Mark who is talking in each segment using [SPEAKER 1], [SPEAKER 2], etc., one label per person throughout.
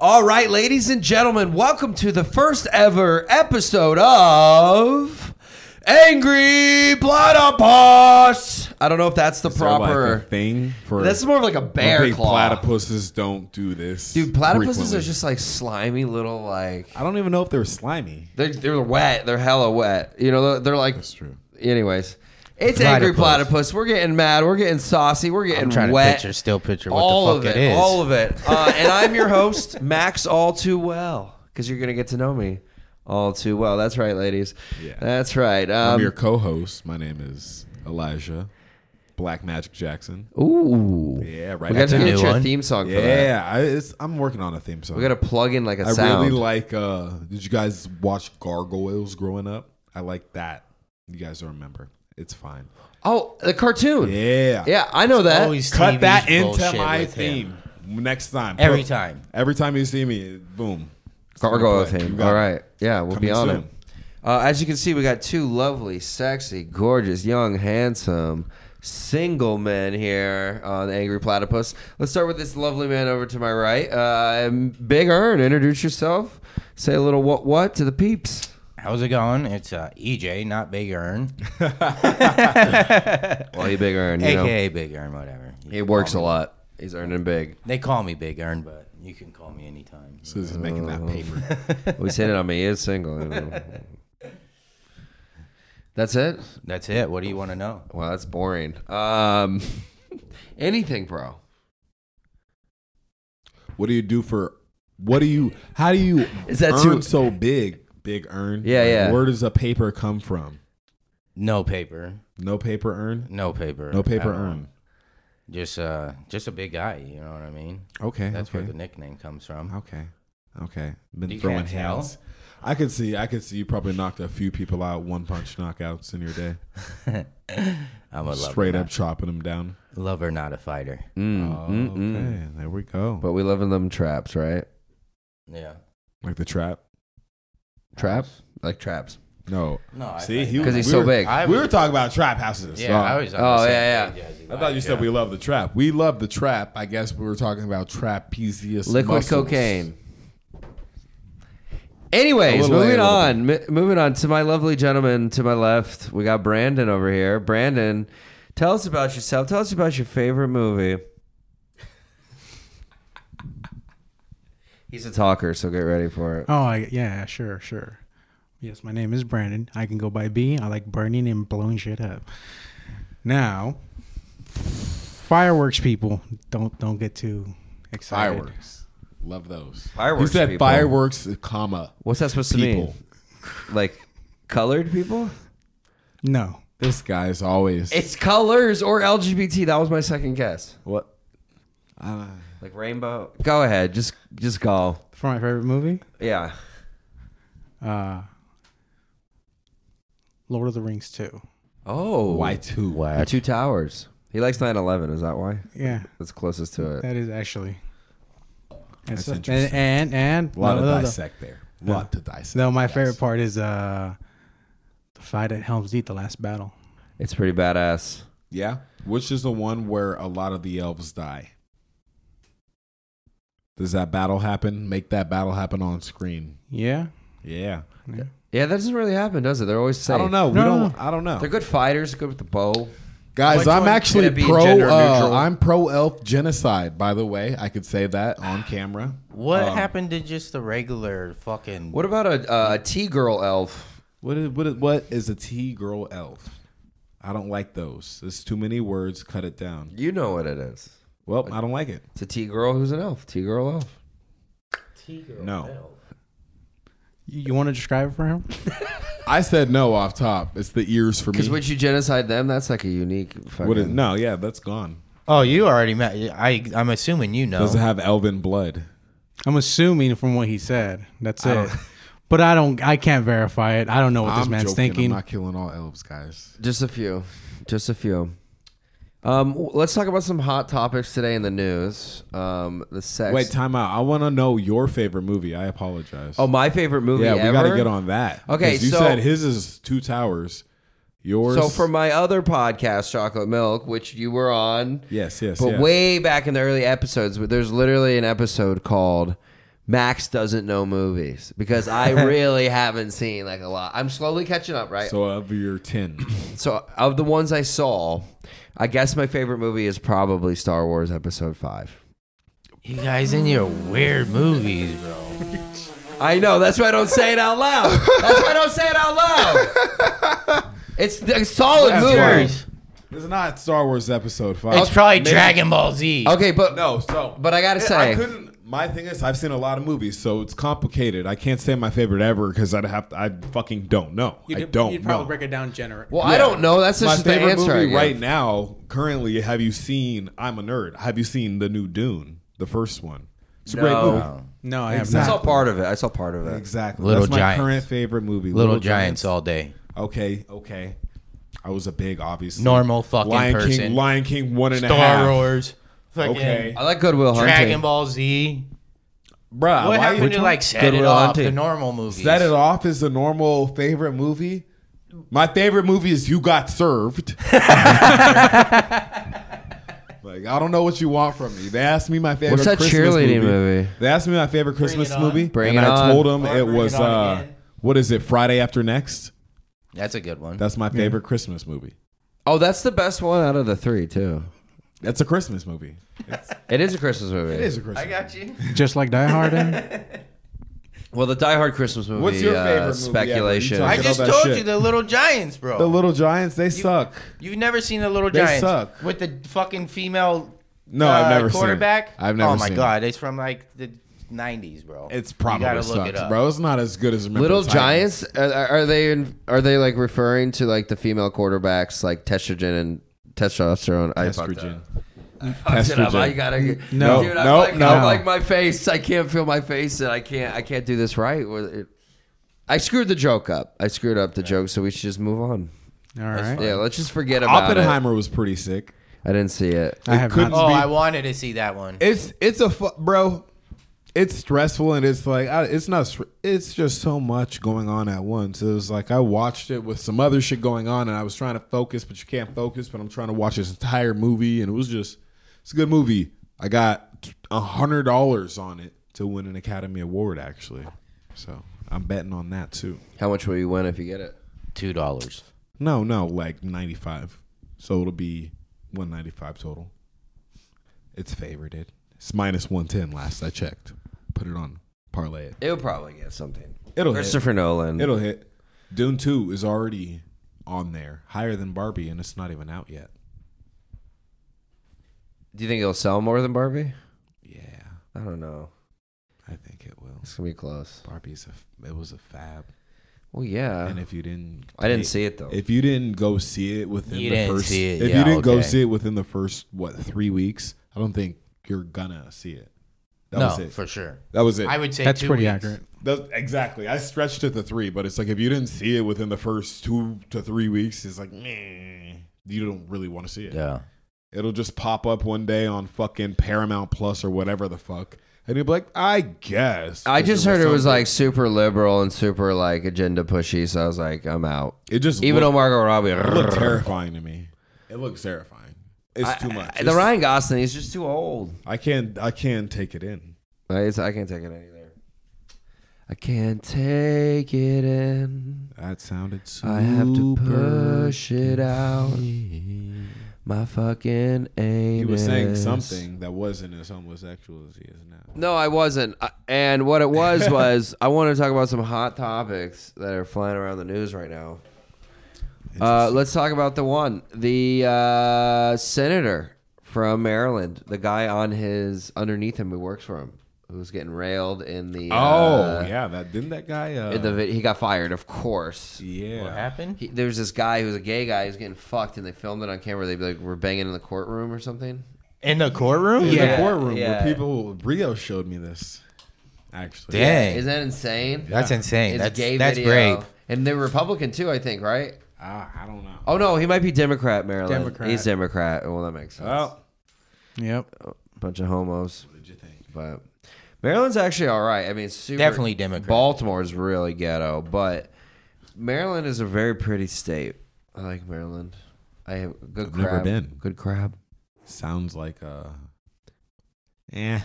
[SPEAKER 1] All right, ladies and gentlemen, welcome to the first ever episode of Angry Platypus. I don't know if that's the
[SPEAKER 2] there, like,
[SPEAKER 1] proper
[SPEAKER 2] a thing for
[SPEAKER 1] That's more of like a bear
[SPEAKER 2] big
[SPEAKER 1] claw.
[SPEAKER 2] platypuses don't do this.
[SPEAKER 1] Dude, platypuses
[SPEAKER 2] frequently.
[SPEAKER 1] are just like slimy little like
[SPEAKER 2] I don't even know if they're slimy.
[SPEAKER 1] they're they're wet. They're hella wet. You know, they're, they're like
[SPEAKER 3] That's true.
[SPEAKER 1] anyways. It's Angry Platypus. We're getting mad. We're getting saucy. We're getting
[SPEAKER 4] I'm trying
[SPEAKER 1] wet.
[SPEAKER 4] to picture, still picture what
[SPEAKER 1] all
[SPEAKER 4] the fuck
[SPEAKER 1] of it,
[SPEAKER 4] it is.
[SPEAKER 1] all of it. Uh, and I'm your host, Max, all too well, because you're gonna get to know me all too well. That's right, ladies.
[SPEAKER 2] Yeah.
[SPEAKER 1] that's right.
[SPEAKER 2] I'm
[SPEAKER 1] Um,
[SPEAKER 2] your co-host. My name is Elijah Black Magic Jackson.
[SPEAKER 1] ooh,
[SPEAKER 2] Yeah,
[SPEAKER 1] we
[SPEAKER 2] right.
[SPEAKER 1] got
[SPEAKER 2] That's
[SPEAKER 1] to
[SPEAKER 2] a
[SPEAKER 1] get
[SPEAKER 4] new
[SPEAKER 1] you a
[SPEAKER 4] one.
[SPEAKER 1] theme song for that.
[SPEAKER 2] Yeah, I, it's, I'm working on a theme song.
[SPEAKER 1] We got to plug in like a
[SPEAKER 2] I
[SPEAKER 1] sound.
[SPEAKER 2] really like. uh Did you guys watch Gargoyles growing up? I like that. You guys don't remember? It's fine.
[SPEAKER 1] oh, the cartoon. Yeah,
[SPEAKER 2] Yeah.
[SPEAKER 1] I know that.
[SPEAKER 4] Always
[SPEAKER 2] Cut
[SPEAKER 4] TV's
[SPEAKER 2] that into
[SPEAKER 4] bullshit
[SPEAKER 2] my
[SPEAKER 4] with him.
[SPEAKER 2] theme next time.
[SPEAKER 4] Every
[SPEAKER 2] Put-
[SPEAKER 4] time.
[SPEAKER 2] Every time you see me, boom.
[SPEAKER 1] Gargoyle
[SPEAKER 2] Play. You
[SPEAKER 1] theme.
[SPEAKER 2] got
[SPEAKER 1] All
[SPEAKER 2] it.
[SPEAKER 1] right, yeah, we'll be on
[SPEAKER 2] Coming
[SPEAKER 1] it.
[SPEAKER 2] soon.
[SPEAKER 1] Uh, as you can see, we got two lovely, sexy, gorgeous, young, handsome, single men here on the Angry Platypus. Let's start with this lovely man over to my right. Uh, Big Earn, introduce yourself. Say a little what what to the peeps.
[SPEAKER 4] How's it going? It's uh, EJ, not Big Earn,
[SPEAKER 1] Well, you Big Earn, you know.
[SPEAKER 4] aka Big Earn, whatever. You
[SPEAKER 1] He
[SPEAKER 4] can
[SPEAKER 1] works a
[SPEAKER 4] call me-
[SPEAKER 1] lot. He's earning big.
[SPEAKER 4] They call me Big Earn, but you can call me anytime.
[SPEAKER 2] So this is making that
[SPEAKER 1] Uh-huh.
[SPEAKER 2] paper.
[SPEAKER 1] We said it on me. He is single. you know. That's it?
[SPEAKER 4] That's it. What do you want to know?
[SPEAKER 1] Wow, that's boring. Um, anything, bro.
[SPEAKER 2] what do you do for? What do you? How do you?
[SPEAKER 1] Is that
[SPEAKER 2] earn
[SPEAKER 1] too-
[SPEAKER 2] so big? Big earn.
[SPEAKER 1] Yeah, yeah.
[SPEAKER 2] Where does a paper come from?
[SPEAKER 4] No paper.
[SPEAKER 2] No paper earn.
[SPEAKER 4] No paper.
[SPEAKER 2] No paper
[SPEAKER 4] at all.
[SPEAKER 2] earn.
[SPEAKER 4] Just uh, just a big guy. You know what I mean?
[SPEAKER 2] Okay.
[SPEAKER 4] That's
[SPEAKER 2] okay.
[SPEAKER 4] where the nickname comes from.
[SPEAKER 2] Okay. Okay. Been
[SPEAKER 4] You
[SPEAKER 2] throwing
[SPEAKER 4] can't tell.
[SPEAKER 2] hands. I could see. I could see you probably knocked a few people out. One punch knockouts in your day.
[SPEAKER 4] I'm a lover,
[SPEAKER 2] Straight
[SPEAKER 4] not,
[SPEAKER 2] up chopping them down.
[SPEAKER 4] lover, not a fighter.
[SPEAKER 1] Mm, Oh,
[SPEAKER 4] Mm-hmm.
[SPEAKER 2] Okay. There we go.
[SPEAKER 1] But we live in them traps, right?
[SPEAKER 4] Yeah.
[SPEAKER 2] like the trap.
[SPEAKER 1] Trap? Like traps.
[SPEAKER 2] No.
[SPEAKER 4] No, I-
[SPEAKER 2] See,
[SPEAKER 4] I-
[SPEAKER 2] he-
[SPEAKER 1] 'Cause he's
[SPEAKER 2] we
[SPEAKER 1] so
[SPEAKER 2] were-
[SPEAKER 1] big.
[SPEAKER 4] I
[SPEAKER 2] we
[SPEAKER 4] was-
[SPEAKER 2] were talking about trap houses.
[SPEAKER 4] Yeah,
[SPEAKER 2] so-
[SPEAKER 4] I was. On
[SPEAKER 1] Oh,
[SPEAKER 4] the same
[SPEAKER 1] yeah,
[SPEAKER 4] page
[SPEAKER 1] yeah.
[SPEAKER 4] as
[SPEAKER 2] I thought you
[SPEAKER 4] Elijah.
[SPEAKER 2] said we love the trap. We love the trap. I guess we were talking about trapezius
[SPEAKER 1] liquid
[SPEAKER 2] muscles.
[SPEAKER 1] cocaine. Anyways,
[SPEAKER 2] A little
[SPEAKER 1] moving
[SPEAKER 2] A, a
[SPEAKER 1] on, Mi- moving on to my lovely gentleman to my left. We got Brandon over here. Brandon, tell us about yourself. Tell us about your favorite movie. He's a talker, so get ready for it.
[SPEAKER 5] Oh, I, yeah, sure, sure. Yes, my name is Brandon. I can go by B. I like burning and blowing shit up. Now, fireworks people, don't don't get too excited.
[SPEAKER 2] Fireworks. Love those.
[SPEAKER 1] Fireworks
[SPEAKER 2] He said
[SPEAKER 1] people.
[SPEAKER 2] fireworks, comma.
[SPEAKER 1] What's that supposed to mean?
[SPEAKER 2] People.
[SPEAKER 1] Like colored people?
[SPEAKER 5] No,
[SPEAKER 2] This guy's always.
[SPEAKER 1] It's colors or LGBT. That was my second guess.
[SPEAKER 2] what?
[SPEAKER 1] Like rainbow. Go ahead. Just just go.
[SPEAKER 5] for my favorite movie,
[SPEAKER 1] Yeah.
[SPEAKER 5] uh, Lord of the Rings two.
[SPEAKER 1] Oh.
[SPEAKER 2] Why two?
[SPEAKER 1] The two towers. He likes 9/11. Is that why?
[SPEAKER 5] Yeah,
[SPEAKER 1] That's closest to it.
[SPEAKER 5] that is actually. And
[SPEAKER 2] That's
[SPEAKER 5] so-
[SPEAKER 2] interesting.
[SPEAKER 5] And and, and
[SPEAKER 2] A lot
[SPEAKER 5] no,
[SPEAKER 2] to
[SPEAKER 5] no, no.
[SPEAKER 2] dissect there. A lot to dissect.
[SPEAKER 5] No, my
[SPEAKER 2] Yes.
[SPEAKER 5] favorite part is uh, the fight at Helm's Deep, the last battle.
[SPEAKER 1] It's pretty badass.
[SPEAKER 2] Yeah. Which is the one where a lot of the elves die. Does that battle happen? Make that battle happen on screen.
[SPEAKER 5] Yeah.
[SPEAKER 2] Yeah.
[SPEAKER 1] Yeah, that doesn't really happen, does it? They're always safe.
[SPEAKER 2] I don't know. We
[SPEAKER 5] No, no,
[SPEAKER 2] don't.
[SPEAKER 5] no.
[SPEAKER 2] I don't know.
[SPEAKER 1] They're good fighters. Good with the bow.
[SPEAKER 2] Guys,
[SPEAKER 1] Which one?
[SPEAKER 2] I'm
[SPEAKER 1] Can
[SPEAKER 2] actually
[SPEAKER 1] it be
[SPEAKER 2] pro.
[SPEAKER 1] gender
[SPEAKER 2] uh,
[SPEAKER 1] neutral?
[SPEAKER 2] I'm pro elf genocide. By the way, I could say that on camera.
[SPEAKER 4] What happened to just the regular fucking?
[SPEAKER 1] What about a uh, a T girl elf?
[SPEAKER 2] What is what is, what is a T girl elf? I don't like those. It's too many words. Cut it down.
[SPEAKER 1] You know what it is.
[SPEAKER 2] Well, I don't like it.
[SPEAKER 1] It's a T girl who's an elf. T girl elf.
[SPEAKER 2] No,
[SPEAKER 5] You, you want to describe it for him?
[SPEAKER 2] I said no off top. It's the ears for me.
[SPEAKER 1] Because would you genocide them? That's like a unique. Fucking...
[SPEAKER 2] What is- no, yeah, that's gone.
[SPEAKER 4] Oh, you already met. I I'm assuming you know.
[SPEAKER 2] Does it have elven blood?
[SPEAKER 5] I'm assuming from what he said. That's it. but I don't. I can't verify it. I don't know what this
[SPEAKER 2] I'm
[SPEAKER 5] man's
[SPEAKER 2] joking.
[SPEAKER 5] thinking.
[SPEAKER 2] I'm not killing all elves, guys.
[SPEAKER 1] Just a few. Just a few. Um, w- let's talk about some hot topics today in the news. Um, the sex.
[SPEAKER 2] Wait, time out. I want to know your favorite movie. I apologize.
[SPEAKER 1] oh, my favorite movie
[SPEAKER 2] yeah, we
[SPEAKER 1] ever.
[SPEAKER 2] got to get on that.
[SPEAKER 1] Okay,
[SPEAKER 2] 'Cause you
[SPEAKER 1] so-
[SPEAKER 2] said his is Two Towers. Yours.
[SPEAKER 1] So for my other podcast, Chocolate Milk, which you were on,
[SPEAKER 2] yes, yes,
[SPEAKER 1] but
[SPEAKER 2] yes.
[SPEAKER 1] way back in the early episodes, there's literally an episode called Max doesn't know movies because I really haven't seen like a lot. I'm slowly catching up, right?
[SPEAKER 2] So of your ten,
[SPEAKER 1] So of the ones I saw, I guess my favorite movie is probably Star Wars Episode Five.
[SPEAKER 4] You guys in your weird movies, bro.
[SPEAKER 1] I know that's why I don't say it out loud. That's why I don't say it out loud. It's a solid
[SPEAKER 2] That's
[SPEAKER 1] movie.
[SPEAKER 2] right. it's not Star Wars Episode Five.
[SPEAKER 4] It's probably
[SPEAKER 1] maybe-
[SPEAKER 4] Dragon Ball Z.
[SPEAKER 1] Okay, but
[SPEAKER 2] no, so
[SPEAKER 1] But I gotta say-
[SPEAKER 2] I couldn't. My thing is, I've seen a lot of movies, so it's complicated. I can't say my favorite ever because I'd have to. I fucking don't know. I don't
[SPEAKER 5] You'd
[SPEAKER 2] know.
[SPEAKER 5] probably break it down generally.
[SPEAKER 1] well, I don't know. That's
[SPEAKER 2] my
[SPEAKER 1] just the
[SPEAKER 2] favorite
[SPEAKER 1] answer. I
[SPEAKER 2] movie
[SPEAKER 1] give.
[SPEAKER 2] right now, currently, have you seen? I'm a nerd. Have you seen the new Dune, the first one? It's a great
[SPEAKER 1] No.
[SPEAKER 4] Oh,
[SPEAKER 2] movie.
[SPEAKER 5] No, I have
[SPEAKER 1] I
[SPEAKER 5] not.
[SPEAKER 1] saw part of it. I saw part of it.
[SPEAKER 2] Exactly.
[SPEAKER 4] Little
[SPEAKER 2] That's my
[SPEAKER 4] Giants.
[SPEAKER 2] current favorite movie.
[SPEAKER 4] Little, Giants all day.
[SPEAKER 2] Okay, okay. I was a big, obviously
[SPEAKER 4] Normal fucking
[SPEAKER 2] Lion King.
[SPEAKER 4] person.
[SPEAKER 2] Lion King one and a half.
[SPEAKER 4] Star Wars. Fucking
[SPEAKER 2] Okay.
[SPEAKER 1] I like Goodwill Hunting.
[SPEAKER 4] Dragon Ball Z.
[SPEAKER 2] Bruh, why
[SPEAKER 4] What happened to like set it
[SPEAKER 1] Goodwill
[SPEAKER 4] off
[SPEAKER 1] Hunting.
[SPEAKER 4] the normal movies?
[SPEAKER 2] Set It Off is the normal favorite movie. My favorite movie is You Got Served. like I don't know what you want from me. They asked me my favorite.
[SPEAKER 1] What's that
[SPEAKER 2] Christmas
[SPEAKER 1] cheerleading
[SPEAKER 2] movie.
[SPEAKER 1] movie?
[SPEAKER 2] They asked me my favorite Christmas
[SPEAKER 4] It On.
[SPEAKER 2] movie,
[SPEAKER 1] Bring
[SPEAKER 2] and
[SPEAKER 1] It
[SPEAKER 2] I
[SPEAKER 1] On.
[SPEAKER 2] told them
[SPEAKER 4] Or
[SPEAKER 2] it
[SPEAKER 4] Bring
[SPEAKER 2] was
[SPEAKER 4] It On
[SPEAKER 2] uh,
[SPEAKER 4] again.
[SPEAKER 2] what is it? Friday After Next.
[SPEAKER 4] That's a good one.
[SPEAKER 2] That's my favorite Christmas movie.
[SPEAKER 1] Oh, that's the best one out of the three too.
[SPEAKER 2] That's a Christmas movie.
[SPEAKER 1] It is a Christmas movie.
[SPEAKER 2] It is a Christmas. movie.
[SPEAKER 4] you.
[SPEAKER 5] Just like Die Hard. eh?
[SPEAKER 1] Well, the Die Hard Christmas movie.
[SPEAKER 2] What's your
[SPEAKER 1] uh,
[SPEAKER 2] favorite movie ever? You
[SPEAKER 1] speculation?
[SPEAKER 2] talk-
[SPEAKER 4] I
[SPEAKER 2] Look at
[SPEAKER 4] just
[SPEAKER 2] all that
[SPEAKER 4] told
[SPEAKER 2] shit.
[SPEAKER 4] you the Little Giants, bro.
[SPEAKER 2] The Little Giants, they suck.
[SPEAKER 4] You've never seen the Little
[SPEAKER 2] They
[SPEAKER 4] Giants
[SPEAKER 2] suck.
[SPEAKER 4] with the fucking female.
[SPEAKER 2] No,
[SPEAKER 4] uh,
[SPEAKER 2] I've never seen it.
[SPEAKER 4] quarterback.
[SPEAKER 2] I've never
[SPEAKER 4] Oh my
[SPEAKER 2] seen it.
[SPEAKER 4] god, it's from like the '90s, bro.
[SPEAKER 2] It's
[SPEAKER 4] You gotta
[SPEAKER 2] probably
[SPEAKER 4] look it
[SPEAKER 2] sucks,
[SPEAKER 4] up.
[SPEAKER 2] bro. It's not as good as Remember
[SPEAKER 1] Little
[SPEAKER 2] the Titans.
[SPEAKER 1] Giants are, are they in, are they like referring to like the female quarterbacks like testrogen and testosterone? I fucked
[SPEAKER 2] Estrogen.
[SPEAKER 1] up. Fucked it up. I
[SPEAKER 2] Estrogen.
[SPEAKER 1] gotta
[SPEAKER 5] No.
[SPEAKER 1] dude, I'm
[SPEAKER 2] No,
[SPEAKER 1] like,
[SPEAKER 2] no.
[SPEAKER 1] I'm like my face. I can't feel my face, and I can't. I can't do this right. with it. I screwed the joke up. I screwed up the joke, so we should just move on.
[SPEAKER 5] All right.
[SPEAKER 1] Yeah, let's just forget about it.
[SPEAKER 2] Oppenheimer was pretty sick.
[SPEAKER 1] I didn't see it.
[SPEAKER 5] I have
[SPEAKER 2] couldn't
[SPEAKER 5] not.
[SPEAKER 4] Oh,
[SPEAKER 2] be-
[SPEAKER 4] I wanted to see that one.
[SPEAKER 2] It's it's a fu- bro. It's stressful and it's like I, it's not. str- It's just so much going on at once. It was like I watched it with some other shit going on, and I was trying to focus, but you can't focus. But I'm trying to watch this entire movie, and it was just it's a good movie. I got a hundred dollars on it to win an Academy Award, actually. So I'm betting on that too.
[SPEAKER 1] How much will you win if you get it?
[SPEAKER 4] Two dollars.
[SPEAKER 2] No, no, like 95. So it'll be 195 total. It's favorited. It's minus 110 last I checked. Put it on parlay it.
[SPEAKER 1] It'll probably get something.
[SPEAKER 2] It'll hit.
[SPEAKER 1] Christopher Nolan.
[SPEAKER 2] It'll hit. Dune 2 is already on there, higher than Barbie and it's not even out yet.
[SPEAKER 1] do you think it'll sell more than Barbie?
[SPEAKER 2] Yeah,
[SPEAKER 1] I don't know.
[SPEAKER 2] I think it will.
[SPEAKER 1] It's gonna be close.
[SPEAKER 2] Barbie's a it was a fab.
[SPEAKER 1] Well, yeah.
[SPEAKER 2] and if you didn't
[SPEAKER 1] I didn't see it though.
[SPEAKER 2] If you didn't go see it within
[SPEAKER 4] You
[SPEAKER 2] the
[SPEAKER 4] didn't
[SPEAKER 2] first,
[SPEAKER 4] see it,
[SPEAKER 2] if
[SPEAKER 4] yeah,
[SPEAKER 2] you didn't go
[SPEAKER 4] okay.
[SPEAKER 2] see it within the first what three weeks, I don't think you're gonna see it. That
[SPEAKER 4] No,
[SPEAKER 2] was it.
[SPEAKER 4] for sure.
[SPEAKER 2] that was it.
[SPEAKER 4] I would say
[SPEAKER 5] That's
[SPEAKER 4] two
[SPEAKER 5] pretty
[SPEAKER 4] weeks.
[SPEAKER 5] accurate.
[SPEAKER 2] That- exactly. I stretched it to three, but it's like if you didn't see it within the first two to three weeks, it's like meh, you don't really want to see it.
[SPEAKER 4] Yeah.
[SPEAKER 2] It'll just pop up one day on fucking Paramount Plus or whatever the fuck, and you'll be like, I guess.
[SPEAKER 1] I
[SPEAKER 2] 'cause
[SPEAKER 1] just heard it was
[SPEAKER 2] something.
[SPEAKER 1] like super liberal and super like agenda pushy, so I was like, I'm out.
[SPEAKER 2] it just
[SPEAKER 1] Even though
[SPEAKER 2] looked,
[SPEAKER 1] Margot Robbie,
[SPEAKER 2] it looked terrifying to me. It looks terrifying. It's too much.
[SPEAKER 1] the
[SPEAKER 2] It's-
[SPEAKER 1] Ryan Gosling is just too old.
[SPEAKER 2] I can't. I can't take it in.
[SPEAKER 1] I, it's- I can't take it in either. I can't take it in.
[SPEAKER 2] That sounded super.
[SPEAKER 1] I have to push it out. My fucking anus.
[SPEAKER 2] He was saying something that wasn't as homosexual as he is now.
[SPEAKER 1] No, I wasn't. I- And what it was was I want to talk about some hot topics that are flying around the news right now. Uh, let's talk about the one, the uh, senator from Maryland, the guy on his underneath him who works for him, who's getting railed in the.
[SPEAKER 2] oh
[SPEAKER 1] uh,
[SPEAKER 2] yeah, that didn't that guy. Uh,
[SPEAKER 1] in the vi- he got fired, of course.
[SPEAKER 2] yeah.
[SPEAKER 4] What happened?
[SPEAKER 1] He, there was this guy who was a gay guy who's getting fucked, and they filmed it on camera. They'd be like, "We're banging in the courtroom or something."
[SPEAKER 4] In the courtroom?
[SPEAKER 2] In
[SPEAKER 1] Yeah,
[SPEAKER 2] the courtroom
[SPEAKER 1] yeah.
[SPEAKER 2] where people Rio showed me this. Actually,
[SPEAKER 4] Dang.
[SPEAKER 1] Is that insane?
[SPEAKER 4] That's insane.
[SPEAKER 1] It's
[SPEAKER 4] that's
[SPEAKER 1] gay
[SPEAKER 4] that's
[SPEAKER 1] video.
[SPEAKER 4] brave.
[SPEAKER 1] And they're Republican too, I think, right?
[SPEAKER 2] Ah, I don't know.
[SPEAKER 1] Oh no, he might be Democrat, Maryland.
[SPEAKER 5] Democrat.
[SPEAKER 1] He's Democrat. Well, that makes sense.
[SPEAKER 2] Well,
[SPEAKER 5] Yep.
[SPEAKER 1] Bunch of homos,
[SPEAKER 2] what did you think?
[SPEAKER 1] but Maryland's actually all right. I mean, it's super,
[SPEAKER 4] Definitely Democrat.
[SPEAKER 1] Baltimore's really ghetto, but Maryland is a very pretty state. I like Maryland. I have good
[SPEAKER 2] I've
[SPEAKER 1] crab.
[SPEAKER 2] never been.
[SPEAKER 1] Good crab.
[SPEAKER 2] Sounds like uh. Yeah.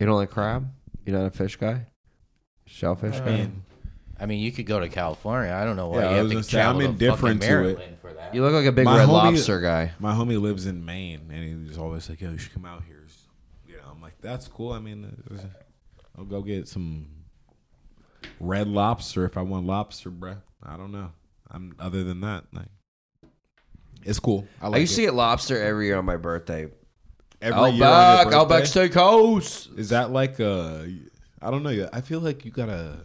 [SPEAKER 1] You don't like crab? You're not a fish guy? Shellfish
[SPEAKER 4] Uh,
[SPEAKER 1] guy?
[SPEAKER 4] I mean, you could go to California. I don't know why
[SPEAKER 2] Yeah, I
[SPEAKER 4] you have
[SPEAKER 2] was
[SPEAKER 4] to
[SPEAKER 2] gonna say, I'm
[SPEAKER 4] travel to
[SPEAKER 2] indifferent
[SPEAKER 4] fucking
[SPEAKER 2] to it.
[SPEAKER 4] Maryland for that.
[SPEAKER 1] You look like a big
[SPEAKER 2] My
[SPEAKER 1] red
[SPEAKER 2] homie-
[SPEAKER 1] lobster guy.
[SPEAKER 2] My homie lives in Maine, and he's always like, "Yo, you should come out here." You know, I'm like, "That's cool." I mean, uh, I'll go get some red lobster if I want lobster, bruh. I don't know. I'm other than that, like, it's cool. I
[SPEAKER 1] I
[SPEAKER 2] like
[SPEAKER 1] used to
[SPEAKER 2] it.
[SPEAKER 1] get lobster every year on my birthday. Oh,
[SPEAKER 2] Every year on your
[SPEAKER 1] Outback, Outback
[SPEAKER 2] birthday?
[SPEAKER 1] Steakhouse.
[SPEAKER 2] Is that like a? I don't know. I feel like you gotta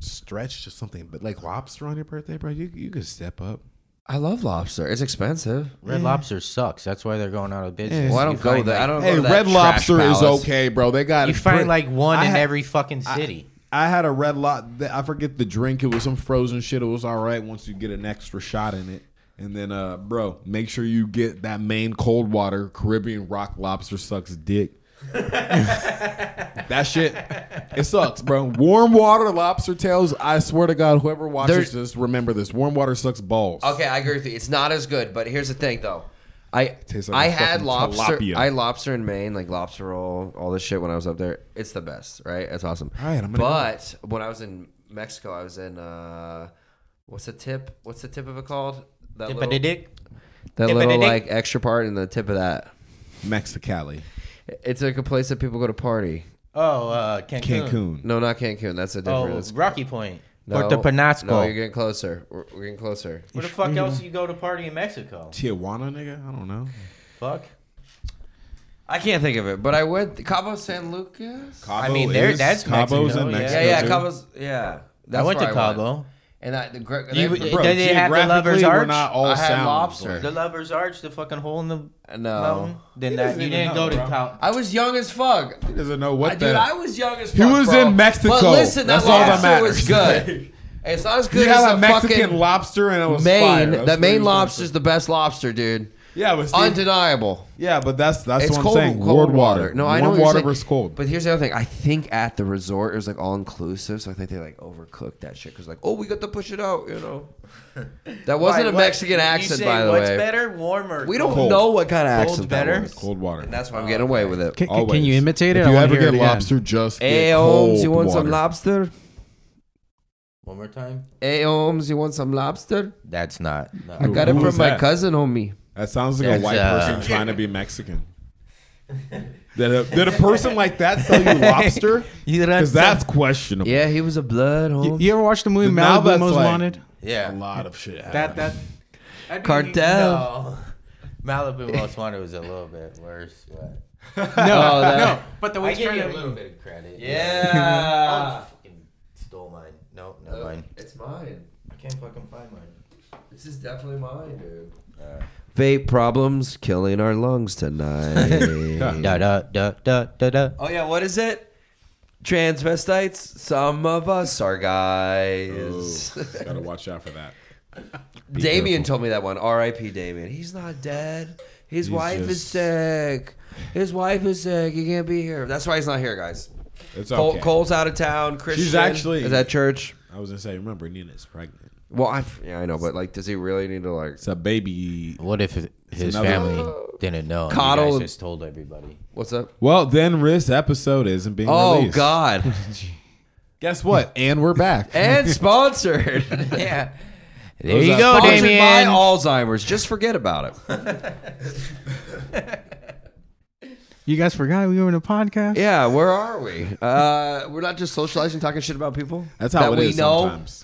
[SPEAKER 2] stretch to something, but like lobster on your birthday, bro. You you could step up.
[SPEAKER 1] I love lobster. It's expensive.
[SPEAKER 4] Red Lobster sucks. That's why they're going out of business.
[SPEAKER 1] Well, I don't
[SPEAKER 4] You
[SPEAKER 1] go
[SPEAKER 4] find,
[SPEAKER 1] there.
[SPEAKER 4] like-
[SPEAKER 1] I don't. go
[SPEAKER 2] Hey,
[SPEAKER 1] to that
[SPEAKER 2] Red
[SPEAKER 1] trash
[SPEAKER 2] Lobster is
[SPEAKER 1] palace.
[SPEAKER 2] okay, bro. They got
[SPEAKER 4] You
[SPEAKER 2] it.
[SPEAKER 4] find
[SPEAKER 2] Brit-
[SPEAKER 4] like one
[SPEAKER 2] I
[SPEAKER 4] in
[SPEAKER 2] ha-
[SPEAKER 4] every fucking city.
[SPEAKER 2] I had a red lot. I forget the drink. It was some frozen shit. It was all right once you get an extra shot in it. And then, uh, bro, make sure you get that main cold water Caribbean rock lobster sucks dick. that shit, it sucks, bro. Warm water lobster tails. I swear to God, whoever watches
[SPEAKER 1] There-
[SPEAKER 2] this, remember this. Warm water sucks balls.
[SPEAKER 1] Okay, I agree with you. It's not as good, but here's the thing, though. I
[SPEAKER 2] tastes like
[SPEAKER 1] I
[SPEAKER 2] a
[SPEAKER 1] had
[SPEAKER 2] fucking
[SPEAKER 1] lobster.
[SPEAKER 2] tilapia.
[SPEAKER 1] I had lobster in Maine, like lobster roll, all this shit when I was up there. It's the best, right? It's awesome.
[SPEAKER 2] All right, I'm gonna
[SPEAKER 1] but when I was in Mexico, I was in uh, what's the tip? What's the tip of it called? That
[SPEAKER 4] Dip a
[SPEAKER 1] little,
[SPEAKER 4] dick.
[SPEAKER 1] that
[SPEAKER 4] dip a
[SPEAKER 1] little
[SPEAKER 4] dick.
[SPEAKER 1] like extra part in the tip of that.
[SPEAKER 2] Mexicali,
[SPEAKER 1] It's like a place that people go to party.
[SPEAKER 4] Oh, uh, Cancun.
[SPEAKER 2] Cancun.
[SPEAKER 1] No, not Cancun. That's a
[SPEAKER 4] Oh,
[SPEAKER 1] different.
[SPEAKER 4] Rocky Point.
[SPEAKER 1] no,
[SPEAKER 4] Puerto Penasco. Mm-hmm.
[SPEAKER 1] No, you're getting closer. We're, we're getting closer.
[SPEAKER 4] Where the fuck else you go to party in Mexico?
[SPEAKER 2] Tijuana, nigga. I don't know.
[SPEAKER 4] Fuck.
[SPEAKER 1] I can't think of it, but I went Cabo San Lucas.
[SPEAKER 2] Cabo
[SPEAKER 4] I mean, there-
[SPEAKER 2] is-
[SPEAKER 4] that's
[SPEAKER 2] Cabo's
[SPEAKER 4] Mexico,
[SPEAKER 2] in
[SPEAKER 4] yeah.
[SPEAKER 2] Mexico.
[SPEAKER 1] Yeah, yeah,
[SPEAKER 2] too.
[SPEAKER 1] Cabo's. Yeah,
[SPEAKER 4] I went to
[SPEAKER 1] where
[SPEAKER 4] Cabo.
[SPEAKER 1] And I, the, gr-
[SPEAKER 4] You-
[SPEAKER 1] they-
[SPEAKER 4] Bro, They didn't have the Lover's
[SPEAKER 2] geographically, we're
[SPEAKER 4] Arch?
[SPEAKER 2] not all
[SPEAKER 1] I had
[SPEAKER 2] sound.
[SPEAKER 1] lobster.
[SPEAKER 4] The Lover's Arch, the fucking hole in the mountain.
[SPEAKER 1] no,
[SPEAKER 4] Then
[SPEAKER 2] He
[SPEAKER 4] that
[SPEAKER 2] doesn't
[SPEAKER 4] you
[SPEAKER 2] even
[SPEAKER 4] didn't
[SPEAKER 2] know,
[SPEAKER 4] go to
[SPEAKER 2] bro.
[SPEAKER 4] Cal.
[SPEAKER 1] Oh. I was young as fuck.
[SPEAKER 2] He doesn't know what
[SPEAKER 1] I,
[SPEAKER 2] the.
[SPEAKER 1] dude, I was young as fuck.
[SPEAKER 2] He was
[SPEAKER 1] bro.
[SPEAKER 2] in Mexico.
[SPEAKER 1] But listen, that
[SPEAKER 2] That's all that
[SPEAKER 1] lobster was
[SPEAKER 2] matters.
[SPEAKER 1] good. it's not as
[SPEAKER 2] you
[SPEAKER 1] good
[SPEAKER 2] had
[SPEAKER 1] as
[SPEAKER 2] a
[SPEAKER 1] the
[SPEAKER 2] Mexican
[SPEAKER 1] fucking
[SPEAKER 2] lobster and it was fire.
[SPEAKER 1] Maine.
[SPEAKER 2] That's
[SPEAKER 1] That
[SPEAKER 2] what he
[SPEAKER 1] Maine
[SPEAKER 2] was
[SPEAKER 1] lobster's
[SPEAKER 2] saying.
[SPEAKER 1] the best lobster, dude.
[SPEAKER 2] Yeah, but Steve,
[SPEAKER 1] Undeniable.
[SPEAKER 2] yeah, but that's that's
[SPEAKER 1] it's
[SPEAKER 2] what I'm
[SPEAKER 1] cold,
[SPEAKER 2] saying.
[SPEAKER 1] cold
[SPEAKER 2] Warm water.
[SPEAKER 1] No,
[SPEAKER 2] warm
[SPEAKER 1] I know what you're
[SPEAKER 2] water
[SPEAKER 1] saying.
[SPEAKER 2] versus cold.
[SPEAKER 1] But here's the other thing. I think at the resort it was like all inclusive, so I think they like overcooked that shit because like, oh, we got to push it out, you know. That wasn't a
[SPEAKER 4] Why, what-
[SPEAKER 1] Mexican accent,
[SPEAKER 4] you say
[SPEAKER 1] by the
[SPEAKER 4] what's
[SPEAKER 1] way.
[SPEAKER 4] better, warmer? Oh,
[SPEAKER 1] We don't
[SPEAKER 2] Cold.
[SPEAKER 1] know what kind of
[SPEAKER 4] Cold's
[SPEAKER 1] accent
[SPEAKER 4] better?
[SPEAKER 1] that was.
[SPEAKER 2] cold water.
[SPEAKER 1] And that's why I'm getting away with it.
[SPEAKER 5] Can, can-
[SPEAKER 2] Always.
[SPEAKER 5] can you imitate it?
[SPEAKER 2] If
[SPEAKER 5] I
[SPEAKER 2] you
[SPEAKER 5] wanna
[SPEAKER 2] ever
[SPEAKER 5] hear
[SPEAKER 2] get
[SPEAKER 5] it again.
[SPEAKER 2] lobster, just get
[SPEAKER 1] Hey
[SPEAKER 2] cold
[SPEAKER 1] Holmes, you want some
[SPEAKER 2] water.
[SPEAKER 1] lobster?
[SPEAKER 4] One more time.
[SPEAKER 1] Hey Holmes, you want some lobster?
[SPEAKER 4] That's not. No.
[SPEAKER 1] I
[SPEAKER 2] Who-
[SPEAKER 1] got it
[SPEAKER 2] who
[SPEAKER 1] from
[SPEAKER 2] was
[SPEAKER 1] my
[SPEAKER 2] that?
[SPEAKER 1] cousin, homie.
[SPEAKER 2] That sounds like
[SPEAKER 4] That's,
[SPEAKER 2] a white
[SPEAKER 4] uh,
[SPEAKER 2] person trying to be Mexican. did, a, did a person like that sell you lobster?
[SPEAKER 4] You done
[SPEAKER 2] Because
[SPEAKER 4] some-
[SPEAKER 2] that's questionable.
[SPEAKER 1] Yeah, he was a blood,
[SPEAKER 5] You,
[SPEAKER 1] Holmes.
[SPEAKER 5] you ever watched the movie
[SPEAKER 2] Now
[SPEAKER 5] Malibu
[SPEAKER 2] that's
[SPEAKER 5] Most
[SPEAKER 2] like-
[SPEAKER 5] Wanted?
[SPEAKER 4] Yeah.
[SPEAKER 2] A lot of shit. happened.
[SPEAKER 4] That that. that'd be-
[SPEAKER 1] Cartel.
[SPEAKER 4] No. Malibu Most Wanted was a little bit worse, but
[SPEAKER 1] Oh, that-
[SPEAKER 5] No, but the
[SPEAKER 4] I
[SPEAKER 5] way
[SPEAKER 4] give you a
[SPEAKER 5] you
[SPEAKER 4] little bit of credit.
[SPEAKER 1] Yeah.
[SPEAKER 4] I just fucking stole mine. No, not mine.
[SPEAKER 1] It's mine.
[SPEAKER 4] Uh, I can't fucking find mine.
[SPEAKER 1] This is definitely mine, dude.
[SPEAKER 4] Uh,
[SPEAKER 1] Vape problems killing our lungs tonight.
[SPEAKER 4] Mm. da da da da da da.
[SPEAKER 1] oh yeah, what is it? Transvestites. Some of us are guys.
[SPEAKER 2] Gotta watch out for that.
[SPEAKER 1] Damien told me that one. R.I.P. Damien. He's not dead. His wife is
[SPEAKER 2] just-
[SPEAKER 1] sick. His wife is sick. He can't be here. That's why he's not here, guys.
[SPEAKER 2] It's
[SPEAKER 1] Cole,
[SPEAKER 2] okay.
[SPEAKER 1] Cole's out of town. Christian
[SPEAKER 2] actually-
[SPEAKER 1] is at church.
[SPEAKER 2] I was gonna say, remember Nina's pregnant.
[SPEAKER 1] Well, I yeah, I know, but like, does he really need to like?
[SPEAKER 2] It's a baby.
[SPEAKER 4] What if his
[SPEAKER 2] another-
[SPEAKER 4] family didn't know? and
[SPEAKER 1] Coddle-
[SPEAKER 4] You guys just told everybody.
[SPEAKER 1] What's up?
[SPEAKER 2] Well, then this episode isn't being
[SPEAKER 1] Oh
[SPEAKER 2] released.
[SPEAKER 1] God!
[SPEAKER 2] Guess what? And we're back.
[SPEAKER 1] and sponsored. yeah.
[SPEAKER 4] There
[SPEAKER 2] you
[SPEAKER 4] you
[SPEAKER 2] are go,
[SPEAKER 4] go,
[SPEAKER 1] Sponsored by
[SPEAKER 4] Damien.
[SPEAKER 1] Alzheimer's. Just forget about it.
[SPEAKER 5] you guys forgot we were in a podcast.
[SPEAKER 1] Yeah, where are we? Uh, we're not just socializing, talking shit about people.
[SPEAKER 2] That's how
[SPEAKER 1] that
[SPEAKER 2] it
[SPEAKER 1] we
[SPEAKER 2] is
[SPEAKER 1] know.
[SPEAKER 2] sometimes.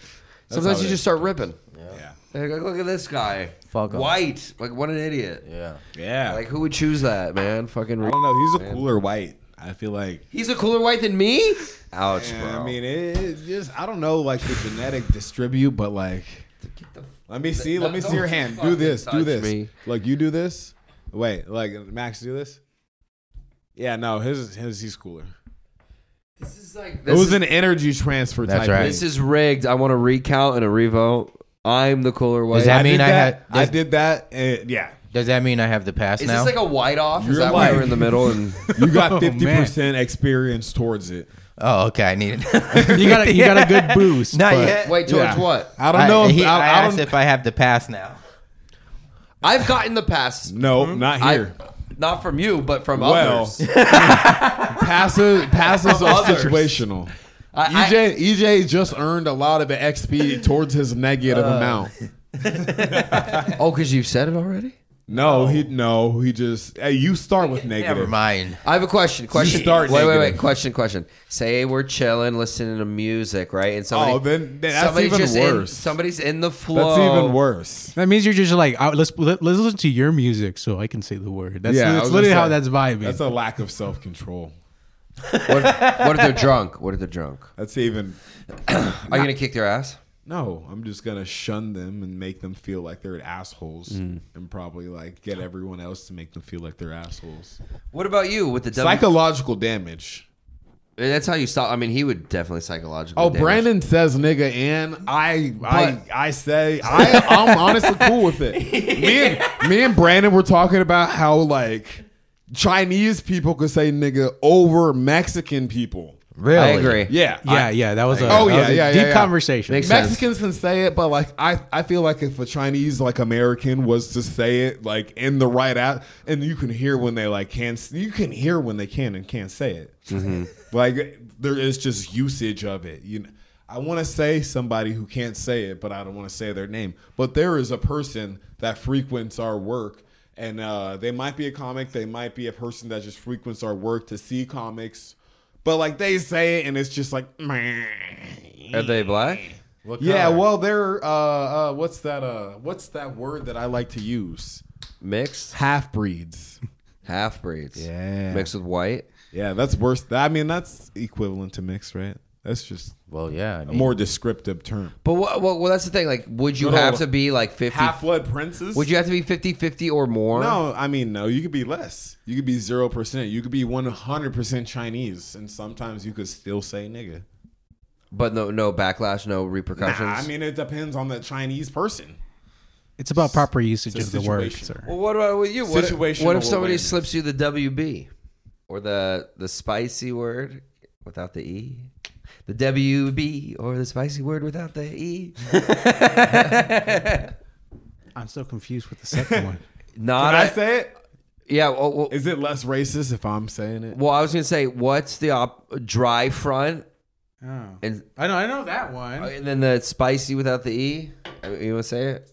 [SPEAKER 2] That's
[SPEAKER 1] Sometimes
[SPEAKER 2] how
[SPEAKER 1] you
[SPEAKER 2] it
[SPEAKER 1] just start ripping.
[SPEAKER 2] is. yeah.
[SPEAKER 1] Like, look at this guy.
[SPEAKER 4] Fuck 'em.
[SPEAKER 1] White. Like, what an idiot.
[SPEAKER 4] Yeah.
[SPEAKER 2] Yeah.
[SPEAKER 1] Like, who would choose that, man? Fucking.
[SPEAKER 2] I
[SPEAKER 1] Re-
[SPEAKER 2] don't know. He's a cooler white. I feel like.
[SPEAKER 1] He's a cooler white than me? Ouch, bro.
[SPEAKER 2] I mean, it, it just I don't know like the genetic distribute, but like, let me see, let me see your
[SPEAKER 1] Don't
[SPEAKER 2] hand. Do
[SPEAKER 1] fucking
[SPEAKER 2] this, do
[SPEAKER 1] touch
[SPEAKER 2] this.
[SPEAKER 1] me.
[SPEAKER 2] Like you do this. Wait, like Max, do this. Yeah, no, his his he's cooler.
[SPEAKER 1] this is like.
[SPEAKER 2] it
[SPEAKER 1] This,
[SPEAKER 2] was
[SPEAKER 1] is,
[SPEAKER 2] an energy transfer
[SPEAKER 4] That's
[SPEAKER 2] type.
[SPEAKER 4] right.
[SPEAKER 2] thing.
[SPEAKER 1] this is rigged. I want a recount and a revote. I'm the cooler white.
[SPEAKER 4] Is that
[SPEAKER 2] I
[SPEAKER 4] mean
[SPEAKER 2] did
[SPEAKER 4] I
[SPEAKER 2] that.
[SPEAKER 4] had-
[SPEAKER 2] I did that. And, yeah,
[SPEAKER 4] Does that mean I have the pass
[SPEAKER 1] Is
[SPEAKER 4] now?
[SPEAKER 1] this like a white off? Is
[SPEAKER 2] You're
[SPEAKER 1] that why
[SPEAKER 2] white.
[SPEAKER 1] we're in the middle? And
[SPEAKER 2] you
[SPEAKER 1] Oh,
[SPEAKER 2] got
[SPEAKER 5] man.
[SPEAKER 2] fifty percent experience towards it.
[SPEAKER 4] oh, okay. I need it.
[SPEAKER 5] you got a, you got a good boost.
[SPEAKER 4] Not
[SPEAKER 5] but-
[SPEAKER 4] yet.
[SPEAKER 1] wait, towards
[SPEAKER 2] Yeah.
[SPEAKER 1] what?
[SPEAKER 2] I don't know.
[SPEAKER 4] I,
[SPEAKER 2] if,
[SPEAKER 4] he-
[SPEAKER 2] I,
[SPEAKER 4] I
[SPEAKER 2] I
[SPEAKER 4] asked
[SPEAKER 2] don't,
[SPEAKER 4] if I have the pass now.
[SPEAKER 1] I've gotten the pass.
[SPEAKER 2] no, not
[SPEAKER 1] Hmm? I-
[SPEAKER 2] here.
[SPEAKER 1] Not from you, but from
[SPEAKER 2] Well,
[SPEAKER 1] others.
[SPEAKER 2] passes passes are
[SPEAKER 1] Others.
[SPEAKER 2] situational. E
[SPEAKER 1] I- I-
[SPEAKER 2] EJ EJ just earned a lot of XP towards his negative
[SPEAKER 1] Uh.
[SPEAKER 2] amount.
[SPEAKER 1] Oh, because you said it already?
[SPEAKER 2] No, he no, he just hey, you start with negative.
[SPEAKER 4] Never mind.
[SPEAKER 1] I have a question. Question.
[SPEAKER 2] start
[SPEAKER 1] wait, wait, wait.
[SPEAKER 2] negative.
[SPEAKER 1] Question, question. Say we're chilling, listening to music, right? And somebody,
[SPEAKER 2] Oh, then- then that's
[SPEAKER 1] somebody's
[SPEAKER 2] even
[SPEAKER 1] just in-
[SPEAKER 2] worse.
[SPEAKER 1] somebody's in the flow.
[SPEAKER 2] That's even worse.
[SPEAKER 5] That means you're just like "Oh, let's let, let's listen to your music so I can say the word. That's,
[SPEAKER 2] I
[SPEAKER 5] that's
[SPEAKER 2] was
[SPEAKER 5] literally
[SPEAKER 2] gonna
[SPEAKER 5] how
[SPEAKER 2] say,
[SPEAKER 5] that's vibing.
[SPEAKER 2] That's a lack of self control.
[SPEAKER 1] What if, what if they're drunk? What if they're drunk?
[SPEAKER 2] That's even
[SPEAKER 1] Are you gonna kick their ass?
[SPEAKER 2] no. I'm just gonna shun them and make them feel like they're assholes,
[SPEAKER 1] Mm.
[SPEAKER 2] and probably like get everyone else to make them feel like they're assholes.
[SPEAKER 1] What about you with the W? Eh,
[SPEAKER 2] Psychological damage.
[SPEAKER 1] That's how you stop. I mean, he would definitely psychologically.
[SPEAKER 2] Oh,
[SPEAKER 1] damage.
[SPEAKER 2] Brandon says nigga, and I, I, I say I, I'm honestly cool with it. Me and me and Brandon were talking about how like Chinese people could say nigga over Mexican people.
[SPEAKER 4] Really?
[SPEAKER 1] I agree.
[SPEAKER 2] Yeah,
[SPEAKER 5] yeah, yeah. That was a,
[SPEAKER 2] Oh, yeah,
[SPEAKER 5] that was a
[SPEAKER 2] yeah,
[SPEAKER 5] deep
[SPEAKER 2] yeah, yeah.
[SPEAKER 5] conversation.
[SPEAKER 1] Makes sense.
[SPEAKER 2] Mexicans can say it, but like I, I feel like if a Chinese like American was to say it like in the right out, and you can hear when they like can't, you can hear when they can and can't say it.
[SPEAKER 1] Mm-hmm.
[SPEAKER 2] Like there is just usage of it. You, know, I want to say somebody who can't say it, but I don't want to say their name. But there is a person that frequents our work. And uh, they might be a comic. They might be a person that just frequents our work to see comics, but like they say it, and it's just like,
[SPEAKER 1] Are they black?
[SPEAKER 2] yeah, well, they're uh, uh, what's that? Uh, what's that word that I like to use?
[SPEAKER 1] Mixed,
[SPEAKER 2] Half breeds.
[SPEAKER 1] half breeds.
[SPEAKER 2] Yeah.
[SPEAKER 1] Mixed with white.
[SPEAKER 2] Yeah, that's worse. I mean, that's equivalent to mixed, right? That's just
[SPEAKER 4] Well, yeah. I
[SPEAKER 2] a
[SPEAKER 4] mean,
[SPEAKER 2] more descriptive term.
[SPEAKER 1] But what, well, well, that's the thing. Like, would you
[SPEAKER 2] No, no,
[SPEAKER 1] have
[SPEAKER 2] no.
[SPEAKER 1] to be like 50?
[SPEAKER 2] Half blood princes.
[SPEAKER 1] Would you have to be 50 50 or more?
[SPEAKER 2] No, I mean no. You could be less. You could be zero percent. You could be one hundred percent Chinese, and sometimes you could still say nigga.
[SPEAKER 1] But no, no backlash, no
[SPEAKER 2] Nah,
[SPEAKER 1] repercussions.
[SPEAKER 2] I mean it depends on the Chinese person.
[SPEAKER 5] It's about proper usage
[SPEAKER 2] It's
[SPEAKER 5] of
[SPEAKER 2] a
[SPEAKER 5] the word,
[SPEAKER 2] situation.
[SPEAKER 5] sir.
[SPEAKER 1] well, what about with you? What,
[SPEAKER 2] Situational
[SPEAKER 1] what if somebody
[SPEAKER 2] awareness.
[SPEAKER 1] slips you the WB or the the spicy word without the E? The WB or the spicy word without the E?
[SPEAKER 5] I'm so confused with the second one.
[SPEAKER 1] Not
[SPEAKER 2] Can I
[SPEAKER 1] a,
[SPEAKER 2] say it?
[SPEAKER 1] yeah. Well, well,
[SPEAKER 2] Is it less racist if I'm saying it?
[SPEAKER 1] well, I was gonna say, what's the op- dry front
[SPEAKER 5] Oh.
[SPEAKER 1] and
[SPEAKER 5] I know, I know that one.
[SPEAKER 1] and then the spicy without the E? I mean, you want to say it?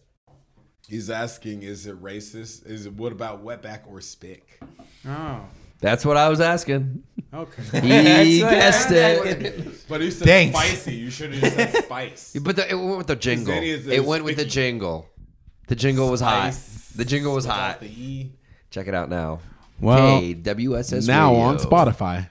[SPEAKER 2] He's asking, is it racist? Is it what about wetback or spick?
[SPEAKER 5] Oh,
[SPEAKER 1] That's what I was asking.
[SPEAKER 5] okay.
[SPEAKER 1] He guessed it.
[SPEAKER 2] But he said
[SPEAKER 4] Thanks.
[SPEAKER 2] spicy. You should have said spice.
[SPEAKER 1] But the, it went with the jingle.
[SPEAKER 2] Then it's-
[SPEAKER 1] It
[SPEAKER 2] it's
[SPEAKER 1] went with the
[SPEAKER 2] sticky.
[SPEAKER 1] jingle. The jingle was hot. The jingle was hot.
[SPEAKER 2] E.
[SPEAKER 1] Check it out now.
[SPEAKER 5] Well,
[SPEAKER 1] KWSS
[SPEAKER 2] Now on
[SPEAKER 1] Radio.
[SPEAKER 2] Spotify.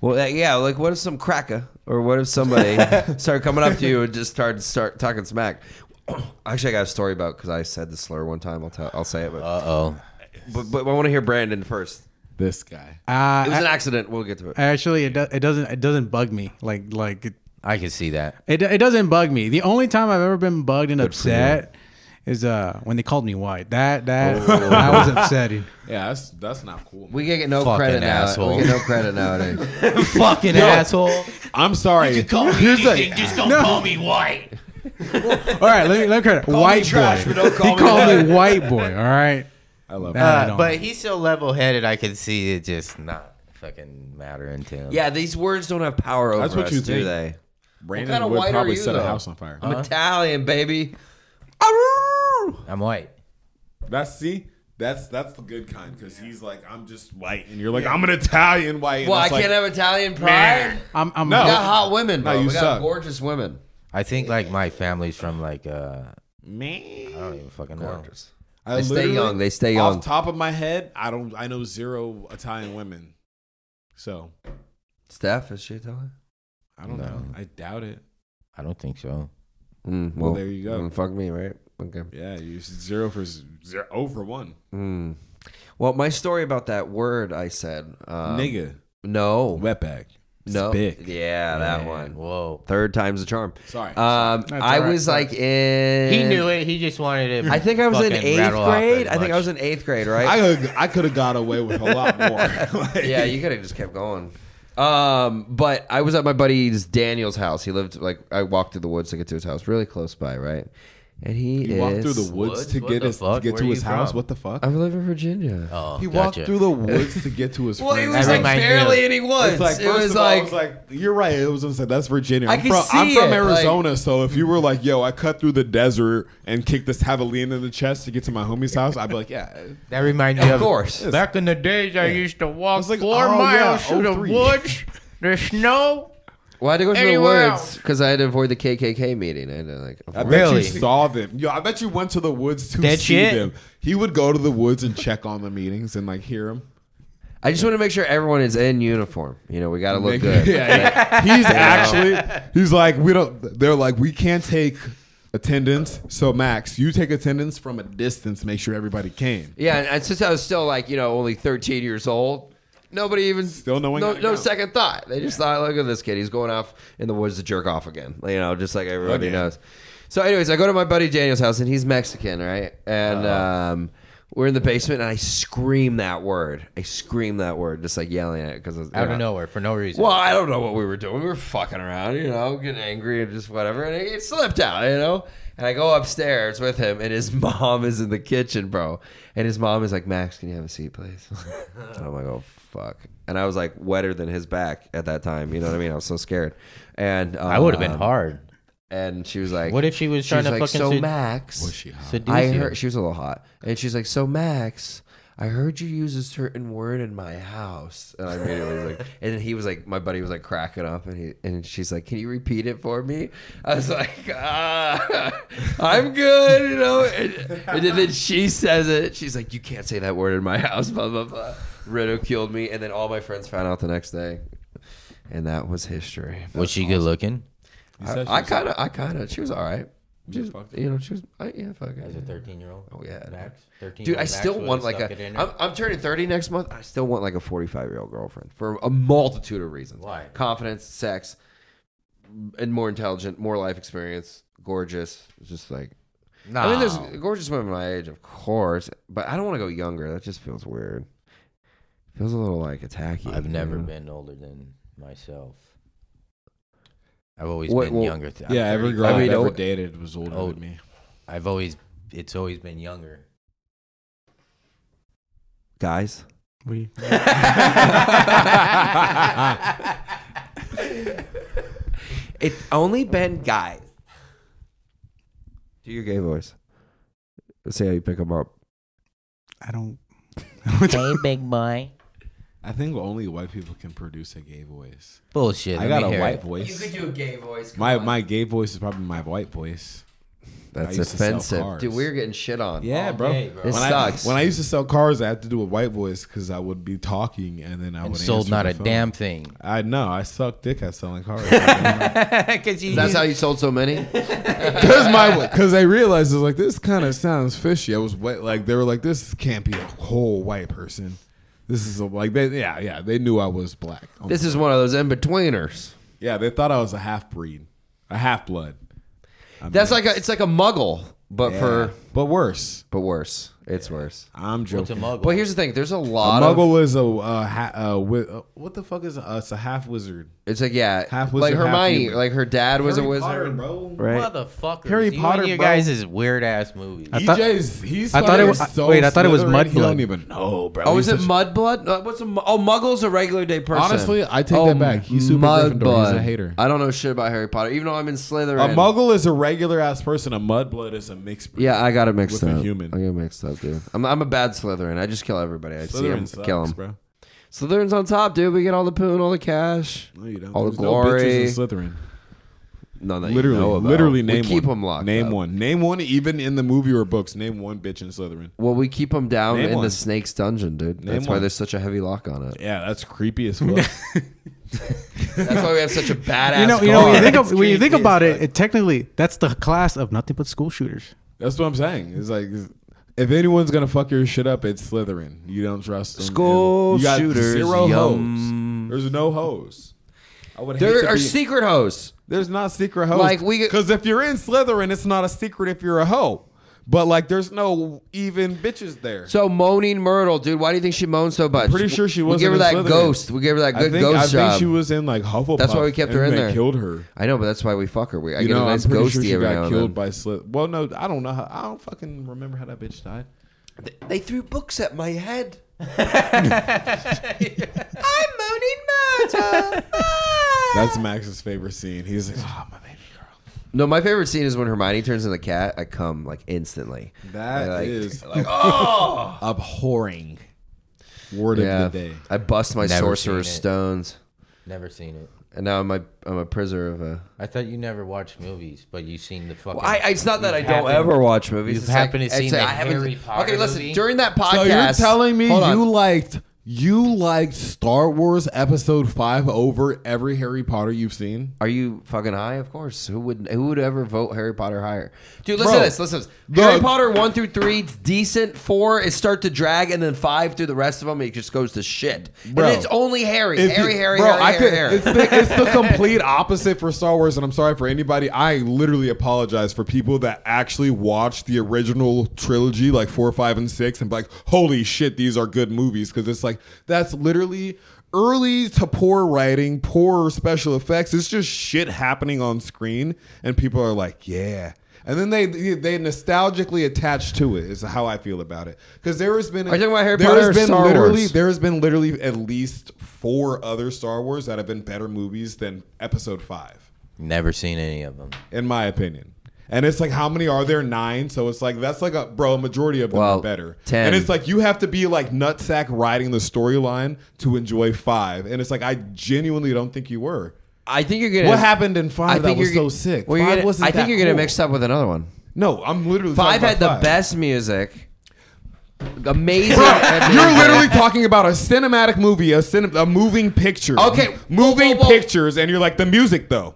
[SPEAKER 1] Well, uh, yeah. Like, what if some cracker or what if somebody started coming up to you and just started start talking smack? Actually, I got a story about because I said the slur one time. I'll tell. I'll say it, but
[SPEAKER 4] Uh oh.
[SPEAKER 1] but, but I want to hear Brandon first.
[SPEAKER 2] This guy.
[SPEAKER 1] It was
[SPEAKER 5] Uh,
[SPEAKER 1] an accident. We'll get to it.
[SPEAKER 5] actually, it, do, it doesn't it doesn't bug me like like it,
[SPEAKER 4] I can see that.
[SPEAKER 5] it it doesn't bug me. The only time I've ever been bugged and upset is uh when they called me white. That that I was upsetting.
[SPEAKER 2] Yeah, that's that's not cool.
[SPEAKER 1] We can get no
[SPEAKER 4] Fucking
[SPEAKER 1] credit now.
[SPEAKER 4] asshole.
[SPEAKER 1] We get no credit nowadays.
[SPEAKER 4] Fucking asshole.
[SPEAKER 2] I'm sorry. Here's a-
[SPEAKER 4] Just don't call me white.
[SPEAKER 5] All right, let me let me credit white boy.
[SPEAKER 4] trash, but don't call
[SPEAKER 5] he
[SPEAKER 4] me
[SPEAKER 5] called me white boy. All right,
[SPEAKER 2] I love
[SPEAKER 5] Nah.
[SPEAKER 2] that.
[SPEAKER 5] I
[SPEAKER 4] Uh,
[SPEAKER 5] don't
[SPEAKER 4] but he's so level-headed. I can see it just not fucking mattering to him.
[SPEAKER 1] yeah, these words don't have power over
[SPEAKER 2] That's what
[SPEAKER 1] us,
[SPEAKER 2] you
[SPEAKER 1] do
[SPEAKER 2] think.
[SPEAKER 1] they?
[SPEAKER 2] Brandon
[SPEAKER 1] kinda white
[SPEAKER 2] would
[SPEAKER 1] are
[SPEAKER 2] probably
[SPEAKER 1] you,
[SPEAKER 2] set
[SPEAKER 1] though?
[SPEAKER 2] a house on fire.
[SPEAKER 1] I'm Italian, baby. Arrgh!
[SPEAKER 4] I'm white.
[SPEAKER 2] That's see, that's that's the good kind because he's like, I'm just white, and you're like, I'm an Italian white. and
[SPEAKER 1] Well, I
[SPEAKER 2] it's like,
[SPEAKER 1] can't have Italian pride.
[SPEAKER 5] I'm I'm
[SPEAKER 1] We got
[SPEAKER 2] No.
[SPEAKER 1] hot women, bro.
[SPEAKER 2] No, you
[SPEAKER 1] we got
[SPEAKER 2] suck.
[SPEAKER 1] gorgeous women.
[SPEAKER 4] I think like my family's from like uh, I
[SPEAKER 2] man.
[SPEAKER 4] don't even fucking know.
[SPEAKER 1] Gorgeous.
[SPEAKER 2] I
[SPEAKER 1] They stay
[SPEAKER 2] literally-
[SPEAKER 1] young, they stay young.
[SPEAKER 2] Off top of my head, I don't. I know zero Italian women, so
[SPEAKER 1] Steph, is she Italian?
[SPEAKER 2] I don't
[SPEAKER 4] No.
[SPEAKER 2] know. I doubt it.
[SPEAKER 4] I don't think so.
[SPEAKER 1] Mm,
[SPEAKER 2] Well, there you go.
[SPEAKER 1] mm, fuck me, right? Okay.
[SPEAKER 2] Yeah, you zero for z- zero oh for one.
[SPEAKER 1] Mm. Well, my story about that word I said. Um,
[SPEAKER 2] Nigga,
[SPEAKER 1] No.
[SPEAKER 2] wetback.
[SPEAKER 1] No.
[SPEAKER 2] Spick.
[SPEAKER 1] Yeah, that
[SPEAKER 4] Man,
[SPEAKER 1] one.
[SPEAKER 4] Whoa.
[SPEAKER 1] Third time's the charm.
[SPEAKER 2] Sorry.
[SPEAKER 1] Um,
[SPEAKER 5] That's
[SPEAKER 1] I
[SPEAKER 5] all right.
[SPEAKER 1] was like in.
[SPEAKER 4] He knew it. He just wanted it.
[SPEAKER 1] I think I was in eighth grade. I think I was in eighth grade, right?
[SPEAKER 2] I could I could have got away with a lot more. Like,
[SPEAKER 1] yeah, you could have just kept going. Um, but I was at my buddy's Daniel's house. He lived like I walked through the woods to get to his house, really close by, right? and he,
[SPEAKER 2] He
[SPEAKER 1] is.
[SPEAKER 2] walked through the woods
[SPEAKER 4] Woods?
[SPEAKER 2] to
[SPEAKER 4] What
[SPEAKER 2] get
[SPEAKER 4] the
[SPEAKER 2] his, to
[SPEAKER 4] fuck?
[SPEAKER 2] get
[SPEAKER 4] Where
[SPEAKER 2] to
[SPEAKER 4] are
[SPEAKER 2] his
[SPEAKER 4] you
[SPEAKER 2] house.
[SPEAKER 4] from?
[SPEAKER 2] What the fuck?
[SPEAKER 1] I live in Virginia.
[SPEAKER 4] Oh,
[SPEAKER 2] he walked
[SPEAKER 4] gotcha.
[SPEAKER 2] through the woods to get to his
[SPEAKER 1] Well, he
[SPEAKER 2] friend's
[SPEAKER 1] was
[SPEAKER 4] That
[SPEAKER 2] house.
[SPEAKER 1] like
[SPEAKER 4] reminds me
[SPEAKER 1] barely
[SPEAKER 4] of-
[SPEAKER 1] any once.
[SPEAKER 2] It's like,
[SPEAKER 1] it was
[SPEAKER 2] like,
[SPEAKER 1] like,
[SPEAKER 2] I was like, you're right. It was inside. That's Virginia.
[SPEAKER 1] I
[SPEAKER 2] I'm
[SPEAKER 1] can
[SPEAKER 2] from, I'm
[SPEAKER 1] see
[SPEAKER 2] from
[SPEAKER 1] it, like-
[SPEAKER 2] Arizona, so if you were like, yo, I cut through the desert and kicked this javelin in the chest to get to my homie's house, I'd be like, yeah.
[SPEAKER 4] That reminds me
[SPEAKER 1] Of
[SPEAKER 4] of,
[SPEAKER 1] course.
[SPEAKER 4] Back in the days, I used to walk
[SPEAKER 2] was like,
[SPEAKER 4] four
[SPEAKER 2] oh, yeah,
[SPEAKER 4] miles through the
[SPEAKER 2] 03.
[SPEAKER 4] woods, the snow.
[SPEAKER 1] well, I had to go through the
[SPEAKER 4] Anywhere
[SPEAKER 1] woods
[SPEAKER 4] else.
[SPEAKER 1] because I had to avoid the KKK meeting. I had to like,
[SPEAKER 2] I
[SPEAKER 1] avoid-
[SPEAKER 2] bet
[SPEAKER 4] Really?
[SPEAKER 2] you saw them. Yo, I bet you went to the woods to
[SPEAKER 4] Dead
[SPEAKER 2] see
[SPEAKER 4] shit?
[SPEAKER 2] them. He would go to the woods and check on the meetings and like hear them.
[SPEAKER 1] I just want to make sure everyone is in uniform. You know, we got to look good.
[SPEAKER 2] yeah, yeah. He's actually he's like we don't. They're like we can't take attendance. So Max, you take attendance from a distance. Make sure everybody came.
[SPEAKER 1] Yeah, and, and since I was still like you know only 13 years old, nobody even
[SPEAKER 2] Still knowing
[SPEAKER 1] no,
[SPEAKER 2] how to
[SPEAKER 1] no
[SPEAKER 2] count.
[SPEAKER 1] second thought. They just thought, look at this kid, he's going off in the woods to jerk off again. You know, just like everybody
[SPEAKER 2] Again.
[SPEAKER 1] knows. So, anyways, I go to my buddy Daniel's house, and he's Mexican, right? And um, we're in the basement, and I scream that word. I scream that word, just like yelling at it because
[SPEAKER 4] Out of nowhere for no reason.
[SPEAKER 1] Well, I don't know what we were doing. We were fucking around, you know, getting angry and just whatever. And it slipped out, you know. And I go upstairs with him, and his mom is in the kitchen, bro. And his mom is like, "Max, can you have a seat, please?" and I'm like, "Oh fuck!" And I was like wetter than his back at that time. You know what I mean? I was so scared. And
[SPEAKER 4] I would have been
[SPEAKER 1] um,
[SPEAKER 4] hard.
[SPEAKER 1] And she was like,
[SPEAKER 4] What if she was
[SPEAKER 1] She
[SPEAKER 4] trying
[SPEAKER 1] was
[SPEAKER 4] to
[SPEAKER 1] like,
[SPEAKER 4] fucking
[SPEAKER 1] so
[SPEAKER 4] sed-
[SPEAKER 1] Max?"
[SPEAKER 4] seduce
[SPEAKER 1] I
[SPEAKER 4] you?
[SPEAKER 1] heard she was a little hot, and she's like, "So Max, I heard you use a certain word in my house," and I immediately was like, and then he was like, my buddy was like cracking up, and he and she's like, "Can you repeat it for me?" I was like, ah, "I'm good," you know, and, and then she says it. She's like, "You can't say that word in my house," blah blah blah. Ridiculed me, and then all my friends found out the next day, and that was history.
[SPEAKER 4] Was she good looking?
[SPEAKER 1] I kind of, I kind of, she was all right. She was, you know, she was, I, yeah, fuck it.
[SPEAKER 4] As a 13 year old?
[SPEAKER 1] Oh, yeah.
[SPEAKER 4] Max? 13
[SPEAKER 1] Dude, I still want like a. I'm, I'm turning 30 next month. I still want like a 45 year old girlfriend for a multitude of reasons.
[SPEAKER 4] Why?
[SPEAKER 1] Confidence, sex, and more intelligent, more life experience, gorgeous. It's Just like
[SPEAKER 4] no.
[SPEAKER 1] I mean, there's gorgeous women my age, of course, but I don't want to go younger. That just feels weird. Feels a little like attacky.
[SPEAKER 4] I've
[SPEAKER 1] you
[SPEAKER 4] never
[SPEAKER 1] know?
[SPEAKER 4] been older than myself. I've always
[SPEAKER 1] What-
[SPEAKER 4] been
[SPEAKER 1] well,
[SPEAKER 4] younger. th- I'm
[SPEAKER 2] Yeah, every
[SPEAKER 4] 35.
[SPEAKER 2] girl I
[SPEAKER 1] I mean,
[SPEAKER 2] have ever
[SPEAKER 1] oh-
[SPEAKER 2] dated was older
[SPEAKER 4] oh.
[SPEAKER 2] than me.
[SPEAKER 4] I've always, it's always been younger.
[SPEAKER 1] Guys,
[SPEAKER 5] We
[SPEAKER 1] it's only been guys. Do your gay voice. Let's see how you pick them up.
[SPEAKER 5] I don't
[SPEAKER 3] Hey, big boy.
[SPEAKER 2] I think only white people can produce a gay voice.
[SPEAKER 4] Bullshit.
[SPEAKER 2] I
[SPEAKER 4] let
[SPEAKER 2] got
[SPEAKER 4] me
[SPEAKER 2] a
[SPEAKER 4] hear
[SPEAKER 2] white
[SPEAKER 4] it.
[SPEAKER 2] voice.
[SPEAKER 1] do a gay voice.
[SPEAKER 2] My my gay voice is probably my white voice.
[SPEAKER 1] That's
[SPEAKER 2] I used to sell
[SPEAKER 1] offensive.
[SPEAKER 2] cars.
[SPEAKER 1] Dude, we're getting shit on.
[SPEAKER 2] Yeah,
[SPEAKER 4] All
[SPEAKER 2] bro.
[SPEAKER 4] day, bro.
[SPEAKER 1] This
[SPEAKER 2] when
[SPEAKER 1] sucks.
[SPEAKER 2] I, when I used to sell cars, I had to do a white voice because I would be talking and then I
[SPEAKER 4] And
[SPEAKER 2] would
[SPEAKER 4] sold
[SPEAKER 2] answer
[SPEAKER 4] not
[SPEAKER 2] the
[SPEAKER 4] a
[SPEAKER 2] phone.
[SPEAKER 4] damn thing.
[SPEAKER 2] I know. I suck dick at selling cars.
[SPEAKER 4] Because you.
[SPEAKER 1] That's how you sold so many?
[SPEAKER 2] Because my because I realized I was like this kind of sounds fishy. I was wet, like they were like this can't be a whole white person. This is a, like they yeah yeah they knew I was black. Oh,
[SPEAKER 1] this is one of those in betweeners.
[SPEAKER 2] yeah they thought I was a half breed, a half blood.
[SPEAKER 1] That's like a, it's like a muggle, but for
[SPEAKER 2] but worse.
[SPEAKER 1] but worse. It's worse.
[SPEAKER 2] I'm
[SPEAKER 4] What's a
[SPEAKER 2] joking.
[SPEAKER 4] muggle?
[SPEAKER 1] But here's the thing, there's a
[SPEAKER 2] A
[SPEAKER 1] lot of
[SPEAKER 2] muggle is a uh, ha, uh, wi- uh, what the fuck is a, uh, it's a half wizard.
[SPEAKER 1] it's like yeah,
[SPEAKER 2] Half
[SPEAKER 1] like
[SPEAKER 2] wizard, half
[SPEAKER 1] Hermione,
[SPEAKER 2] human.
[SPEAKER 1] like her dad was a
[SPEAKER 2] Harry
[SPEAKER 1] wizard.
[SPEAKER 2] Potter, bro.
[SPEAKER 1] Right.
[SPEAKER 4] Motherfuckers.
[SPEAKER 2] Harry
[SPEAKER 4] you and
[SPEAKER 2] Potter,
[SPEAKER 4] your
[SPEAKER 2] bro.
[SPEAKER 4] guys is weird ass movies.
[SPEAKER 5] I thought-
[SPEAKER 2] EJ's, he's
[SPEAKER 5] I thought it was-
[SPEAKER 2] so
[SPEAKER 5] wait, I thought it was
[SPEAKER 2] slithery, He
[SPEAKER 5] Mudblood.
[SPEAKER 2] don't even know, bro.
[SPEAKER 1] Oh,
[SPEAKER 2] He's
[SPEAKER 1] is it
[SPEAKER 2] such a-
[SPEAKER 1] Mudblood? Uh, What's a mu- oh Muggle's a regular day person.
[SPEAKER 2] Honestly, I take that back. He's super Gryffindor. He's a hater.
[SPEAKER 1] Oh, I don't know shit about Harry Potter, even though I'm in
[SPEAKER 2] A
[SPEAKER 1] Slytherin.
[SPEAKER 2] muggle is a regular ass person. A mudblood is a mixed. breed.
[SPEAKER 1] Yeah, I got it mixed
[SPEAKER 2] With a
[SPEAKER 1] up.
[SPEAKER 2] human.
[SPEAKER 1] I got it mixed up, dude. I'm, I'm a bad Slytherin. I just kill everybody. I see
[SPEAKER 2] Slytherin
[SPEAKER 1] him,
[SPEAKER 2] sucks,
[SPEAKER 1] kill him.
[SPEAKER 2] bro.
[SPEAKER 1] Slytherin's on top, dude. We get all the poo and all the cash.
[SPEAKER 2] No, you don't.
[SPEAKER 1] All the
[SPEAKER 2] There's no bitches
[SPEAKER 1] glory.
[SPEAKER 2] in Slytherin.
[SPEAKER 1] No, that
[SPEAKER 2] Literally,
[SPEAKER 1] you know about.
[SPEAKER 2] literally,
[SPEAKER 1] We
[SPEAKER 2] name
[SPEAKER 1] keep
[SPEAKER 2] one.
[SPEAKER 1] them locked.
[SPEAKER 2] Name
[SPEAKER 1] up.
[SPEAKER 2] one. Name one. Even in the movie or books, name one bitch in Slytherin.
[SPEAKER 1] Well, we keep them down
[SPEAKER 2] Name
[SPEAKER 1] in
[SPEAKER 2] one.
[SPEAKER 1] the snake's dungeon, dude.
[SPEAKER 2] Name
[SPEAKER 1] That's why
[SPEAKER 2] one.
[SPEAKER 1] there's such a heavy lock on it.
[SPEAKER 2] Yeah, that's creepy as fuck.
[SPEAKER 1] That's why we have such a badass.
[SPEAKER 5] you know, you know, when you
[SPEAKER 1] guard.
[SPEAKER 5] think, of, when you think about it, it, technically, that's the class of nothing but school shooters.
[SPEAKER 2] that's what I'm saying. It's like. If anyone's gonna fuck your shit up, it's Slytherin. You don't trust them.
[SPEAKER 1] School
[SPEAKER 2] you got
[SPEAKER 1] shooters,
[SPEAKER 2] Zero
[SPEAKER 1] yum.
[SPEAKER 2] hoes. The's no hoes. I would hate
[SPEAKER 1] there
[SPEAKER 2] to
[SPEAKER 1] are
[SPEAKER 2] be-
[SPEAKER 1] secret hoes.
[SPEAKER 2] There's not secret hoes.
[SPEAKER 1] Like, we-
[SPEAKER 2] because if you're in Slytherin, it's not a secret if you're a hoe. But like, there's no even bitches there.
[SPEAKER 1] So moaning Myrtle, dude, why do you think she moaned so much?
[SPEAKER 2] pretty sure she
[SPEAKER 1] We
[SPEAKER 2] wasn't
[SPEAKER 1] gave her that
[SPEAKER 2] in Slytherin.
[SPEAKER 1] ghost. We gave her that
[SPEAKER 2] I
[SPEAKER 1] good
[SPEAKER 2] think,
[SPEAKER 1] ghost
[SPEAKER 2] I
[SPEAKER 1] job.
[SPEAKER 2] think she was in like Hufflepuff.
[SPEAKER 1] That's why we kept her
[SPEAKER 2] and
[SPEAKER 1] in
[SPEAKER 2] they
[SPEAKER 1] there.
[SPEAKER 2] Killed her.
[SPEAKER 1] I know, but that's why we fuck her. We I
[SPEAKER 2] You
[SPEAKER 1] get
[SPEAKER 2] know,
[SPEAKER 1] a nice
[SPEAKER 2] I'm pretty
[SPEAKER 1] ghosty
[SPEAKER 2] sure she
[SPEAKER 1] every
[SPEAKER 2] got
[SPEAKER 1] now and
[SPEAKER 2] killed
[SPEAKER 1] then.
[SPEAKER 2] by Slytherin. Well, no, I don't know. How, I don't fucking remember how that bitch died.
[SPEAKER 1] They threw books at my head. I'm moaning Myrtle.
[SPEAKER 2] That's Max's favorite scene. He's like, oh, my baby girl.
[SPEAKER 1] No, my favorite scene is when Hermione turns into a cat. I come like instantly.
[SPEAKER 2] That
[SPEAKER 1] Like-
[SPEAKER 2] is abhorring. Word
[SPEAKER 1] Yeah,
[SPEAKER 2] of the day.
[SPEAKER 1] I bust my
[SPEAKER 4] Never
[SPEAKER 1] sorcerer's
[SPEAKER 4] seen it.
[SPEAKER 1] stones,
[SPEAKER 4] Never seen it.
[SPEAKER 1] and now I'm a, I'm a prisoner of a.
[SPEAKER 4] I thought you never watched movies, but you seen the fucking.
[SPEAKER 1] Well, I, I- it's not that I
[SPEAKER 4] You've
[SPEAKER 1] don't
[SPEAKER 4] happened-
[SPEAKER 1] ever watch movies.
[SPEAKER 4] you've
[SPEAKER 1] It's like-
[SPEAKER 4] happened
[SPEAKER 1] it's
[SPEAKER 4] to see
[SPEAKER 1] like
[SPEAKER 4] the
[SPEAKER 1] I haven't-
[SPEAKER 4] Harry Potter
[SPEAKER 1] Okay, listen.
[SPEAKER 4] movie?
[SPEAKER 1] During that podcast,
[SPEAKER 2] So you're telling me
[SPEAKER 1] Hold on.
[SPEAKER 2] you liked you liked Star Wars Episode Five over every Harry Potter you've seen?
[SPEAKER 1] Are you fucking high? Of course. Who would who would ever vote Harry Potter higher? Dude, listen
[SPEAKER 2] Bro,
[SPEAKER 1] to this. Listen to this.
[SPEAKER 2] the-
[SPEAKER 1] Harry Potter one through three, it's decent. Four is start to drag, and then five through the rest of them, it just goes to shit.
[SPEAKER 2] Bro,
[SPEAKER 1] and it's only Harry,
[SPEAKER 2] If
[SPEAKER 1] Harry,
[SPEAKER 2] you-
[SPEAKER 1] Harry,
[SPEAKER 2] bro,
[SPEAKER 1] Harry,
[SPEAKER 2] I
[SPEAKER 1] Harry,
[SPEAKER 2] could-
[SPEAKER 1] Harry.
[SPEAKER 2] It's the, it's the complete opposite for Star Wars, and I'm sorry for anybody. I literally apologize for people that actually watched the original trilogy, like four, five, and six, and be like, holy shit, these are good movies. Because it's like, that's literally early to poor writing, poor special effects. It's just shit happening on screen, and people are like, yeah. And then they they nostalgically attach to it is how I feel about it because there has been
[SPEAKER 1] Are you talking about Harry
[SPEAKER 2] there
[SPEAKER 1] Potter
[SPEAKER 2] has
[SPEAKER 1] or
[SPEAKER 2] been
[SPEAKER 1] Star
[SPEAKER 2] literally
[SPEAKER 1] Wars?
[SPEAKER 2] there has been literally at least four other Star Wars that have been better movies than Episode Five,
[SPEAKER 4] Never seen any of them.
[SPEAKER 2] in my opinion. And it's like, how many are there? Nine. So it's like that's like a bro. A majority of them
[SPEAKER 1] Well,
[SPEAKER 2] are better.
[SPEAKER 1] 10.
[SPEAKER 2] And it's like you have to be like nutsack riding the storyline to enjoy five. And it's like I genuinely don't think you were.
[SPEAKER 1] I think you're gonna.
[SPEAKER 2] What happened in five that was
[SPEAKER 1] you're-
[SPEAKER 2] so sick?
[SPEAKER 1] well, you're
[SPEAKER 2] Five
[SPEAKER 1] gonna-
[SPEAKER 2] wasn't
[SPEAKER 1] I think
[SPEAKER 2] that
[SPEAKER 1] you're gonna
[SPEAKER 2] cool.
[SPEAKER 1] mix up with another one.
[SPEAKER 2] No, I'm literally
[SPEAKER 1] Five
[SPEAKER 2] talking
[SPEAKER 1] had the
[SPEAKER 2] about five.
[SPEAKER 1] best music. Amazing.
[SPEAKER 2] You're literally talking about a cinematic movie, a, cine- a moving picture.
[SPEAKER 1] Okay, whoa,
[SPEAKER 2] moving
[SPEAKER 1] whoa, whoa.
[SPEAKER 2] pictures, and you're like the music though.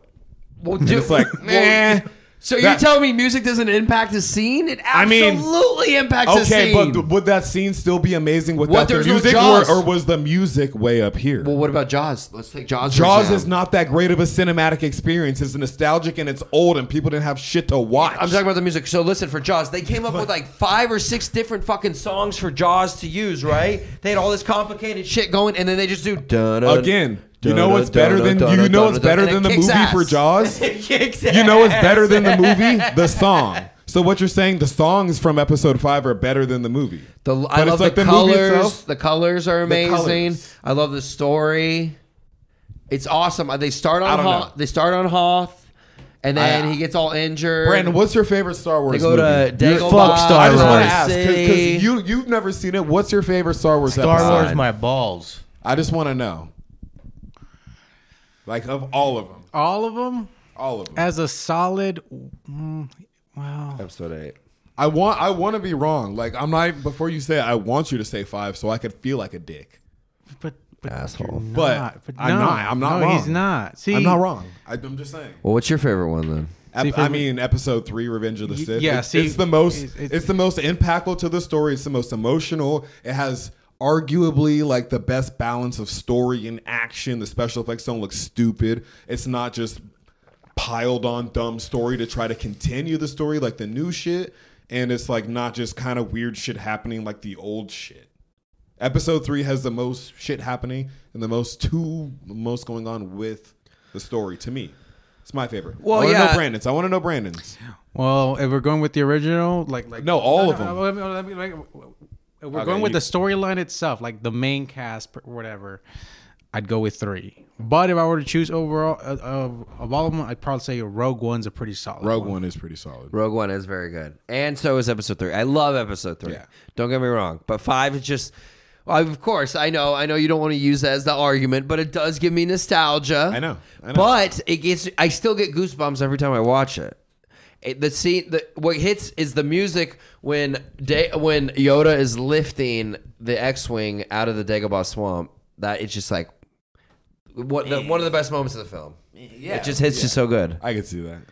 [SPEAKER 1] Well, dude,
[SPEAKER 2] It's like,
[SPEAKER 1] well,
[SPEAKER 2] eh.
[SPEAKER 1] So
[SPEAKER 2] That-
[SPEAKER 1] you tell me music doesn't impact the scene? It
[SPEAKER 2] I mean-
[SPEAKER 1] absolutely impacts the
[SPEAKER 2] okay,
[SPEAKER 1] scene.
[SPEAKER 2] but th- would that scene still be amazing without the
[SPEAKER 1] there's no
[SPEAKER 2] music,
[SPEAKER 1] Jaws.
[SPEAKER 2] or, or was the music way up here?
[SPEAKER 1] well, what about Jaws? Let's take Jaws. for
[SPEAKER 2] Jaws
[SPEAKER 1] example.
[SPEAKER 2] is not that great of a cinematic experience. It's nostalgic and it's old, and people didn't have shit to watch.
[SPEAKER 1] I'm talking about the music. So listen, for Jaws, they came up with like five or six different fucking songs for Jaws to use, right? They had all this complicated shit going, and then they just do dun
[SPEAKER 2] Again, you know what's better than you know what's better than the movie for Jaws? You know what's better than the movie? The song. So what you're saying? The songs from Episode Five are better than the movie.
[SPEAKER 1] The, I
[SPEAKER 2] But
[SPEAKER 1] love
[SPEAKER 2] it's like
[SPEAKER 1] the,
[SPEAKER 2] the movie
[SPEAKER 1] colors.
[SPEAKER 2] itself-
[SPEAKER 1] The colors are amazing.
[SPEAKER 2] colors.
[SPEAKER 1] I love the story. It's awesome. They start
[SPEAKER 2] I
[SPEAKER 1] on
[SPEAKER 2] don't
[SPEAKER 1] Hoth,
[SPEAKER 2] know.
[SPEAKER 1] they start on Hoth, and then
[SPEAKER 2] I-
[SPEAKER 1] he gets all injured.
[SPEAKER 2] Brandon, what's your favorite Star Wars?
[SPEAKER 1] they go to
[SPEAKER 2] movie?
[SPEAKER 1] Dagobah.
[SPEAKER 3] fuck Star
[SPEAKER 2] I just want
[SPEAKER 3] Wars.
[SPEAKER 2] to ask
[SPEAKER 1] City.
[SPEAKER 2] because you you've never seen it. What's your favorite Star Wars?
[SPEAKER 4] Star
[SPEAKER 2] episode?
[SPEAKER 4] Wars, my balls.
[SPEAKER 2] I just want to know, like of all of them,
[SPEAKER 5] All of them
[SPEAKER 2] all of them.
[SPEAKER 5] as a solid. Mm, well,
[SPEAKER 1] episode eight.
[SPEAKER 2] I want I want to be wrong. Like I'm not. Before you say, it, I want you to say five, so I could feel like a dick.
[SPEAKER 5] but but
[SPEAKER 1] Asshole.
[SPEAKER 5] You're
[SPEAKER 2] But
[SPEAKER 5] not, but
[SPEAKER 2] I'm
[SPEAKER 5] no,
[SPEAKER 2] not- I'm not
[SPEAKER 5] No, he's
[SPEAKER 2] wrong.
[SPEAKER 5] not. See,
[SPEAKER 2] I'm not wrong. I, I'm just saying.
[SPEAKER 1] Well, what's your favorite one then?
[SPEAKER 5] See,
[SPEAKER 2] Ep-
[SPEAKER 5] for
[SPEAKER 2] I
[SPEAKER 5] me-
[SPEAKER 2] mean, episode three, Revenge of the
[SPEAKER 5] Y-
[SPEAKER 2] Sith.
[SPEAKER 5] yeah,
[SPEAKER 2] It-
[SPEAKER 5] see,
[SPEAKER 2] it's the most,
[SPEAKER 5] it's-
[SPEAKER 2] it's,
[SPEAKER 5] it's-
[SPEAKER 2] the most impactful to the story. It's the most emotional. It has arguably like the best balance of story and action. The special effects don't look stupid. It's not just piled on dumb story to try to continue the story like the new shit. And it's like not just kind of weird shit happening like the old shit. Episode three has the most shit happening and the most two most going on with the story to me. It's my favorite.
[SPEAKER 1] Well,
[SPEAKER 2] I wanna
[SPEAKER 1] yeah.
[SPEAKER 2] know Brandon's. I want to know Brandon's.
[SPEAKER 5] Well, if we're going with the original, like like
[SPEAKER 2] No, all of them.
[SPEAKER 5] no, no, let me- let me- like, if we're
[SPEAKER 2] Okay,
[SPEAKER 5] going with
[SPEAKER 2] you-
[SPEAKER 5] the storyline itself, like the main cast, or whatever. I'd go with three. But if I were to choose overall uh, of, of all of them, I'd probably say Rogue One's a pretty solid.
[SPEAKER 2] Rogue
[SPEAKER 5] one.
[SPEAKER 2] One is pretty solid.
[SPEAKER 1] Rogue One is very good, and so is Episode Three. I love Episode Three.
[SPEAKER 2] Yeah.
[SPEAKER 1] Don't get me wrong, but Five is just. well, of course, I know. I know you don't want to use that as the argument, but it does give me nostalgia.
[SPEAKER 2] I know, I know.
[SPEAKER 1] But it gets. I still get goosebumps every time I watch it. It- the scene, the, what hits is the music when da- when Yoda is lifting the X-wing out of the Dagobah swamp. That it's just like what the, one of the best moments of the film. Yeah, it just hits you so good.
[SPEAKER 2] I could see that.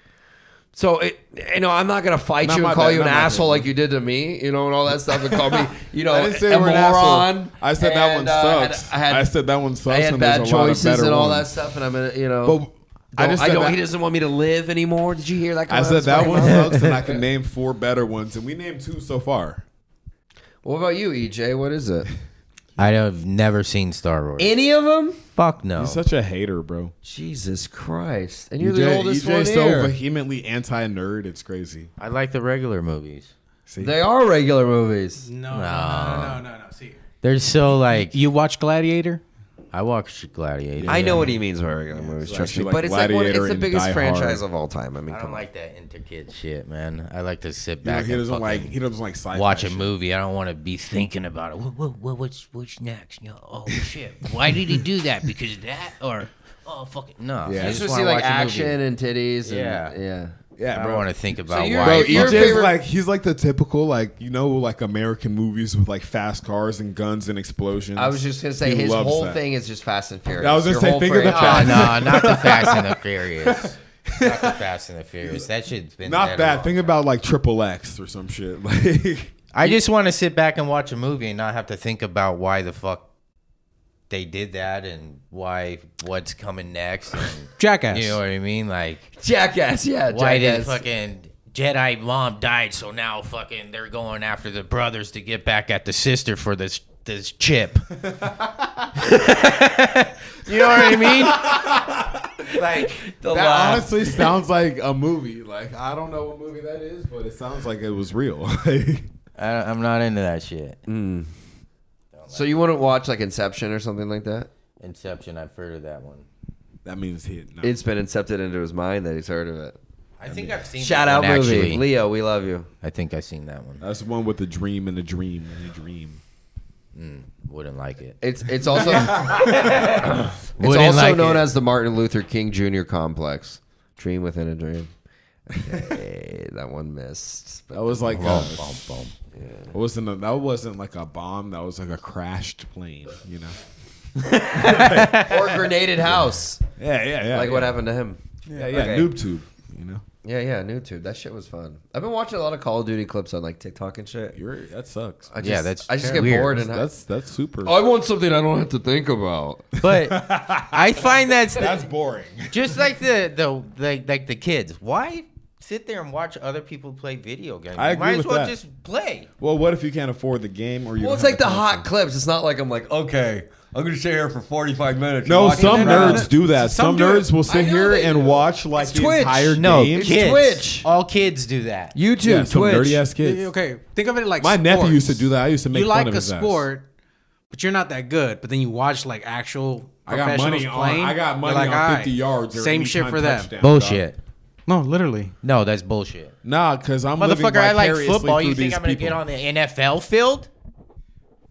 [SPEAKER 1] So it, you know, I'm not gonna fight
[SPEAKER 2] Not
[SPEAKER 1] you and
[SPEAKER 2] my
[SPEAKER 1] call
[SPEAKER 2] bad,
[SPEAKER 1] you an
[SPEAKER 2] not my
[SPEAKER 1] asshole
[SPEAKER 2] bad.
[SPEAKER 1] like you did to me, you know, and all that stuff, and call me, you know,
[SPEAKER 2] I didn't say
[SPEAKER 1] a
[SPEAKER 2] we're an
[SPEAKER 1] moron.
[SPEAKER 2] asshole. I said that
[SPEAKER 1] And,
[SPEAKER 2] one
[SPEAKER 1] uh,
[SPEAKER 2] sucks.
[SPEAKER 1] I had, I had,
[SPEAKER 2] said that one sucks.
[SPEAKER 1] I had
[SPEAKER 2] and
[SPEAKER 1] bad
[SPEAKER 2] there's a lot of
[SPEAKER 1] choices
[SPEAKER 2] better
[SPEAKER 1] and all
[SPEAKER 2] ones.
[SPEAKER 1] that stuff, and I'm, gonna, you know,
[SPEAKER 2] But I
[SPEAKER 1] I,
[SPEAKER 2] just
[SPEAKER 1] I
[SPEAKER 2] said
[SPEAKER 1] don't.
[SPEAKER 2] that-
[SPEAKER 1] He doesn't want me to live anymore. Did you hear that?
[SPEAKER 2] I
[SPEAKER 1] come out
[SPEAKER 2] said
[SPEAKER 1] of
[SPEAKER 2] that
[SPEAKER 1] his
[SPEAKER 2] one
[SPEAKER 1] mouth?
[SPEAKER 2] sucks, and I can name four better ones, and we named two so far.
[SPEAKER 1] What about you, EJ? What is it?
[SPEAKER 4] I have never seen Star Wars.
[SPEAKER 1] Any of them?
[SPEAKER 4] Fuck no.
[SPEAKER 2] You're such a hater, bro.
[SPEAKER 1] Jesus Christ! And you're
[SPEAKER 2] E
[SPEAKER 1] the oldest one
[SPEAKER 2] so
[SPEAKER 1] here.
[SPEAKER 2] vehemently anti-nerd. It's crazy.
[SPEAKER 4] I like the regular movies.
[SPEAKER 2] See,
[SPEAKER 1] They are regular movies.
[SPEAKER 5] No, no, no, no, no, no. See,
[SPEAKER 4] They're so like
[SPEAKER 5] you watch Gladiator?
[SPEAKER 4] I watched Gladiator.
[SPEAKER 1] I know what he means by regular movies,
[SPEAKER 2] It's
[SPEAKER 1] trust me.
[SPEAKER 2] actually
[SPEAKER 1] but
[SPEAKER 2] like
[SPEAKER 1] it's like one, it's
[SPEAKER 2] Gladiator
[SPEAKER 1] the
[SPEAKER 2] and
[SPEAKER 1] biggest
[SPEAKER 2] Die
[SPEAKER 1] franchise
[SPEAKER 2] Hard.
[SPEAKER 1] of all time. I mean,
[SPEAKER 4] I
[SPEAKER 1] come
[SPEAKER 4] don't
[SPEAKER 1] on.
[SPEAKER 4] like that interkid shit, man. I like to sit
[SPEAKER 2] You know,
[SPEAKER 4] back
[SPEAKER 2] he
[SPEAKER 4] and
[SPEAKER 2] doesn't like
[SPEAKER 4] fucking
[SPEAKER 2] he doesn't like sci-fi.
[SPEAKER 4] watch a
[SPEAKER 2] shit.
[SPEAKER 4] movie. I don't want to be thinking about it. What, what, what, what's what's next? You know, oh shit! Why did he do that? Because of that or oh fucking no.
[SPEAKER 2] Yeah.
[SPEAKER 4] I
[SPEAKER 1] You
[SPEAKER 2] It's
[SPEAKER 1] just
[SPEAKER 4] wanna
[SPEAKER 1] see like
[SPEAKER 4] watch a movie.
[SPEAKER 1] action and titties. And,
[SPEAKER 4] Yeah.
[SPEAKER 1] yeah.
[SPEAKER 2] Yeah,
[SPEAKER 4] I
[SPEAKER 2] bro.
[SPEAKER 4] don't want to think about
[SPEAKER 1] you're-
[SPEAKER 4] why.
[SPEAKER 2] Bro,
[SPEAKER 1] Right, your
[SPEAKER 2] EJ's
[SPEAKER 1] favorite-
[SPEAKER 2] E like he's like the typical like you know like American movies with like fast cars and guns and explosions.
[SPEAKER 1] I was just gonna say
[SPEAKER 2] He
[SPEAKER 1] his
[SPEAKER 2] loves
[SPEAKER 1] whole
[SPEAKER 2] that.
[SPEAKER 1] thing is just Fast and Furious.
[SPEAKER 2] I was gonna
[SPEAKER 1] Your
[SPEAKER 2] say,
[SPEAKER 1] whole
[SPEAKER 2] think of
[SPEAKER 1] phrase-
[SPEAKER 2] the
[SPEAKER 1] Ah,
[SPEAKER 4] Oh
[SPEAKER 2] Fast-
[SPEAKER 4] no, not the Fast and the Furious. Not the Fast and the Furious. That shit's been
[SPEAKER 2] Not
[SPEAKER 4] dead a
[SPEAKER 2] that.
[SPEAKER 4] long
[SPEAKER 2] Think
[SPEAKER 4] time.
[SPEAKER 2] about like Triple X or some shit. Like
[SPEAKER 4] I just want to sit back and watch a movie and not have to think about why the fuck they did that and why what's coming next. And,
[SPEAKER 5] Jackass.
[SPEAKER 4] you know what I mean? Like
[SPEAKER 1] Jackass, yeah,
[SPEAKER 4] why did
[SPEAKER 1] Jackass.
[SPEAKER 4] fucking Jedi mom died, so now fucking they're going after the brothers to get back at the sister for this this chip. you know what I mean? like the
[SPEAKER 2] that
[SPEAKER 4] laugh.
[SPEAKER 2] honestly sounds like a movie. Like I don't know what movie that is, but it sounds like it was real.
[SPEAKER 4] I, I'm not into that shit.
[SPEAKER 1] So you wouldn't watch like Inception or something like that?
[SPEAKER 4] Inception, I've heard of that one.
[SPEAKER 2] that means he. No.
[SPEAKER 1] It's been incepted into his mind that he's heard of it.
[SPEAKER 4] I think I've seen
[SPEAKER 1] Shout
[SPEAKER 4] that
[SPEAKER 1] out
[SPEAKER 4] one,
[SPEAKER 1] movie,
[SPEAKER 4] actually.
[SPEAKER 1] Leo. We love you.
[SPEAKER 4] I think I've seen that one.
[SPEAKER 2] That's the one with the dream and the dream and the dream.
[SPEAKER 4] Wouldn't like it.
[SPEAKER 1] It's it's also it's
[SPEAKER 4] Wouldn't
[SPEAKER 1] also
[SPEAKER 4] like
[SPEAKER 1] known
[SPEAKER 4] it.
[SPEAKER 1] as the Martin Luther King Jr. complex. Dream within a dream. Okay, that one missed.
[SPEAKER 2] That was like a,
[SPEAKER 4] Boom, boom, boom.
[SPEAKER 2] it wasn't a, that wasn't like a bomb. That was like a crashed plane. You know.
[SPEAKER 1] Or grenaded house.
[SPEAKER 2] Yeah, yeah, yeah.
[SPEAKER 1] Like
[SPEAKER 2] yeah.
[SPEAKER 1] what happened to him.
[SPEAKER 2] Yeah, yeah.
[SPEAKER 1] Okay.
[SPEAKER 2] Noob tube. You know.
[SPEAKER 1] Yeah, yeah, NewTube. That shit was fun. I've been watching a lot of Call of Duty clips on like TikTok and shit.
[SPEAKER 2] You're that sucks.
[SPEAKER 1] I just,
[SPEAKER 4] Yeah, that's
[SPEAKER 1] I just get
[SPEAKER 4] weird.
[SPEAKER 1] bored and I,
[SPEAKER 2] That's that's super.
[SPEAKER 1] I want something I don't have to think about.
[SPEAKER 4] But I find that's
[SPEAKER 2] that's boring.
[SPEAKER 4] just like the the like like the kids. Why sit there and watch other people play video games?
[SPEAKER 2] I
[SPEAKER 4] You
[SPEAKER 2] agree
[SPEAKER 4] Might as
[SPEAKER 2] with
[SPEAKER 4] well
[SPEAKER 2] that.
[SPEAKER 4] just play.
[SPEAKER 2] Well, what if you can't afford the game or you?
[SPEAKER 1] Well,
[SPEAKER 2] don't
[SPEAKER 1] it's
[SPEAKER 2] have
[SPEAKER 1] like the
[SPEAKER 2] console?
[SPEAKER 1] hot clips. It's not like I'm like, okay, I'm gonna stay here for 45 minutes.
[SPEAKER 2] No,
[SPEAKER 1] watching
[SPEAKER 2] some
[SPEAKER 1] it.
[SPEAKER 5] no, no, no.
[SPEAKER 2] nerds do that. Some,
[SPEAKER 5] Some do it.
[SPEAKER 2] nerds will sit
[SPEAKER 1] know
[SPEAKER 2] here
[SPEAKER 1] they
[SPEAKER 2] and
[SPEAKER 1] do.
[SPEAKER 2] watch like the
[SPEAKER 1] Twitch.
[SPEAKER 2] entire
[SPEAKER 4] No,
[SPEAKER 2] game.
[SPEAKER 4] kids.
[SPEAKER 1] Twitch.
[SPEAKER 4] All kids do that.
[SPEAKER 1] YouTube,
[SPEAKER 2] Yeah, some
[SPEAKER 1] Twitch.
[SPEAKER 2] nerdy ass kids.
[SPEAKER 5] Okay, think of it like
[SPEAKER 2] My nephew used to
[SPEAKER 5] sports.
[SPEAKER 2] do that. I used to make
[SPEAKER 5] you
[SPEAKER 2] fun
[SPEAKER 5] like
[SPEAKER 2] of
[SPEAKER 5] a
[SPEAKER 2] his ass.
[SPEAKER 5] sport, but you're not that good. But then you watch like actual
[SPEAKER 2] I got
[SPEAKER 5] professionals
[SPEAKER 2] money on-
[SPEAKER 5] playing.
[SPEAKER 2] I got
[SPEAKER 5] you're
[SPEAKER 2] money
[SPEAKER 5] like,
[SPEAKER 2] on
[SPEAKER 5] "All
[SPEAKER 2] 50 yards or
[SPEAKER 5] Same
[SPEAKER 2] any
[SPEAKER 5] shit
[SPEAKER 2] time
[SPEAKER 5] for them.
[SPEAKER 2] touchdown."
[SPEAKER 4] Bullshit.
[SPEAKER 5] No, literally.
[SPEAKER 4] No, that's bullshit.
[SPEAKER 2] Nah, because I'm living
[SPEAKER 4] Motherfucker, I like
[SPEAKER 2] vicariously
[SPEAKER 4] football. You
[SPEAKER 2] through
[SPEAKER 4] think
[SPEAKER 2] these
[SPEAKER 4] I'm gonna
[SPEAKER 2] people.
[SPEAKER 4] get on the NFL field?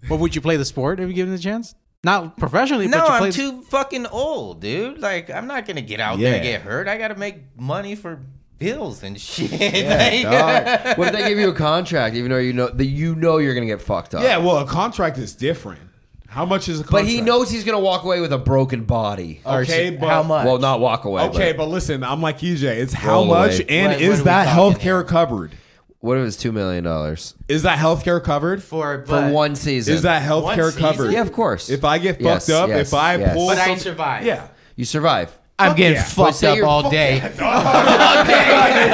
[SPEAKER 5] But would you play the sport if you given the chance? Not professionally.
[SPEAKER 4] No,
[SPEAKER 5] but you play
[SPEAKER 4] I'm
[SPEAKER 5] the-
[SPEAKER 4] too fucking old, dude. Like, I'm not gonna get out there
[SPEAKER 2] Yeah.
[SPEAKER 4] and get hurt. I gotta make money for bills and shit.
[SPEAKER 2] dog.
[SPEAKER 4] Like-
[SPEAKER 1] What if they give you a contract, even though you know that you know you're gonna get fucked up?
[SPEAKER 2] Yeah, well, a contract is different. How much is a
[SPEAKER 1] but
[SPEAKER 2] contract?
[SPEAKER 1] he knows he's gonna walk away with a broken body.
[SPEAKER 2] Okay,
[SPEAKER 4] Or s-
[SPEAKER 2] but
[SPEAKER 4] how much?
[SPEAKER 1] Well, not walk away.
[SPEAKER 2] Okay,
[SPEAKER 1] but
[SPEAKER 2] but listen, I'm like EJ. It's how
[SPEAKER 1] Roll
[SPEAKER 2] much
[SPEAKER 1] away.
[SPEAKER 2] and
[SPEAKER 4] What- what
[SPEAKER 2] is
[SPEAKER 4] are we
[SPEAKER 2] that health
[SPEAKER 4] talking
[SPEAKER 2] care
[SPEAKER 4] here?
[SPEAKER 2] covered?
[SPEAKER 1] what if it's two million dollars
[SPEAKER 2] Is that health care covered?
[SPEAKER 4] for
[SPEAKER 1] for
[SPEAKER 4] but-
[SPEAKER 1] one season?
[SPEAKER 2] Is that health
[SPEAKER 4] One
[SPEAKER 2] care
[SPEAKER 4] season?
[SPEAKER 2] covered?
[SPEAKER 1] Yeah, of course.
[SPEAKER 2] If I get fucked
[SPEAKER 1] Yes,
[SPEAKER 2] up,
[SPEAKER 1] yes,
[SPEAKER 2] if I
[SPEAKER 1] yes.
[SPEAKER 2] pull,
[SPEAKER 4] But I
[SPEAKER 2] some-
[SPEAKER 4] survive.
[SPEAKER 2] yeah,
[SPEAKER 1] you survive.
[SPEAKER 4] I'm getting
[SPEAKER 2] yeah.
[SPEAKER 1] But
[SPEAKER 4] fucked
[SPEAKER 1] say
[SPEAKER 4] up
[SPEAKER 1] you're-
[SPEAKER 4] all
[SPEAKER 1] fuck
[SPEAKER 4] day. All day.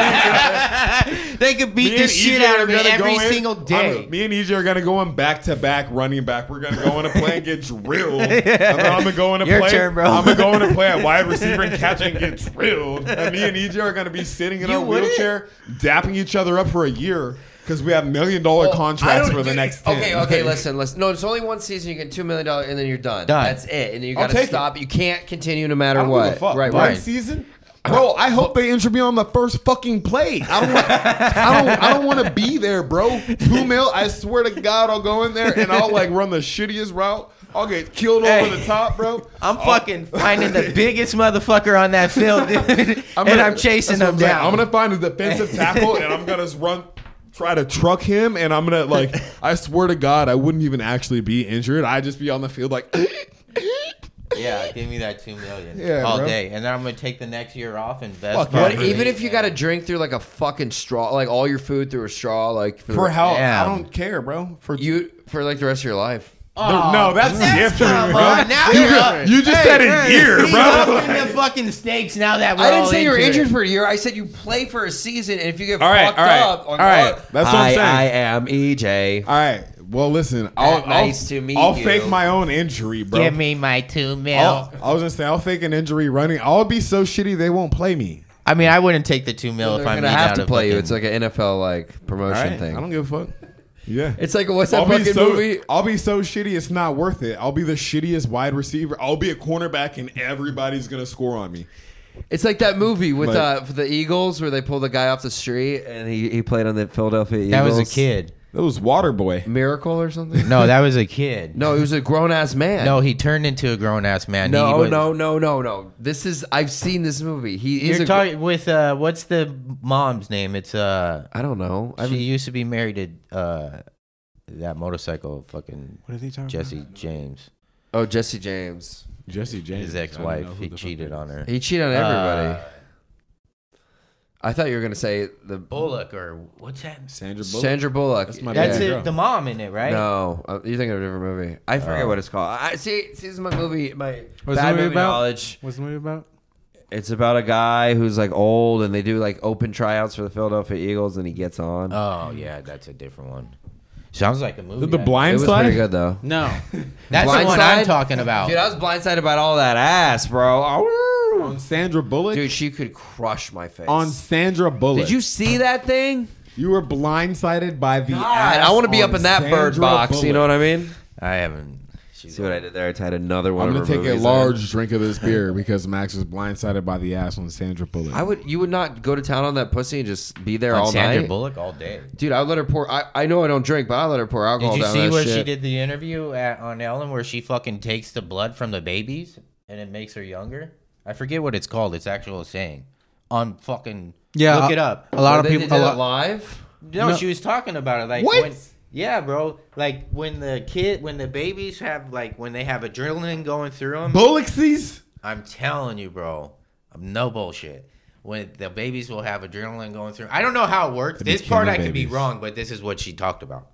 [SPEAKER 4] they could beat the shit
[SPEAKER 2] EJ
[SPEAKER 4] out
[SPEAKER 2] E are
[SPEAKER 4] of me
[SPEAKER 2] gonna
[SPEAKER 4] every
[SPEAKER 2] go in-
[SPEAKER 4] single day.
[SPEAKER 2] I'm- me and EJ are gonna go in back to back running back. We're gonna go in a play and get drilled. And then I'm gonna go in a
[SPEAKER 4] Your
[SPEAKER 2] play.
[SPEAKER 4] turn, bro.
[SPEAKER 2] I'm gonna go in a play at wide receiver and catch and get drilled. And me and EJ are gonna be sitting in
[SPEAKER 4] You
[SPEAKER 2] a
[SPEAKER 4] wouldn't?
[SPEAKER 2] wheelchair, dapping each other up for a year because we have million dollar
[SPEAKER 1] Well, I
[SPEAKER 2] contracts
[SPEAKER 1] don't-
[SPEAKER 2] for the
[SPEAKER 1] you-
[SPEAKER 2] next. 10.
[SPEAKER 1] Okay, okay, listen, listen. No, it's only one season. You get two million dollars, and then you're done.
[SPEAKER 4] Done.
[SPEAKER 1] That's it. And you
[SPEAKER 2] I'll
[SPEAKER 1] gotta
[SPEAKER 2] take it.
[SPEAKER 1] stop. You can't continue no matter
[SPEAKER 2] I don't
[SPEAKER 1] what.
[SPEAKER 2] give a fuck.
[SPEAKER 1] Right,
[SPEAKER 2] One
[SPEAKER 1] right.
[SPEAKER 2] season. Bro, I hope they injure me on the first fucking play. I don't, want, I don't, I don't want to be there, bro. Two mil. I swear to God, I'll go in there and I'll like run the shittiest route. I'll get killed
[SPEAKER 4] Hey.
[SPEAKER 2] over the top, bro.
[SPEAKER 4] I'm fucking finding the biggest motherfucker on that field, dude. and
[SPEAKER 2] gonna-
[SPEAKER 4] I'm chasing
[SPEAKER 2] that's what I'm
[SPEAKER 4] them
[SPEAKER 2] saying.
[SPEAKER 4] down.
[SPEAKER 2] I'm gonna find a defensive tackle and I'm gonna run, try to truck him, and I'm gonna like. I swear to God, I wouldn't even actually be injured. I'd just be on the field like.
[SPEAKER 4] yeah, give me that two million
[SPEAKER 2] Yeah,
[SPEAKER 4] all
[SPEAKER 2] bro.
[SPEAKER 4] day, and then I'm gonna take the next year off and best.
[SPEAKER 2] Fuck
[SPEAKER 4] part
[SPEAKER 1] What
[SPEAKER 2] yeah.
[SPEAKER 4] for
[SPEAKER 1] even
[SPEAKER 4] me,
[SPEAKER 1] if you
[SPEAKER 4] man.
[SPEAKER 1] gotta drink through like a fucking straw, like all your food through a straw, like
[SPEAKER 2] For how?
[SPEAKER 4] Yeah.
[SPEAKER 2] I don't care, bro. For
[SPEAKER 1] you for like the rest of your life.
[SPEAKER 2] no, that's, different, bro.
[SPEAKER 4] Bro, now
[SPEAKER 2] You
[SPEAKER 4] you're up.
[SPEAKER 2] just, you just said an year,
[SPEAKER 4] He's
[SPEAKER 2] bro.
[SPEAKER 4] up in the fucking stakes now that we're
[SPEAKER 1] I didn't
[SPEAKER 4] all
[SPEAKER 1] say you were
[SPEAKER 4] into it.
[SPEAKER 1] injured for a year. I said you play for a season, and if you get
[SPEAKER 2] All right,
[SPEAKER 1] fucked
[SPEAKER 2] all right,
[SPEAKER 1] up, on
[SPEAKER 2] all right.
[SPEAKER 1] what-
[SPEAKER 2] That's what I'm
[SPEAKER 1] I-
[SPEAKER 2] saying.
[SPEAKER 1] I am EJ.
[SPEAKER 2] All right. Well, listen. I'll,
[SPEAKER 1] nice
[SPEAKER 2] I'll,
[SPEAKER 1] to meet
[SPEAKER 2] I'll
[SPEAKER 1] you.
[SPEAKER 2] fake my own injury, bro.
[SPEAKER 3] Give me my two mil.
[SPEAKER 2] I'll- I was gonna say I'll fake an injury running. I'll be so shitty they won't play me.
[SPEAKER 4] I mean, I wouldn't take the two mil
[SPEAKER 1] They're
[SPEAKER 4] if I'm
[SPEAKER 1] gonna
[SPEAKER 4] eating
[SPEAKER 1] have
[SPEAKER 4] out
[SPEAKER 1] to
[SPEAKER 4] of
[SPEAKER 1] play you.
[SPEAKER 4] fucking-
[SPEAKER 1] It's like an NFL like promotion
[SPEAKER 2] All right, I don't
[SPEAKER 1] thing.
[SPEAKER 2] give a fuck. Yeah.
[SPEAKER 1] It's like what's that
[SPEAKER 2] I'll be
[SPEAKER 1] fucking
[SPEAKER 2] so
[SPEAKER 1] movie?
[SPEAKER 2] I'll be so shitty it's not worth it. I'll be the shittiest wide receiver. I'll be a cornerback and everybody's gonna score on me.
[SPEAKER 1] It's like that movie with
[SPEAKER 2] Like-
[SPEAKER 1] uh, for the Eagles where they pull the guy off the street and he, he played on the Philadelphia Eagles.
[SPEAKER 4] that was a kid.
[SPEAKER 2] That was Waterboy.
[SPEAKER 1] Miracle or something?
[SPEAKER 4] No, that was a kid.
[SPEAKER 1] no, he was a grown ass man.
[SPEAKER 4] No, he turned into a grown ass man.
[SPEAKER 1] no,
[SPEAKER 4] He was-
[SPEAKER 1] no, no, no, no. This is I've seen this movie. He is
[SPEAKER 4] You're
[SPEAKER 1] a gr-
[SPEAKER 4] talking with uh, what's the mom's name? It's uh,
[SPEAKER 1] I don't know. I
[SPEAKER 4] she
[SPEAKER 1] mean,
[SPEAKER 4] used to be married to uh, that motorcycle fucking
[SPEAKER 5] What are they talking
[SPEAKER 4] Jesse James,
[SPEAKER 1] oh, Jesse James.
[SPEAKER 2] Jesse James.
[SPEAKER 4] his ex-wife. He cheated on her.
[SPEAKER 1] He cheated on everybody.
[SPEAKER 4] Uh,
[SPEAKER 1] I thought you were gonna say the
[SPEAKER 4] Bullock or what's that?
[SPEAKER 2] Sandra Bullock.
[SPEAKER 1] Sandra Bullock.
[SPEAKER 2] That's my
[SPEAKER 4] That's
[SPEAKER 2] Yeah.
[SPEAKER 4] it. The mom in it, right?
[SPEAKER 1] No, uh, you're thinking of a different movie. I forget
[SPEAKER 4] Oh.
[SPEAKER 1] what it's called. I see. See, this is my movie. My
[SPEAKER 5] What's the
[SPEAKER 1] bad
[SPEAKER 5] movie
[SPEAKER 1] movie,
[SPEAKER 5] about?
[SPEAKER 1] knowledge.
[SPEAKER 5] What's the movie about?
[SPEAKER 1] It's about a guy who's like old, and they do like open tryouts for the Philadelphia Eagles, and he gets on.
[SPEAKER 4] Oh yeah, that's a different one. Sounds like a movie.
[SPEAKER 2] The
[SPEAKER 4] I-
[SPEAKER 1] it
[SPEAKER 2] blind
[SPEAKER 1] was
[SPEAKER 2] side.
[SPEAKER 1] pretty good though.
[SPEAKER 5] No.
[SPEAKER 4] That's the
[SPEAKER 1] Blindside?
[SPEAKER 4] one I'm talking about.
[SPEAKER 1] Dude, I was blindsided about all that ass, bro. Ow.
[SPEAKER 2] On Sandra Bullock.
[SPEAKER 1] Dude, she could crush my face.
[SPEAKER 2] on Sandra Bullock.
[SPEAKER 1] Did you see that thing?
[SPEAKER 2] You were blindsided by the.
[SPEAKER 1] God, I want to be up in that bird box. You know what I mean?
[SPEAKER 4] I haven't. She's
[SPEAKER 1] See what I did there? I tied another one.
[SPEAKER 2] I'm
[SPEAKER 1] of
[SPEAKER 2] gonna
[SPEAKER 1] her
[SPEAKER 2] take a
[SPEAKER 1] movies
[SPEAKER 2] large drink of this beer because Max was blindsided by the ass on Sandra Bullock.
[SPEAKER 1] I would. You would not go to town on that pussy and just be there
[SPEAKER 4] on
[SPEAKER 1] all
[SPEAKER 4] Sandra
[SPEAKER 1] night,
[SPEAKER 4] Bullock all day.
[SPEAKER 1] dude. I let her pour. I, I know I don't drink, but I let her pour alcohol
[SPEAKER 4] Did you
[SPEAKER 1] down
[SPEAKER 4] see
[SPEAKER 1] that
[SPEAKER 4] where
[SPEAKER 1] shit.
[SPEAKER 4] she did the interview at, on Ellen where she fucking takes the blood from the babies and it makes her younger? I forget what it's called. It's actual saying on fucking
[SPEAKER 5] Yeah.
[SPEAKER 4] Look
[SPEAKER 5] a-
[SPEAKER 4] it up.
[SPEAKER 5] A lot
[SPEAKER 1] They-
[SPEAKER 5] of
[SPEAKER 1] they
[SPEAKER 5] people.
[SPEAKER 1] did
[SPEAKER 5] a
[SPEAKER 1] it
[SPEAKER 5] lot-
[SPEAKER 1] live.
[SPEAKER 4] No,
[SPEAKER 5] No.
[SPEAKER 4] she was talking about it like
[SPEAKER 1] What?
[SPEAKER 4] when yeah, bro. Like when the kid, when the babies have like when they have adrenaline going through them.
[SPEAKER 2] Bullocksies.
[SPEAKER 4] I'm telling you, bro. I'm no bullshit. When the babies will have adrenaline going through. I don't know how it works.
[SPEAKER 2] be
[SPEAKER 4] This part I
[SPEAKER 2] killing
[SPEAKER 4] could be
[SPEAKER 2] babies.
[SPEAKER 4] wrong, but this is what she talked about.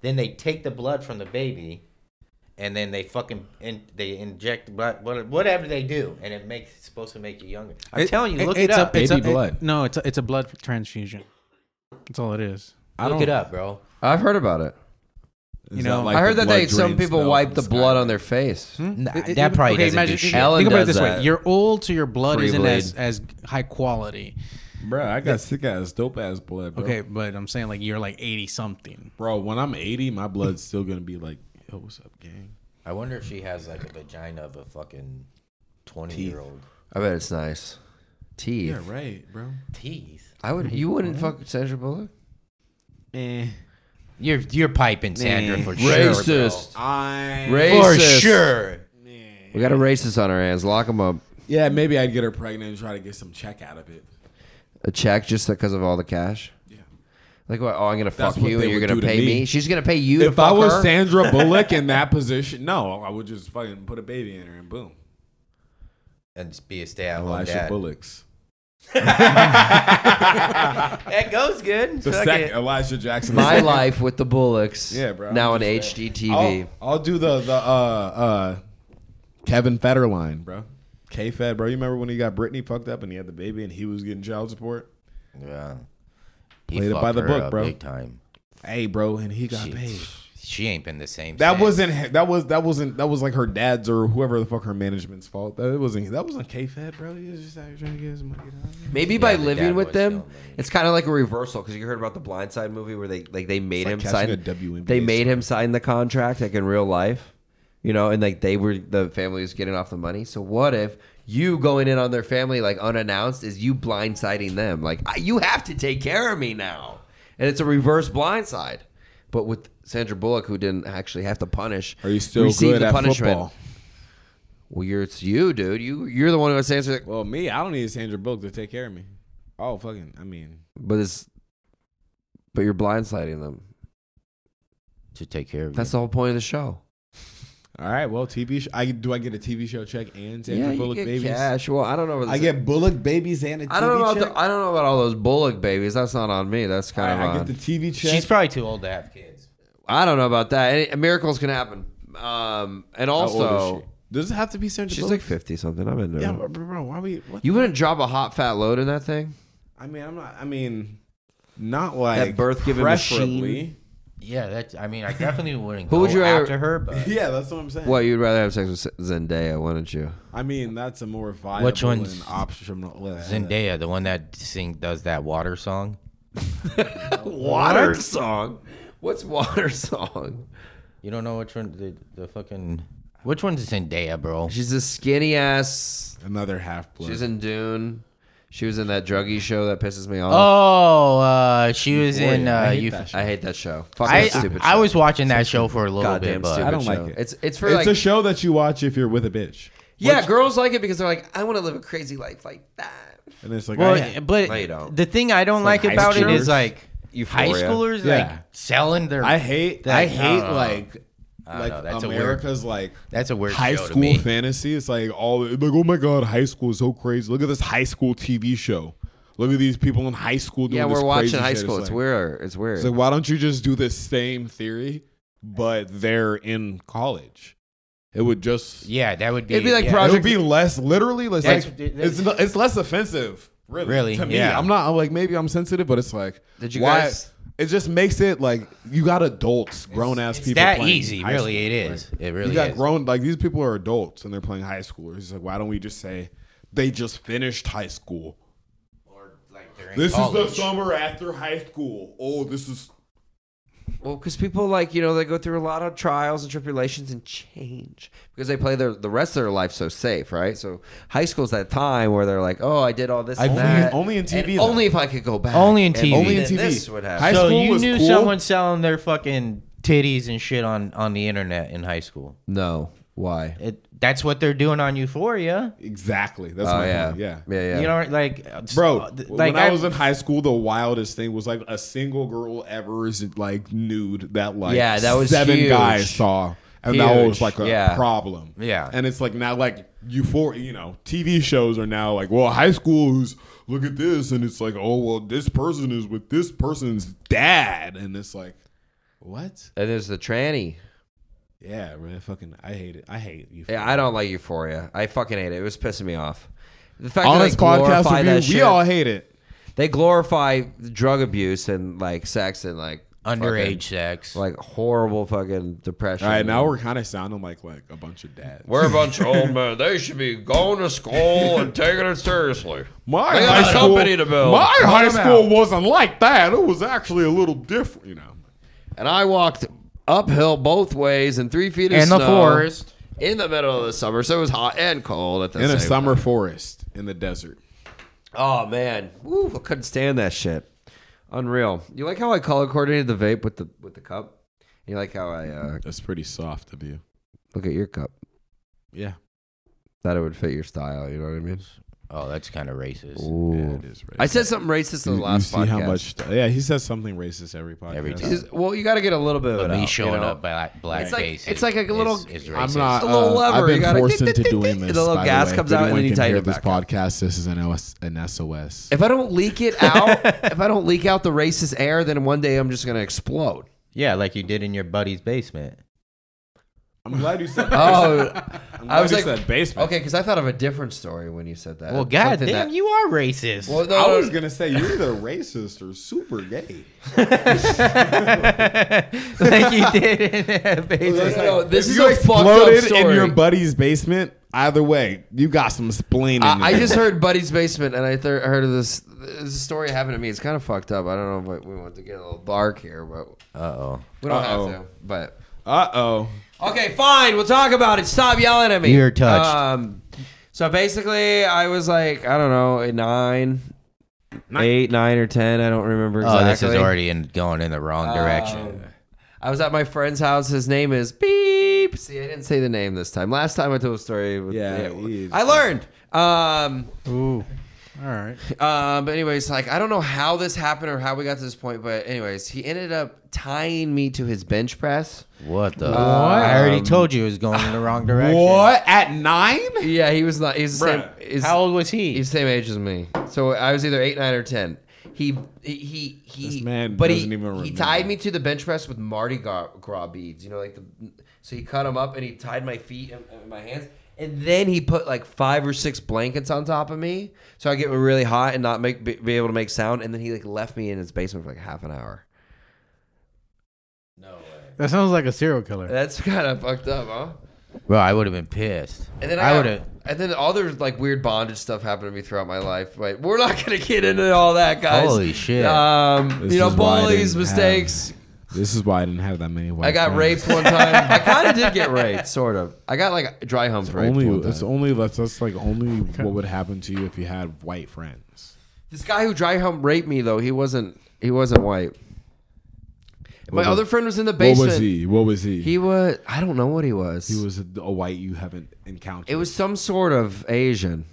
[SPEAKER 4] Then they take the blood from the baby, and then they fucking in, they inject blood, what- whatever they do, and it makes it's supposed to make you younger. I'm telling you, look it,
[SPEAKER 5] it's a-
[SPEAKER 4] up.
[SPEAKER 5] it's
[SPEAKER 2] Baby
[SPEAKER 5] a,
[SPEAKER 2] blood.
[SPEAKER 5] no, it's a, it's a blood transfusion. That's all it is.
[SPEAKER 4] look it up, bro.
[SPEAKER 1] I've heard about it.
[SPEAKER 5] You know,
[SPEAKER 1] I heard that they some people wipe the blood on their face.
[SPEAKER 2] Hmm?
[SPEAKER 5] It- it-
[SPEAKER 4] that probably
[SPEAKER 5] okay,
[SPEAKER 4] doesn't
[SPEAKER 5] imagine-
[SPEAKER 4] do shit.
[SPEAKER 1] Ellen
[SPEAKER 5] Think about it
[SPEAKER 1] does
[SPEAKER 5] this
[SPEAKER 1] that.
[SPEAKER 5] way: you're old, so your blood
[SPEAKER 1] Free
[SPEAKER 5] isn't
[SPEAKER 1] blade.
[SPEAKER 5] as as high quality.
[SPEAKER 2] Bro, I got sick ass dope ass blood. Bro.
[SPEAKER 5] Okay, but I'm saying like you're like 80 something.
[SPEAKER 2] bro. When I'm 80, my blood's still gonna be like, yo, what's up, gang?
[SPEAKER 4] I wonder if she has like a vagina of a fucking twenty year old.
[SPEAKER 1] I bet it's nice. Teeth.
[SPEAKER 2] Yeah, right, bro.
[SPEAKER 4] Teeth.
[SPEAKER 1] I would. You wouldn't fuck Sandra Bullock.
[SPEAKER 5] Eh.
[SPEAKER 4] You're you're piping Sandra for sure,
[SPEAKER 1] Racist.
[SPEAKER 2] I
[SPEAKER 4] bro. for
[SPEAKER 1] Racist.
[SPEAKER 4] sure.
[SPEAKER 1] We got a racist on our hands. Lock him up.
[SPEAKER 2] yeah, maybe I'd get her pregnant and try to get some check out of it.
[SPEAKER 1] A check just because of all the cash.
[SPEAKER 2] Yeah.
[SPEAKER 1] Like what? Oh, I'm gonna
[SPEAKER 2] That's
[SPEAKER 1] fuck
[SPEAKER 2] what
[SPEAKER 1] you,
[SPEAKER 2] they
[SPEAKER 1] and you're
[SPEAKER 2] would
[SPEAKER 1] gonna
[SPEAKER 2] do to
[SPEAKER 1] pay me.
[SPEAKER 2] me.
[SPEAKER 1] She's gonna pay you. to
[SPEAKER 2] If
[SPEAKER 1] fuck
[SPEAKER 2] I was
[SPEAKER 1] her?
[SPEAKER 2] Sandra Bullock in that position, no, I would just fucking put a baby in her and boom,
[SPEAKER 4] and just be a stay at home
[SPEAKER 2] Elisha
[SPEAKER 4] dad.
[SPEAKER 2] Bullocks.
[SPEAKER 4] That goes good.
[SPEAKER 2] The
[SPEAKER 4] Fuck
[SPEAKER 2] second
[SPEAKER 4] it.
[SPEAKER 2] Elijah Jackson. the
[SPEAKER 1] my
[SPEAKER 2] second.
[SPEAKER 1] life with the Bullocks.
[SPEAKER 2] Yeah, bro, I'm
[SPEAKER 1] Now on
[SPEAKER 2] just
[SPEAKER 1] HGTV.
[SPEAKER 2] I'll, I'll do the the uh, uh, Kevin Federline, bro. K Fed, bro. You remember when he got Britney fucked up and he had the baby and he was getting child support?
[SPEAKER 4] Yeah.
[SPEAKER 2] Played it by
[SPEAKER 4] fucked
[SPEAKER 2] the
[SPEAKER 4] her
[SPEAKER 2] book,
[SPEAKER 4] up
[SPEAKER 2] bro.
[SPEAKER 4] Big time.
[SPEAKER 2] Hey, bro, and he got
[SPEAKER 4] She,
[SPEAKER 2] paid.
[SPEAKER 4] she ain't been the same.
[SPEAKER 2] That
[SPEAKER 4] since.
[SPEAKER 2] wasn't that was that wasn't that was like her dad's or whoever the fuck her management's fault. That wasn't that wasn't K Fed, bro. He was just out here trying to get his money. Down.
[SPEAKER 1] Maybe by
[SPEAKER 4] the
[SPEAKER 1] living
[SPEAKER 4] dad
[SPEAKER 1] with
[SPEAKER 4] was
[SPEAKER 1] them,
[SPEAKER 4] still living.
[SPEAKER 1] it's kind of like a reversal because you heard about the Blind Side movie where they like they made
[SPEAKER 2] like
[SPEAKER 1] him
[SPEAKER 2] catching
[SPEAKER 1] sign
[SPEAKER 2] a WNBA
[SPEAKER 1] they made him sign the contract like in real life, you know, and like they were the family was getting off the money. So what if you going in on their family like unannounced is you blindsiding them like I, you have to take care of me now, and it's a reverse blindside, but with Sandra Bullock who didn't actually have to punish.
[SPEAKER 2] Are you still
[SPEAKER 1] received
[SPEAKER 2] good at football?
[SPEAKER 1] Well, you're it's you, dude. You you're the one who has to answer.
[SPEAKER 2] Well, me, I don't need Sandra Bullock to take care of me. Oh fucking, I mean,
[SPEAKER 1] But it's but you're blindsiding them.
[SPEAKER 4] to take care of.
[SPEAKER 1] That's the whole point of the show.
[SPEAKER 2] all right. Well, TV. Sh- I do I get a TV show check and Sandra
[SPEAKER 1] yeah, you
[SPEAKER 2] Bullock
[SPEAKER 1] get
[SPEAKER 2] babies.
[SPEAKER 1] cash. Well, I don't know. Where this
[SPEAKER 2] I get Bullock babies and a TV
[SPEAKER 1] I don't know about.
[SPEAKER 2] check.
[SPEAKER 1] The, I don't know about all those Bullock babies. That's not on me. That's kind
[SPEAKER 2] I,
[SPEAKER 1] of
[SPEAKER 2] I
[SPEAKER 1] on.
[SPEAKER 2] get the TV check.
[SPEAKER 4] She's probably too old to have kids.
[SPEAKER 1] I don't know about that. Any, miracles can happen. Um, and
[SPEAKER 2] How old is
[SPEAKER 1] also,
[SPEAKER 2] she? does it have to be Sandra?
[SPEAKER 1] she's like
[SPEAKER 2] Bullock?
[SPEAKER 1] fifty something. I'm into
[SPEAKER 2] yeah,
[SPEAKER 1] it.
[SPEAKER 2] bro, bro. Why we? What?
[SPEAKER 1] You wouldn't drop a hot fat load in that thing.
[SPEAKER 2] I mean, I'm not. I mean, not like
[SPEAKER 1] birth-giving
[SPEAKER 2] preferably.
[SPEAKER 1] machine.
[SPEAKER 4] Yeah, that's. I mean, I definitely wouldn't.
[SPEAKER 1] Who
[SPEAKER 4] go
[SPEAKER 1] would you rather-
[SPEAKER 4] after her? But
[SPEAKER 2] Yeah, that's what I'm saying.
[SPEAKER 1] Well, you'd rather have sex with Zendaya, wouldn't you?
[SPEAKER 2] I mean, that's a more viable
[SPEAKER 4] Which one's
[SPEAKER 2] and optional. uh,
[SPEAKER 4] Zendaya, the one that sing does that water song.
[SPEAKER 1] Water song. What's water song?
[SPEAKER 4] You don't know which one the, the fucking which one's Zendaya, bro?
[SPEAKER 1] She's a skinny ass.
[SPEAKER 2] Another half blood.
[SPEAKER 1] She's in Dune. She was in that druggy show that pisses me off.
[SPEAKER 4] Oh, uh, she was in.
[SPEAKER 2] Euphoria.
[SPEAKER 4] Uh,
[SPEAKER 2] I hate
[SPEAKER 4] you.
[SPEAKER 2] that
[SPEAKER 1] I hate that show. Fuck
[SPEAKER 4] I,
[SPEAKER 1] that stupid
[SPEAKER 4] I,
[SPEAKER 1] show.
[SPEAKER 4] was watching that show for a little
[SPEAKER 1] goddamn
[SPEAKER 4] bit, but
[SPEAKER 1] stupid.
[SPEAKER 2] I don't
[SPEAKER 1] show.
[SPEAKER 2] like it.
[SPEAKER 1] It's it's for
[SPEAKER 2] it's
[SPEAKER 1] like
[SPEAKER 2] a show that you watch if you're with a bitch,
[SPEAKER 1] yeah, girls like it because they're like, I want to live a crazy life like that.
[SPEAKER 2] and it's like,
[SPEAKER 4] well,
[SPEAKER 2] I-
[SPEAKER 4] but
[SPEAKER 1] No, you don't.
[SPEAKER 4] the thing I don't like,
[SPEAKER 2] like high
[SPEAKER 4] about it
[SPEAKER 2] schoolers.
[SPEAKER 4] is like
[SPEAKER 1] Euphoria.
[SPEAKER 4] high schoolers
[SPEAKER 2] Yeah.
[SPEAKER 4] like selling their.
[SPEAKER 2] I hate
[SPEAKER 4] that-
[SPEAKER 2] I
[SPEAKER 4] I
[SPEAKER 2] hate
[SPEAKER 4] don't know.
[SPEAKER 2] like
[SPEAKER 4] don't
[SPEAKER 2] like
[SPEAKER 4] know, that's a weird-
[SPEAKER 2] America's like
[SPEAKER 4] that's a weird
[SPEAKER 2] high
[SPEAKER 4] show to
[SPEAKER 2] school
[SPEAKER 4] me.
[SPEAKER 2] fantasy. It's like all like oh my god, high school is so crazy. Look at this high school TV show. Look at these people in high school doing
[SPEAKER 1] Yeah,
[SPEAKER 2] this
[SPEAKER 1] we're
[SPEAKER 2] crazy
[SPEAKER 1] watching high
[SPEAKER 2] shit.
[SPEAKER 1] school. It's,
[SPEAKER 2] like,
[SPEAKER 1] weird. It's weird.
[SPEAKER 2] It's like why don't you just do the same theory, but they're in college? It would just
[SPEAKER 4] yeah, that would be.
[SPEAKER 1] It'd be like
[SPEAKER 4] yeah.
[SPEAKER 1] Project-
[SPEAKER 2] it would be less literally less
[SPEAKER 4] That's-
[SPEAKER 2] like,
[SPEAKER 4] that's-
[SPEAKER 2] it's, it's less offensive really,
[SPEAKER 4] Really,
[SPEAKER 2] to me
[SPEAKER 4] yeah.
[SPEAKER 2] i'm not I'm like maybe i'm sensitive but it's like
[SPEAKER 1] Did you
[SPEAKER 2] why
[SPEAKER 1] guys-
[SPEAKER 2] it just makes it like you got adults grown-ass
[SPEAKER 4] It's
[SPEAKER 2] people
[SPEAKER 4] that
[SPEAKER 2] playing
[SPEAKER 4] easy,
[SPEAKER 2] high
[SPEAKER 4] really. It
[SPEAKER 2] school, like,
[SPEAKER 4] is. It really
[SPEAKER 2] you got
[SPEAKER 4] is.
[SPEAKER 2] grown like these people are adults and they're playing high schoolers it's like why don't we just say they just finished high school
[SPEAKER 4] Or, like, they're in
[SPEAKER 2] this
[SPEAKER 4] college.
[SPEAKER 2] is the summer after high school oh this is
[SPEAKER 1] Well, because people like you know they go through a lot of trials and tribulations and change because they play their the rest of their life so safe, right? So high school's that time where they're like, oh, I did all this, and
[SPEAKER 2] Only-
[SPEAKER 1] that.
[SPEAKER 2] only in TV,
[SPEAKER 1] and
[SPEAKER 2] though.
[SPEAKER 1] only if I could go back,
[SPEAKER 4] Only in
[SPEAKER 1] And
[SPEAKER 4] TV.
[SPEAKER 2] only in
[SPEAKER 1] then
[SPEAKER 2] tv
[SPEAKER 1] This would happen.
[SPEAKER 2] high
[SPEAKER 4] so
[SPEAKER 2] school
[SPEAKER 4] you
[SPEAKER 2] was
[SPEAKER 4] knew
[SPEAKER 2] cool.
[SPEAKER 4] someone selling their fucking titties and shit on on the internet in high school.
[SPEAKER 1] no, why?
[SPEAKER 4] It that's what they're doing on Euphoria.
[SPEAKER 2] exactly that's
[SPEAKER 1] Oh
[SPEAKER 2] my
[SPEAKER 1] yeah.
[SPEAKER 2] point. yeah
[SPEAKER 1] yeah, yeah.
[SPEAKER 4] You know, like uh, s-
[SPEAKER 2] Bro,
[SPEAKER 4] uh, th-
[SPEAKER 2] when I, was in high school, the wildest thing was like a single girl ever is like nude that like
[SPEAKER 1] Yeah, that was
[SPEAKER 2] seven
[SPEAKER 1] huge.
[SPEAKER 2] guys saw, and that
[SPEAKER 1] Huge,
[SPEAKER 2] was like a
[SPEAKER 1] yeah.
[SPEAKER 2] problem.
[SPEAKER 4] Yeah.
[SPEAKER 2] and it's like now like euphoria, you know, TV shows are now like well, high schools look at this, and it's like oh well, this person is with this person's dad, and it's like what?
[SPEAKER 1] and there's the tranny.
[SPEAKER 2] Yeah, man, fucking, I hate it. I hate you.
[SPEAKER 1] Yeah, I don't like Euphoria. I fucking hate it. It was pissing me off. The fact
[SPEAKER 2] on
[SPEAKER 1] that
[SPEAKER 2] this
[SPEAKER 1] they glorify
[SPEAKER 2] podcast
[SPEAKER 1] that
[SPEAKER 2] review,
[SPEAKER 1] shit,
[SPEAKER 2] we all hate it.
[SPEAKER 1] they glorify drug abuse and like sex and like
[SPEAKER 4] underage
[SPEAKER 1] fucking-
[SPEAKER 4] sex.
[SPEAKER 1] like horrible fucking depression.
[SPEAKER 2] All right, now we're kind of sounding like like a bunch of dads.
[SPEAKER 1] We're a bunch of old men. They should be going to school and taking it seriously.
[SPEAKER 2] My
[SPEAKER 1] They got
[SPEAKER 2] high
[SPEAKER 1] a
[SPEAKER 2] school,
[SPEAKER 1] company to build.
[SPEAKER 2] My
[SPEAKER 1] Help
[SPEAKER 2] high
[SPEAKER 1] them
[SPEAKER 2] school wasn't like that. It was actually a little different, you know.
[SPEAKER 1] And I walked uphill both ways in three feet of
[SPEAKER 4] In
[SPEAKER 1] snow
[SPEAKER 4] the forest.
[SPEAKER 1] in the middle of the summer, so it was hot and cold at the
[SPEAKER 2] In
[SPEAKER 1] same
[SPEAKER 2] a summer
[SPEAKER 1] time.
[SPEAKER 2] forest in the desert.
[SPEAKER 1] Oh man, Woo, I couldn't stand that shit. Unreal. You like how I color coordinated the vape with the with the cup? You like how I uh,
[SPEAKER 2] That's pretty soft of you.
[SPEAKER 1] look at your cup?
[SPEAKER 2] Yeah.
[SPEAKER 1] That it would fit your style. You know what I mean?
[SPEAKER 4] oh, that's kind of racist.
[SPEAKER 2] Yeah,
[SPEAKER 1] Ooh.
[SPEAKER 2] it is racist.
[SPEAKER 1] I said something racist in
[SPEAKER 2] You-
[SPEAKER 1] the last
[SPEAKER 2] you see
[SPEAKER 1] podcast.
[SPEAKER 2] how much Yeah, he says something racist every podcast.
[SPEAKER 4] Every time.
[SPEAKER 1] Is- well, you got to get a little bit of
[SPEAKER 4] But
[SPEAKER 1] it
[SPEAKER 4] me
[SPEAKER 1] out,
[SPEAKER 4] showing
[SPEAKER 1] you know?
[SPEAKER 4] up black, black
[SPEAKER 1] It's like-
[SPEAKER 4] face.
[SPEAKER 1] it's
[SPEAKER 4] is-
[SPEAKER 1] like a little-
[SPEAKER 4] Is, is
[SPEAKER 2] I'm
[SPEAKER 4] racist.
[SPEAKER 2] not
[SPEAKER 1] a little
[SPEAKER 2] uh,
[SPEAKER 1] lever.
[SPEAKER 2] I've
[SPEAKER 1] You
[SPEAKER 2] been
[SPEAKER 1] gotta-
[SPEAKER 2] forced into doing this.
[SPEAKER 1] The little
[SPEAKER 2] by
[SPEAKER 1] gas
[SPEAKER 2] way.
[SPEAKER 1] comes
[SPEAKER 2] If
[SPEAKER 1] out and
[SPEAKER 2] anyone
[SPEAKER 1] then you
[SPEAKER 2] can
[SPEAKER 1] tighten
[SPEAKER 2] hear
[SPEAKER 1] it
[SPEAKER 2] this
[SPEAKER 1] back up.
[SPEAKER 2] podcast. This is an, OS, an SOS.
[SPEAKER 1] If I don't leak it out, if I don't leak out the racist air, then one day I'm just gonna explode.
[SPEAKER 4] Yeah, like you did in your buddy's basement.
[SPEAKER 2] I'm glad you said.
[SPEAKER 1] Oh, I was
[SPEAKER 2] you
[SPEAKER 1] like,
[SPEAKER 2] said basement.
[SPEAKER 1] okay, because I thought of a different story when you said that.
[SPEAKER 4] Well, god
[SPEAKER 1] Something
[SPEAKER 4] damn,
[SPEAKER 1] that-
[SPEAKER 4] you are racist.
[SPEAKER 1] Well, no,
[SPEAKER 2] I
[SPEAKER 1] no,
[SPEAKER 2] was
[SPEAKER 1] no.
[SPEAKER 2] gonna say you're either racist or super gay.
[SPEAKER 4] like you did in
[SPEAKER 1] No,
[SPEAKER 4] basement.
[SPEAKER 1] no, no, this
[SPEAKER 2] If
[SPEAKER 1] is
[SPEAKER 2] you
[SPEAKER 1] a fucked up
[SPEAKER 2] exploded
[SPEAKER 1] story.
[SPEAKER 2] in your buddy's basement. Either way, you got some splaining.
[SPEAKER 1] I, I
[SPEAKER 2] to
[SPEAKER 1] just
[SPEAKER 2] do.
[SPEAKER 1] heard Buddy's basement, and I thir- heard of this. This story happened to me. It's kind of fucked up. I don't know if we want to get a little dark here, but
[SPEAKER 4] Uh oh.
[SPEAKER 1] we don't
[SPEAKER 2] Uh-oh.
[SPEAKER 1] have to. But
[SPEAKER 2] Uh oh.
[SPEAKER 1] Okay, fine. We'll talk about it. Stop yelling at me.
[SPEAKER 4] You're touched.
[SPEAKER 1] Um, so basically, I was like, I don't know, at nine, eight, nine, or ten. I don't remember exactly.
[SPEAKER 4] Oh, this is already in, going in the wrong direction.
[SPEAKER 1] I was at my friend's house. His name is Beep. See, I didn't say the name this time. Last time I told a story. With,
[SPEAKER 2] Yeah, he's-
[SPEAKER 1] I learned. Um,
[SPEAKER 5] Ooh. All right.
[SPEAKER 1] um, but anyways, like I don't know how this happened or how we got to this point, but anyways, he ended up tying me to his bench press.
[SPEAKER 4] what the? I already told you it was going in the wrong direction.
[SPEAKER 2] What at nine?
[SPEAKER 1] Yeah, he was not. He was the same.
[SPEAKER 2] Bruh,
[SPEAKER 1] he's-
[SPEAKER 4] How old was he?
[SPEAKER 1] He's the same age as me. So I was either eight, nine, or ten. He he he.
[SPEAKER 2] This man
[SPEAKER 1] but he,
[SPEAKER 2] doesn't even
[SPEAKER 1] He
[SPEAKER 2] remember.
[SPEAKER 1] tied me to the bench press with Mardi Gras, Gras beads. You know, like the. So he cut them up and he tied my feet and, and my hands. And then he put like five or six blankets on top of me, so I get really hot and not make be, be able to make sound. And then he like left me in his basement for like half an hour.
[SPEAKER 4] No way.
[SPEAKER 5] That sounds like a serial killer.
[SPEAKER 1] That's kind of fucked up, huh?
[SPEAKER 4] Bro, I would have been pissed.
[SPEAKER 1] And then
[SPEAKER 4] I,
[SPEAKER 1] I,
[SPEAKER 4] would
[SPEAKER 1] have.
[SPEAKER 4] have.
[SPEAKER 1] And then all there's like weird bondage stuff happened to me throughout my life. But we're not gonna get into all that, guys.
[SPEAKER 4] Holy shit.
[SPEAKER 1] Um,
[SPEAKER 2] This
[SPEAKER 1] you know,
[SPEAKER 2] is why I
[SPEAKER 1] bullies,
[SPEAKER 2] didn't have-
[SPEAKER 1] mistakes.
[SPEAKER 2] This is why I didn't have that many. White
[SPEAKER 1] I got
[SPEAKER 2] friends.
[SPEAKER 1] raped one time. I kind of did get raped, sort of. I got like dry hump raped
[SPEAKER 2] Only
[SPEAKER 1] one time.
[SPEAKER 2] it's only that's, that's like only what would happen to you if you had white friends.
[SPEAKER 1] This guy who dry hump raped me though, he wasn't he wasn't white. My
[SPEAKER 2] What was-
[SPEAKER 1] other friend was in the basement.
[SPEAKER 2] What was he? What was he?
[SPEAKER 1] He was I don't know what he was.
[SPEAKER 2] He was a, a white you haven't encountered.
[SPEAKER 1] It was some sort of Asian.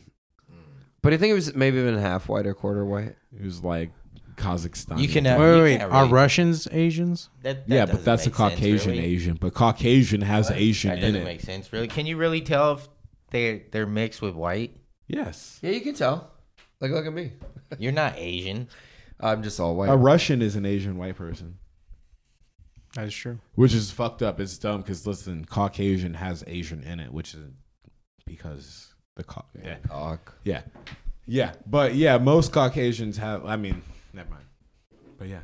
[SPEAKER 1] But I think it was maybe even half white or quarter white.
[SPEAKER 2] It was like Kazakhstan.
[SPEAKER 4] You can
[SPEAKER 5] Wait,
[SPEAKER 4] uh,
[SPEAKER 5] wait,
[SPEAKER 4] you
[SPEAKER 5] wait.
[SPEAKER 4] can't
[SPEAKER 5] Are
[SPEAKER 4] really-
[SPEAKER 5] Russians Asians?
[SPEAKER 4] That, that
[SPEAKER 2] yeah, but
[SPEAKER 4] doesn't
[SPEAKER 2] that's a
[SPEAKER 4] make sense,
[SPEAKER 2] Caucasian
[SPEAKER 4] really.
[SPEAKER 2] Asian, but Caucasian has Asian
[SPEAKER 4] That
[SPEAKER 2] in
[SPEAKER 4] doesn't
[SPEAKER 2] it.
[SPEAKER 4] make sense, really. Can you really tell if they they're mixed with white?
[SPEAKER 2] Yes,
[SPEAKER 1] Yeah, you can tell. Like look at me.
[SPEAKER 4] You're not Asian.
[SPEAKER 1] I'm just all white.
[SPEAKER 2] a Russian is an Asian white person,
[SPEAKER 5] That's true.
[SPEAKER 2] which is fucked up. It's dumb because listen, Caucasian has Asian in it, which is because the Cau- yeah.
[SPEAKER 1] Cock.
[SPEAKER 2] yeah, yeah, but yeah, most Caucasians have. I mean, never mind. But yeah,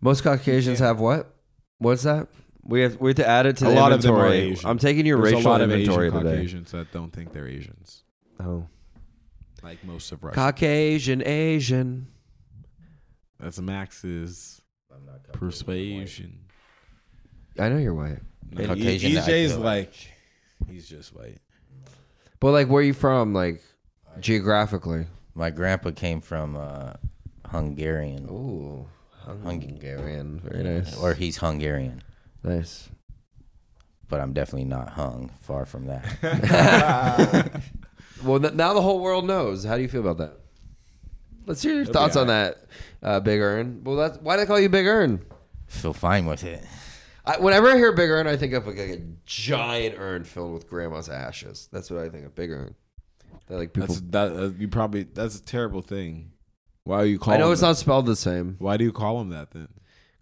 [SPEAKER 1] Most Caucasians have what? What's that? We have we have to add it to
[SPEAKER 2] a
[SPEAKER 1] the
[SPEAKER 2] lot of them are
[SPEAKER 1] inventory.
[SPEAKER 2] Asian.
[SPEAKER 1] I'm taking your
[SPEAKER 2] There's
[SPEAKER 1] racial
[SPEAKER 2] a lot of
[SPEAKER 1] inventory
[SPEAKER 2] Asian
[SPEAKER 1] today.
[SPEAKER 2] Caucasians that don't think they're Asians,
[SPEAKER 1] Oh.
[SPEAKER 2] like most of Russia.
[SPEAKER 1] Caucasian Asian.
[SPEAKER 2] That's Max's persuasion.
[SPEAKER 1] I know you're white.
[SPEAKER 2] No,
[SPEAKER 4] Caucasian, I
[SPEAKER 2] EJ's
[SPEAKER 4] feel
[SPEAKER 2] like, he's just white.
[SPEAKER 1] But like where are you from like geographically?
[SPEAKER 4] My grandpa came from uh, Hungarian,
[SPEAKER 1] Ooh, Hungarian, very nice.
[SPEAKER 4] or he's Hungarian,
[SPEAKER 1] nice.
[SPEAKER 4] but I'm definitely not hung. Far from that.
[SPEAKER 1] Well, th- now the whole world knows. How do you feel about that? Let's hear your
[SPEAKER 2] It'll be
[SPEAKER 1] thoughts on
[SPEAKER 2] all
[SPEAKER 1] that, uh, Big Earn. Well, that's why do they call you Big Earn.
[SPEAKER 4] Feel fine with it.
[SPEAKER 1] I, whenever I hear Big Earn, I think of like a giant urn filled with grandma's ashes. That's what I think of Big Earn. That like people.
[SPEAKER 2] That's that. Uh, you probably that's a terrible thing. Why are you
[SPEAKER 1] I
[SPEAKER 2] calling?
[SPEAKER 1] know it's
[SPEAKER 2] him-
[SPEAKER 1] not spelled the same
[SPEAKER 2] Why do you call him that then?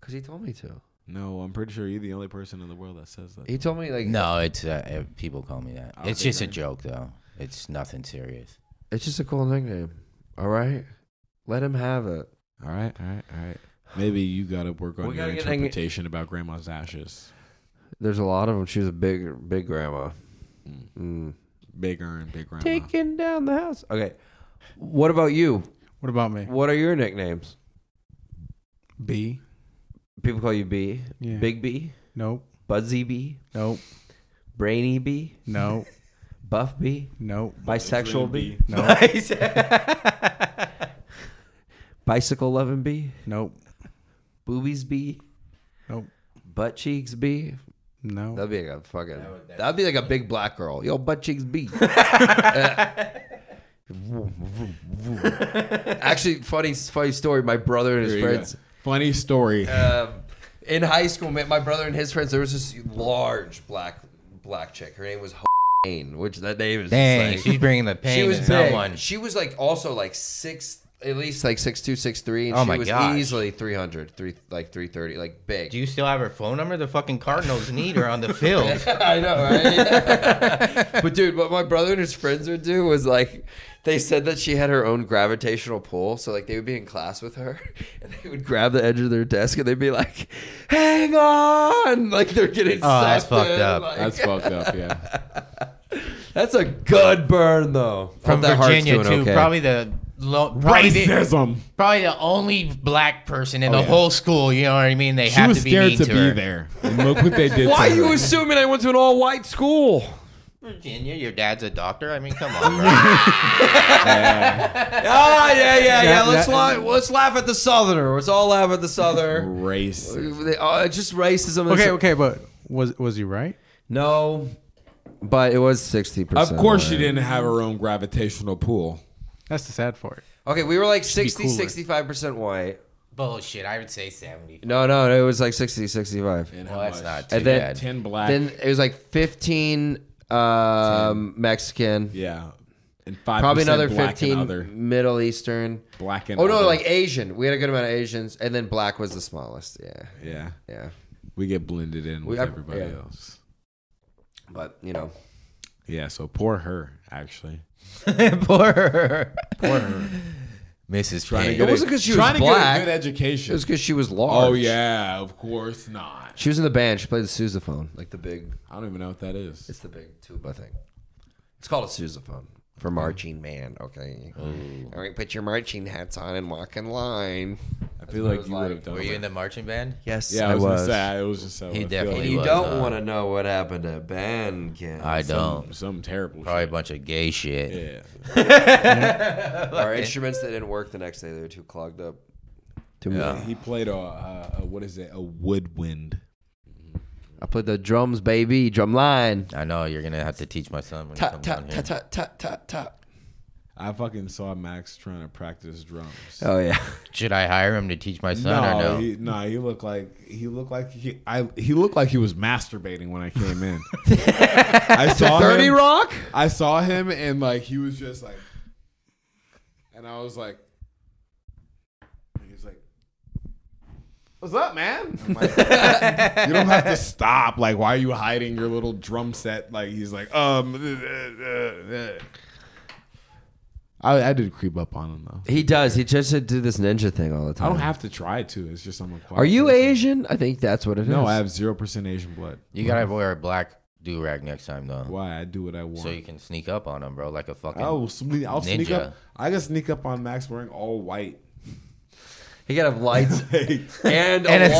[SPEAKER 1] because he told me to.
[SPEAKER 2] No, I'm pretty sure you're the only person in the world that says that.
[SPEAKER 1] He told me like
[SPEAKER 4] No, it's uh, eh, people call me that.
[SPEAKER 2] I'll
[SPEAKER 4] It's
[SPEAKER 2] take
[SPEAKER 4] just a
[SPEAKER 2] that.
[SPEAKER 4] joke though. It's nothing serious.
[SPEAKER 1] it's just a cool nickname. All right, let him have it.
[SPEAKER 2] All right, all right, all right. Maybe you got to work on
[SPEAKER 1] We
[SPEAKER 2] your
[SPEAKER 1] gotta get ang-
[SPEAKER 2] interpretation about grandma's ashes.
[SPEAKER 1] There's a lot of them. She was a big, big grandma. Mm.
[SPEAKER 2] Big urn, big grandma.
[SPEAKER 1] taking down the house. Okay. What about you?
[SPEAKER 5] What about me?
[SPEAKER 1] What are your nicknames?
[SPEAKER 5] B?
[SPEAKER 1] People call you B.
[SPEAKER 5] Yeah.
[SPEAKER 1] Big B,
[SPEAKER 5] Nope.
[SPEAKER 1] Buzzy B,
[SPEAKER 5] Nope.
[SPEAKER 1] Brainy B,
[SPEAKER 5] Nope.
[SPEAKER 1] Buff B,
[SPEAKER 5] nope.
[SPEAKER 1] Bisexual B,
[SPEAKER 5] Nope.
[SPEAKER 1] Bicycle Loving B,
[SPEAKER 5] Nope.
[SPEAKER 1] Boobies B,
[SPEAKER 5] Nope.
[SPEAKER 1] Butt Cheeks B.
[SPEAKER 5] No.
[SPEAKER 1] That'd be like a fucking. That'd be like a big black girl. Yo, Butt Cheeks B. Actually, funny, funny story. My brother and his
[SPEAKER 2] Here you go.
[SPEAKER 1] friends.
[SPEAKER 2] Funny story.
[SPEAKER 1] um, in high school, man, my brother and his friends, there was this large black black chick. Her name was Hane, which that name is just
[SPEAKER 4] Dang,
[SPEAKER 1] like-
[SPEAKER 4] she's bringing the pain
[SPEAKER 1] she was
[SPEAKER 4] to
[SPEAKER 1] big.
[SPEAKER 4] someone.
[SPEAKER 1] She was like also like six, at least like six two, six three, and
[SPEAKER 4] Oh
[SPEAKER 1] she
[SPEAKER 4] my
[SPEAKER 1] was
[SPEAKER 4] gosh.
[SPEAKER 1] easily 300, three like three thirty, like big.
[SPEAKER 4] Do you still have her phone number? The fucking Cardinals need her on the field.
[SPEAKER 1] I know, right? but dude, what my brother and his friends would do was like, they said that she had her own gravitational pull. So like, they would be in class with her, and they would grab the edge of their desk, and they'd be like, "Hang on!" Like they're getting.
[SPEAKER 4] Oh, that's
[SPEAKER 1] sucked
[SPEAKER 4] fucked
[SPEAKER 1] in,
[SPEAKER 4] up.
[SPEAKER 1] like-
[SPEAKER 2] That's fucked up. Yeah.
[SPEAKER 1] that's a good burn though.
[SPEAKER 4] From
[SPEAKER 1] Hope that heart's
[SPEAKER 4] Virginia
[SPEAKER 1] doing
[SPEAKER 4] too.
[SPEAKER 1] okay.
[SPEAKER 4] Probably the lo- probably the,
[SPEAKER 2] Racism.
[SPEAKER 4] probably the only black person in the
[SPEAKER 2] Oh, yeah.
[SPEAKER 4] whole school. You know what I mean? They
[SPEAKER 2] She
[SPEAKER 4] have
[SPEAKER 2] was
[SPEAKER 4] to be
[SPEAKER 2] scared
[SPEAKER 4] mean
[SPEAKER 2] to,
[SPEAKER 4] to,
[SPEAKER 2] be
[SPEAKER 4] her.
[SPEAKER 2] there. And look what they did.
[SPEAKER 1] Why
[SPEAKER 2] to
[SPEAKER 1] are you
[SPEAKER 2] her.
[SPEAKER 1] assuming I went to an all-white school?
[SPEAKER 4] Virginia, your dad's a doctor. I mean, come on, bro.
[SPEAKER 1] Ah, yeah, yeah, yeah.
[SPEAKER 5] That-
[SPEAKER 1] Let's
[SPEAKER 5] that-
[SPEAKER 1] laugh. Let's laugh at the Southerner. Let's all laugh at the Southerner.
[SPEAKER 2] Race.
[SPEAKER 1] They- oh, it's just racism.
[SPEAKER 5] Okay, okay, but was was he right?
[SPEAKER 1] No, but it was sixty
[SPEAKER 2] Of
[SPEAKER 1] percent.
[SPEAKER 2] course, she didn't have her own gravitational pool.
[SPEAKER 5] That's the sad part.
[SPEAKER 1] Okay, we were like 60,
[SPEAKER 5] cooler.
[SPEAKER 1] 65 percent white.
[SPEAKER 4] Bullshit. I would say seventy.
[SPEAKER 1] No, no, it was like 60, 65.
[SPEAKER 2] And
[SPEAKER 4] Well, that's not too
[SPEAKER 1] And then-
[SPEAKER 4] bad.
[SPEAKER 2] Ten black.
[SPEAKER 1] Then it was like fifteen um, Mexican.
[SPEAKER 2] Yeah, and five
[SPEAKER 1] Probably another
[SPEAKER 2] black
[SPEAKER 1] fifteen
[SPEAKER 2] and other
[SPEAKER 1] Middle Eastern.
[SPEAKER 2] black and
[SPEAKER 1] Oh no,
[SPEAKER 2] other.
[SPEAKER 1] like Asian. We had a good amount of Asians, and then black was the smallest. Yeah,
[SPEAKER 2] yeah,
[SPEAKER 1] yeah.
[SPEAKER 2] we get blended in
[SPEAKER 1] We-
[SPEAKER 2] with
[SPEAKER 1] I-
[SPEAKER 2] everybody
[SPEAKER 1] yeah.
[SPEAKER 2] else.
[SPEAKER 1] But you know,
[SPEAKER 2] Yeah, so poor her, actually.
[SPEAKER 4] Poor her. Poor her. Mrs.
[SPEAKER 2] Trying to
[SPEAKER 4] Payne.
[SPEAKER 2] get
[SPEAKER 1] It
[SPEAKER 2] a-
[SPEAKER 1] wasn't 'cause she was
[SPEAKER 2] trying to get a
[SPEAKER 1] black.
[SPEAKER 2] good education.
[SPEAKER 1] it was because she was large.
[SPEAKER 2] oh yeah, of course not.
[SPEAKER 1] she was in the band. She played the sousaphone, like the big.
[SPEAKER 2] I don't even know what that is.
[SPEAKER 1] It's the big tuba thing. It's called a sousaphone for marching band. Okay, all right, put your marching hats on and walk in line.
[SPEAKER 2] I feel
[SPEAKER 1] what it
[SPEAKER 2] like
[SPEAKER 1] was
[SPEAKER 2] you
[SPEAKER 1] like.
[SPEAKER 2] would have done.
[SPEAKER 4] Were you in the marching band?
[SPEAKER 1] Yes,
[SPEAKER 2] yeah, I was, Gonna say, I was just. I
[SPEAKER 4] He
[SPEAKER 2] feel
[SPEAKER 4] definitely
[SPEAKER 1] You
[SPEAKER 4] was,
[SPEAKER 1] don't
[SPEAKER 4] uh,
[SPEAKER 1] want to know what happened to Ben Kim.
[SPEAKER 4] I don't.
[SPEAKER 2] Like, some terrible.
[SPEAKER 4] Probably a bunch of gay shit.
[SPEAKER 2] Shit. Yeah.
[SPEAKER 1] Our instruments that didn't work the next day. They were too clogged up. Too
[SPEAKER 4] Yeah.
[SPEAKER 2] He played a, a, a what is it? A woodwind.
[SPEAKER 1] I played the drums, baby, drum line.
[SPEAKER 4] I know you're gonna have to teach my son when he
[SPEAKER 1] Tap
[SPEAKER 4] comes
[SPEAKER 1] tap
[SPEAKER 4] down here.
[SPEAKER 1] tap tap tap tap tap.
[SPEAKER 2] I fucking saw Max trying to practice drums.
[SPEAKER 1] Oh yeah.
[SPEAKER 4] Should I hire him to teach my son or no?
[SPEAKER 2] He, no, he looked like he looked like he I he looked like he was masturbating when I came in. I saw
[SPEAKER 1] Thirty
[SPEAKER 2] him,
[SPEAKER 1] Rock.
[SPEAKER 2] I saw him and like he was just like, and I was like, and he's like, "What's up, man?" I'm like, you don't have to stop. Like, why are you hiding your little drum set? Like, he's like, um. uh, uh, uh." I, I did creep up on him though.
[SPEAKER 1] He does. He just to do this ninja thing all the time.
[SPEAKER 2] I don't have to try to. It's just I'm a quiet
[SPEAKER 1] Are you
[SPEAKER 2] person.
[SPEAKER 1] Asian? I think that's what it is.
[SPEAKER 2] No, I have zero percent Asian blood.
[SPEAKER 4] You gotta wear a black do rag next time though,
[SPEAKER 2] Why I do what I want.
[SPEAKER 4] so you can sneak up on him, bro, like a fucking.
[SPEAKER 2] I will sne- I'll sneak
[SPEAKER 4] Ninja.
[SPEAKER 2] up. I can sneak up on Max wearing all white.
[SPEAKER 1] He got have lights and
[SPEAKER 4] And a
[SPEAKER 1] alarms.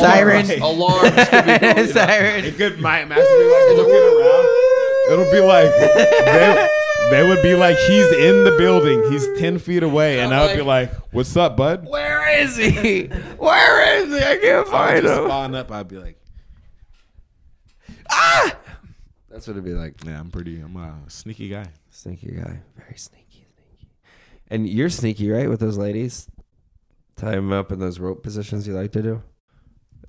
[SPEAKER 4] siren.
[SPEAKER 1] Alarms. could be-
[SPEAKER 4] Siren.
[SPEAKER 2] It could my Max would be like looking around. It'll be like they, they would be like he's in the building. He's ten feet away, and I would be like, "What's up, bud?"
[SPEAKER 1] Where is he? Where is he? I can't
[SPEAKER 2] I would
[SPEAKER 1] find
[SPEAKER 2] just
[SPEAKER 1] him.
[SPEAKER 2] spawn up. I'd be like,
[SPEAKER 1] That's what it'd be like.
[SPEAKER 2] "Yeah, I'm pretty. I'm a sneaky guy."
[SPEAKER 1] Sneaky guy. Very sneaky, sneaky. And you're sneaky, right, with those ladies? Tie them up in those rope positions you like to do?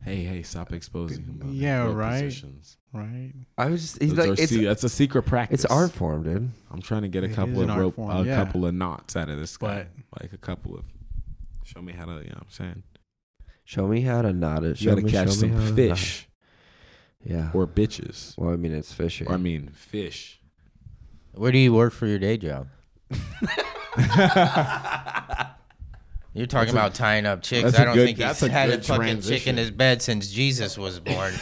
[SPEAKER 2] Hey, hey, stop exposing him. bud.
[SPEAKER 5] Yeah,
[SPEAKER 2] Low
[SPEAKER 5] right.
[SPEAKER 2] positions.
[SPEAKER 5] right?
[SPEAKER 1] I was just, he's
[SPEAKER 2] Those are
[SPEAKER 1] like, it's,
[SPEAKER 2] se- that's a secret practice.
[SPEAKER 1] it's art form, dude.
[SPEAKER 2] I'm trying to get a
[SPEAKER 5] It
[SPEAKER 2] couple
[SPEAKER 5] is
[SPEAKER 2] of
[SPEAKER 5] an art
[SPEAKER 2] rope,
[SPEAKER 5] form,
[SPEAKER 2] a
[SPEAKER 5] yeah.
[SPEAKER 2] couple of knots out of this guy. Like a couple of. Show me how to. You know what I'm saying?
[SPEAKER 1] Show me how to knot it. Show
[SPEAKER 2] You gotta
[SPEAKER 1] me,
[SPEAKER 2] catch
[SPEAKER 1] show me how to
[SPEAKER 2] some
[SPEAKER 1] knot
[SPEAKER 2] fish
[SPEAKER 1] it. Yeah.
[SPEAKER 2] or bitches.
[SPEAKER 1] Well, I mean, it's fishy.
[SPEAKER 2] Or I mean, fish.
[SPEAKER 4] Where do you work for your day job? You're talking about tying up chicks.
[SPEAKER 2] that's a
[SPEAKER 4] I don't
[SPEAKER 2] good-
[SPEAKER 4] think
[SPEAKER 2] that's
[SPEAKER 4] he's
[SPEAKER 2] a
[SPEAKER 4] had a
[SPEAKER 2] good
[SPEAKER 4] fucking chick
[SPEAKER 2] transition.
[SPEAKER 4] in his bed since Jesus was born.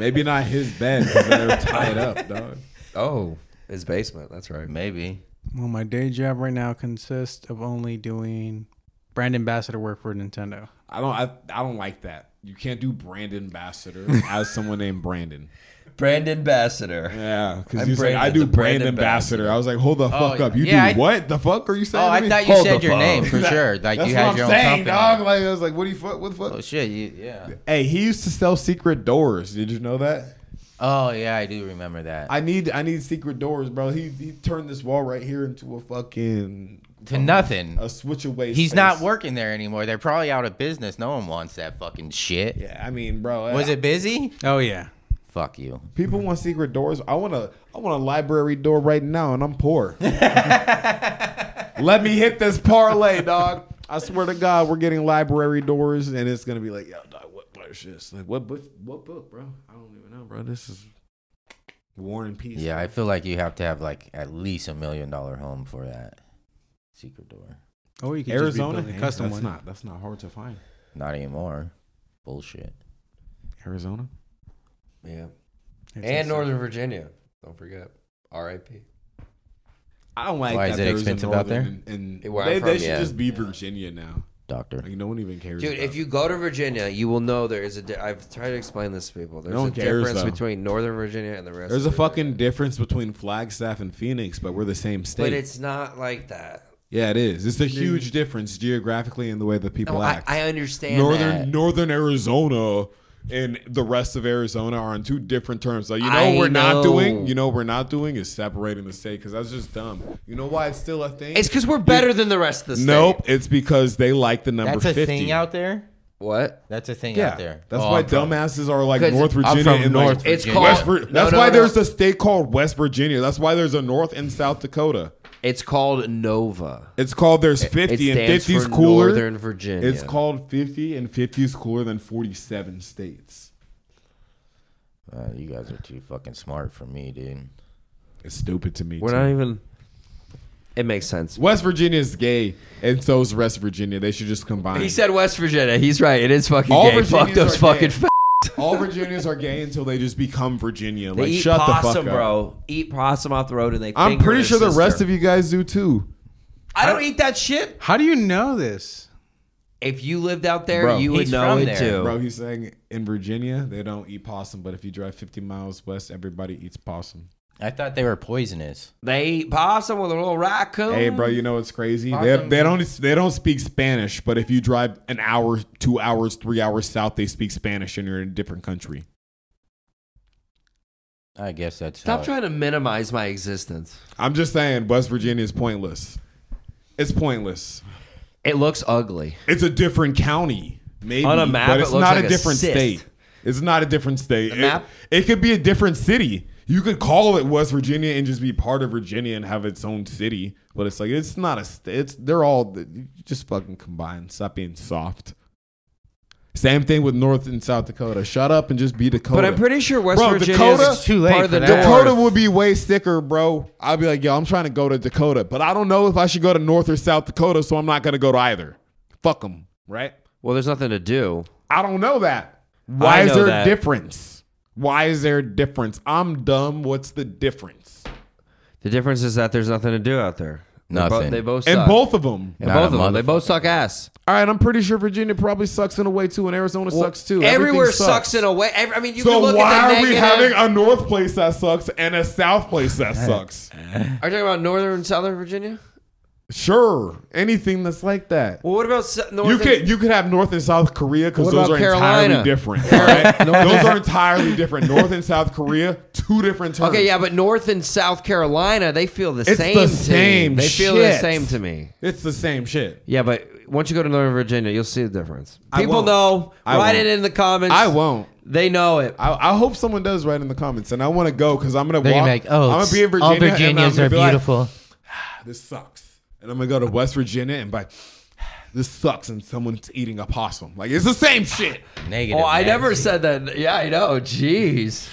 [SPEAKER 2] Maybe not his bed because they're tied up, dog.
[SPEAKER 1] Oh, his basement. That's right.
[SPEAKER 4] Maybe.
[SPEAKER 5] Well, my day job right now consists of only doing brand ambassador work for Nintendo.
[SPEAKER 2] I don't. I, I don't like that. You can't do brand ambassador as someone named Brandon.
[SPEAKER 1] Brandon Bassiter.
[SPEAKER 2] Yeah, because
[SPEAKER 1] I'm
[SPEAKER 2] he's like, I
[SPEAKER 1] Brandon,
[SPEAKER 2] do
[SPEAKER 1] the brand
[SPEAKER 2] brand ambassador. I was like, hold the fuck
[SPEAKER 4] yeah.
[SPEAKER 2] up. You
[SPEAKER 4] Oh, Yeah, I-
[SPEAKER 2] do what? The fuck are you saying?
[SPEAKER 4] Oh,
[SPEAKER 2] to
[SPEAKER 4] I
[SPEAKER 2] me?
[SPEAKER 4] thought you
[SPEAKER 1] Hold
[SPEAKER 4] said
[SPEAKER 1] the
[SPEAKER 4] your
[SPEAKER 1] phone.
[SPEAKER 4] name for sure. Like
[SPEAKER 2] That's
[SPEAKER 4] you
[SPEAKER 2] what
[SPEAKER 4] had
[SPEAKER 2] I'm
[SPEAKER 4] your own
[SPEAKER 2] saying,
[SPEAKER 4] company.
[SPEAKER 2] dog. Like I was like, what do you fuck? What the fuck?
[SPEAKER 4] Oh shit, you, yeah.
[SPEAKER 2] Hey, he used to sell secret doors. Did you know that?
[SPEAKER 4] Oh yeah, I do remember that.
[SPEAKER 2] I need I need secret doors, bro. He he turned this wall right here into a fucking
[SPEAKER 4] to nothing.
[SPEAKER 2] a switch away.
[SPEAKER 4] He's
[SPEAKER 2] space.
[SPEAKER 4] not working there anymore. They're probably out of business. No one wants that fucking shit.
[SPEAKER 2] Yeah, I mean, bro.
[SPEAKER 4] Was
[SPEAKER 2] I-
[SPEAKER 4] it busy?
[SPEAKER 5] Oh yeah,
[SPEAKER 4] Fuck you.
[SPEAKER 2] People want secret doors. I want a I want a library door right now, and I'm poor. Let me hit this parlay, dog. I swear to God, we're getting library doors, and it's gonna be like, yo, dog, what what is this? Like, what book? What book, bro? I don't even know, bro. This is War and Peace.
[SPEAKER 4] Yeah, I feel like you have to have like at least a million dollar home for that secret door.
[SPEAKER 5] oh you can
[SPEAKER 2] Arizona.
[SPEAKER 5] just be building
[SPEAKER 2] Hey,
[SPEAKER 5] a custom
[SPEAKER 2] that's
[SPEAKER 5] one.
[SPEAKER 2] not that's not hard to find.
[SPEAKER 4] Not anymore. Bullshit.
[SPEAKER 2] Arizona.
[SPEAKER 1] Yeah.
[SPEAKER 5] It's
[SPEAKER 1] And
[SPEAKER 5] insane.
[SPEAKER 1] Northern Virginia. Don't forget. R.I.P.
[SPEAKER 2] I don't like.
[SPEAKER 4] Why is
[SPEAKER 2] that
[SPEAKER 4] it
[SPEAKER 2] there's a
[SPEAKER 4] expensive out there?
[SPEAKER 2] northern And, and
[SPEAKER 1] Where I'm
[SPEAKER 2] they,
[SPEAKER 1] from,
[SPEAKER 2] they should
[SPEAKER 1] yeah.
[SPEAKER 2] just be Virginia now.
[SPEAKER 4] Doctor.
[SPEAKER 2] Like no one even cares.
[SPEAKER 1] Dude,
[SPEAKER 2] about
[SPEAKER 1] if you go to Virginia, you will know there is a. Di- I've tried to explain this to people. There's
[SPEAKER 2] No
[SPEAKER 1] a
[SPEAKER 2] one cares,
[SPEAKER 1] difference
[SPEAKER 2] though.
[SPEAKER 1] between Northern Virginia and the rest.
[SPEAKER 2] There's a
[SPEAKER 1] of Virginia.
[SPEAKER 2] fucking difference between Flagstaff and Phoenix, but we're the same state.
[SPEAKER 1] But it's not like that.
[SPEAKER 2] yeah, it is. It's a huge difference geographically in the way that people
[SPEAKER 1] No, Oh, I,
[SPEAKER 2] act.
[SPEAKER 1] I understand
[SPEAKER 2] northern
[SPEAKER 1] that.
[SPEAKER 2] Northern Arizona and the rest of Arizona are on two different terms. Like you know,
[SPEAKER 1] I
[SPEAKER 2] what we're not
[SPEAKER 1] know.
[SPEAKER 2] doing. You know, what we're not doing is separating the state because that's just dumb. You know why it's still a thing?
[SPEAKER 1] It's because we're better than the rest of the state.
[SPEAKER 2] nope. It's because they like the number
[SPEAKER 4] That's a
[SPEAKER 2] fifty.
[SPEAKER 4] thing out there.
[SPEAKER 1] What?
[SPEAKER 4] That's a thing
[SPEAKER 2] yeah,
[SPEAKER 4] out there.
[SPEAKER 2] that's
[SPEAKER 4] Oh,
[SPEAKER 2] why
[SPEAKER 4] I'm from-
[SPEAKER 2] dumbasses are like
[SPEAKER 1] 'Cause
[SPEAKER 2] North
[SPEAKER 1] I'm
[SPEAKER 2] Virginia
[SPEAKER 4] from
[SPEAKER 2] and
[SPEAKER 4] North
[SPEAKER 2] like
[SPEAKER 4] Virginia.
[SPEAKER 1] It's called.
[SPEAKER 2] West Vir-
[SPEAKER 1] no,
[SPEAKER 2] that's
[SPEAKER 1] no,
[SPEAKER 2] why
[SPEAKER 1] no.
[SPEAKER 2] there's a state called West Virginia. That's why there's a North and South Dakota.
[SPEAKER 1] It's called Nova.
[SPEAKER 2] It's called there's 50
[SPEAKER 1] it
[SPEAKER 2] and
[SPEAKER 1] stands
[SPEAKER 2] 50s
[SPEAKER 1] for
[SPEAKER 2] cooler.
[SPEAKER 1] Northern Virginia.
[SPEAKER 2] It's called 50 and 50s cooler than 47 states.
[SPEAKER 4] Uh, you guys are too fucking smart for me, dude.
[SPEAKER 2] It's stupid to me.
[SPEAKER 1] We're
[SPEAKER 2] too.
[SPEAKER 1] not even. It makes sense.
[SPEAKER 2] West Virginia is gay, and so is the rest of Virginia. They should just combine.
[SPEAKER 1] He said West Virginia. He's right. It is fucking
[SPEAKER 2] All
[SPEAKER 1] gay. Fuck
[SPEAKER 2] Virginians
[SPEAKER 1] those
[SPEAKER 2] are
[SPEAKER 1] fucking.
[SPEAKER 2] gay.
[SPEAKER 1] F-
[SPEAKER 2] all Virginians are gay until they just become Virginia.
[SPEAKER 1] they
[SPEAKER 2] Like
[SPEAKER 1] eat
[SPEAKER 2] shut the
[SPEAKER 1] possum,
[SPEAKER 2] fuck up,
[SPEAKER 1] bro. Eat possum off the road, and they.
[SPEAKER 2] I'm
[SPEAKER 1] finger
[SPEAKER 2] pretty
[SPEAKER 1] their
[SPEAKER 2] sure the rest
[SPEAKER 1] sister.
[SPEAKER 2] of you guys do too.
[SPEAKER 1] I don't eat that shit.
[SPEAKER 5] How do you know this?
[SPEAKER 1] If you lived out there,
[SPEAKER 2] Bro,
[SPEAKER 1] you would
[SPEAKER 4] he's
[SPEAKER 1] know
[SPEAKER 4] from
[SPEAKER 1] it
[SPEAKER 4] there,
[SPEAKER 1] too.
[SPEAKER 2] Bro, he's saying in Virginia they don't eat possum, but if you drive 50 miles west, everybody eats possum.
[SPEAKER 4] I thought they were poisonous.
[SPEAKER 1] They eat possum with a little raccoon.
[SPEAKER 2] Hey, bro, you know what's crazy? They, they don't they don't speak Spanish, but if you drive an hour, two hours, three hours south, they speak Spanish, and you're in a different country.
[SPEAKER 4] I guess that's
[SPEAKER 1] Stop
[SPEAKER 4] how it-
[SPEAKER 1] trying to minimize my existence.
[SPEAKER 2] I'm just saying, West Virginia is pointless. It's pointless.
[SPEAKER 1] It looks ugly.
[SPEAKER 2] It's a different county, maybe
[SPEAKER 1] On a map,
[SPEAKER 2] but
[SPEAKER 1] it
[SPEAKER 2] it's
[SPEAKER 1] looks
[SPEAKER 2] not
[SPEAKER 1] like
[SPEAKER 2] a
[SPEAKER 1] a
[SPEAKER 2] different
[SPEAKER 1] cyst.
[SPEAKER 2] state. It's not a different state.
[SPEAKER 1] The
[SPEAKER 2] It-
[SPEAKER 1] map?
[SPEAKER 2] It, could be a different city. You could call it West Virginia and just be part of Virginia and have its own city, but it's like it's not a. st- It's they're all you just fucking combined. Stop being soft. Same thing with North and South Dakota. Shut up and just be Dakota.
[SPEAKER 1] But I'm pretty sure West
[SPEAKER 2] Bro,
[SPEAKER 1] Virginia
[SPEAKER 2] Dakota-
[SPEAKER 1] is
[SPEAKER 2] It's
[SPEAKER 5] too late
[SPEAKER 1] part of the
[SPEAKER 5] for that.
[SPEAKER 1] North.
[SPEAKER 2] Dakota would be way sicker, bro. I'd be like, yo, I'm trying to go to Dakota, but I don't know if I should go to North or South Dakota, so I'm not gonna go to either. Fuck them, right?
[SPEAKER 1] Well, there's nothing to do.
[SPEAKER 2] I don't know that. Why is
[SPEAKER 1] know
[SPEAKER 2] there
[SPEAKER 1] that.
[SPEAKER 2] a difference? Why is there a difference? I'm dumb. What's the difference?
[SPEAKER 1] The difference is that there's nothing to do out there. They're bo-
[SPEAKER 4] Nothing.
[SPEAKER 1] They both
[SPEAKER 2] And
[SPEAKER 1] suck.
[SPEAKER 2] both of them.
[SPEAKER 1] And
[SPEAKER 4] Not
[SPEAKER 1] both
[SPEAKER 4] a
[SPEAKER 1] of them. They
[SPEAKER 4] motherfucker.
[SPEAKER 1] both suck ass.
[SPEAKER 2] All right, I'm pretty sure Virginia probably sucks in a way too, and Arizona sucks too. Everything
[SPEAKER 1] Everywhere sucks. in a way. Every, I mean, you can
[SPEAKER 2] So
[SPEAKER 1] look at
[SPEAKER 2] why
[SPEAKER 1] the
[SPEAKER 2] are we
[SPEAKER 1] negative-
[SPEAKER 2] having a north place that sucks and a south place that sucks?
[SPEAKER 1] Are you talking about northern and southern Virginia?
[SPEAKER 2] Sure, anything that's like that.
[SPEAKER 1] Well, what about se- northern?
[SPEAKER 2] You could you could have North and South Korea because
[SPEAKER 1] What
[SPEAKER 2] those
[SPEAKER 1] about
[SPEAKER 2] are
[SPEAKER 1] Carolina?
[SPEAKER 2] entirely different. all right? those are entirely different. North and South Korea, two different terms.
[SPEAKER 1] Okay, yeah, but North and South Carolina, they feel the
[SPEAKER 2] It's
[SPEAKER 1] same.
[SPEAKER 2] the
[SPEAKER 1] to
[SPEAKER 2] same
[SPEAKER 1] Me. They feel the
[SPEAKER 2] shit.
[SPEAKER 1] same to me.
[SPEAKER 2] it's the same shit.
[SPEAKER 1] Yeah, but once you go to Northern Virginia, you'll see the difference.
[SPEAKER 2] I
[SPEAKER 1] People
[SPEAKER 2] won't.
[SPEAKER 1] know.
[SPEAKER 2] I
[SPEAKER 1] write
[SPEAKER 2] won't.
[SPEAKER 1] it in the comments.
[SPEAKER 2] I won't.
[SPEAKER 1] They know it.
[SPEAKER 2] I, I hope someone does write in the comments, and I want to go because I'm gonna
[SPEAKER 3] They're
[SPEAKER 2] walk.
[SPEAKER 3] gonna be like, oh,
[SPEAKER 2] I'm gonna be in Virginia.
[SPEAKER 3] all
[SPEAKER 2] and I'm
[SPEAKER 3] Virginians
[SPEAKER 2] gonna
[SPEAKER 3] are
[SPEAKER 2] be like, "Ah,
[SPEAKER 3] beautiful.
[SPEAKER 2] this sucks, and I'm gonna go to West Virginia and be like, "Ah, this sucks, and someone's eating a possum. Like it's the same shit.
[SPEAKER 4] negative.
[SPEAKER 1] Oh, I
[SPEAKER 4] man.
[SPEAKER 1] never said that. Yeah, I know. Jeez.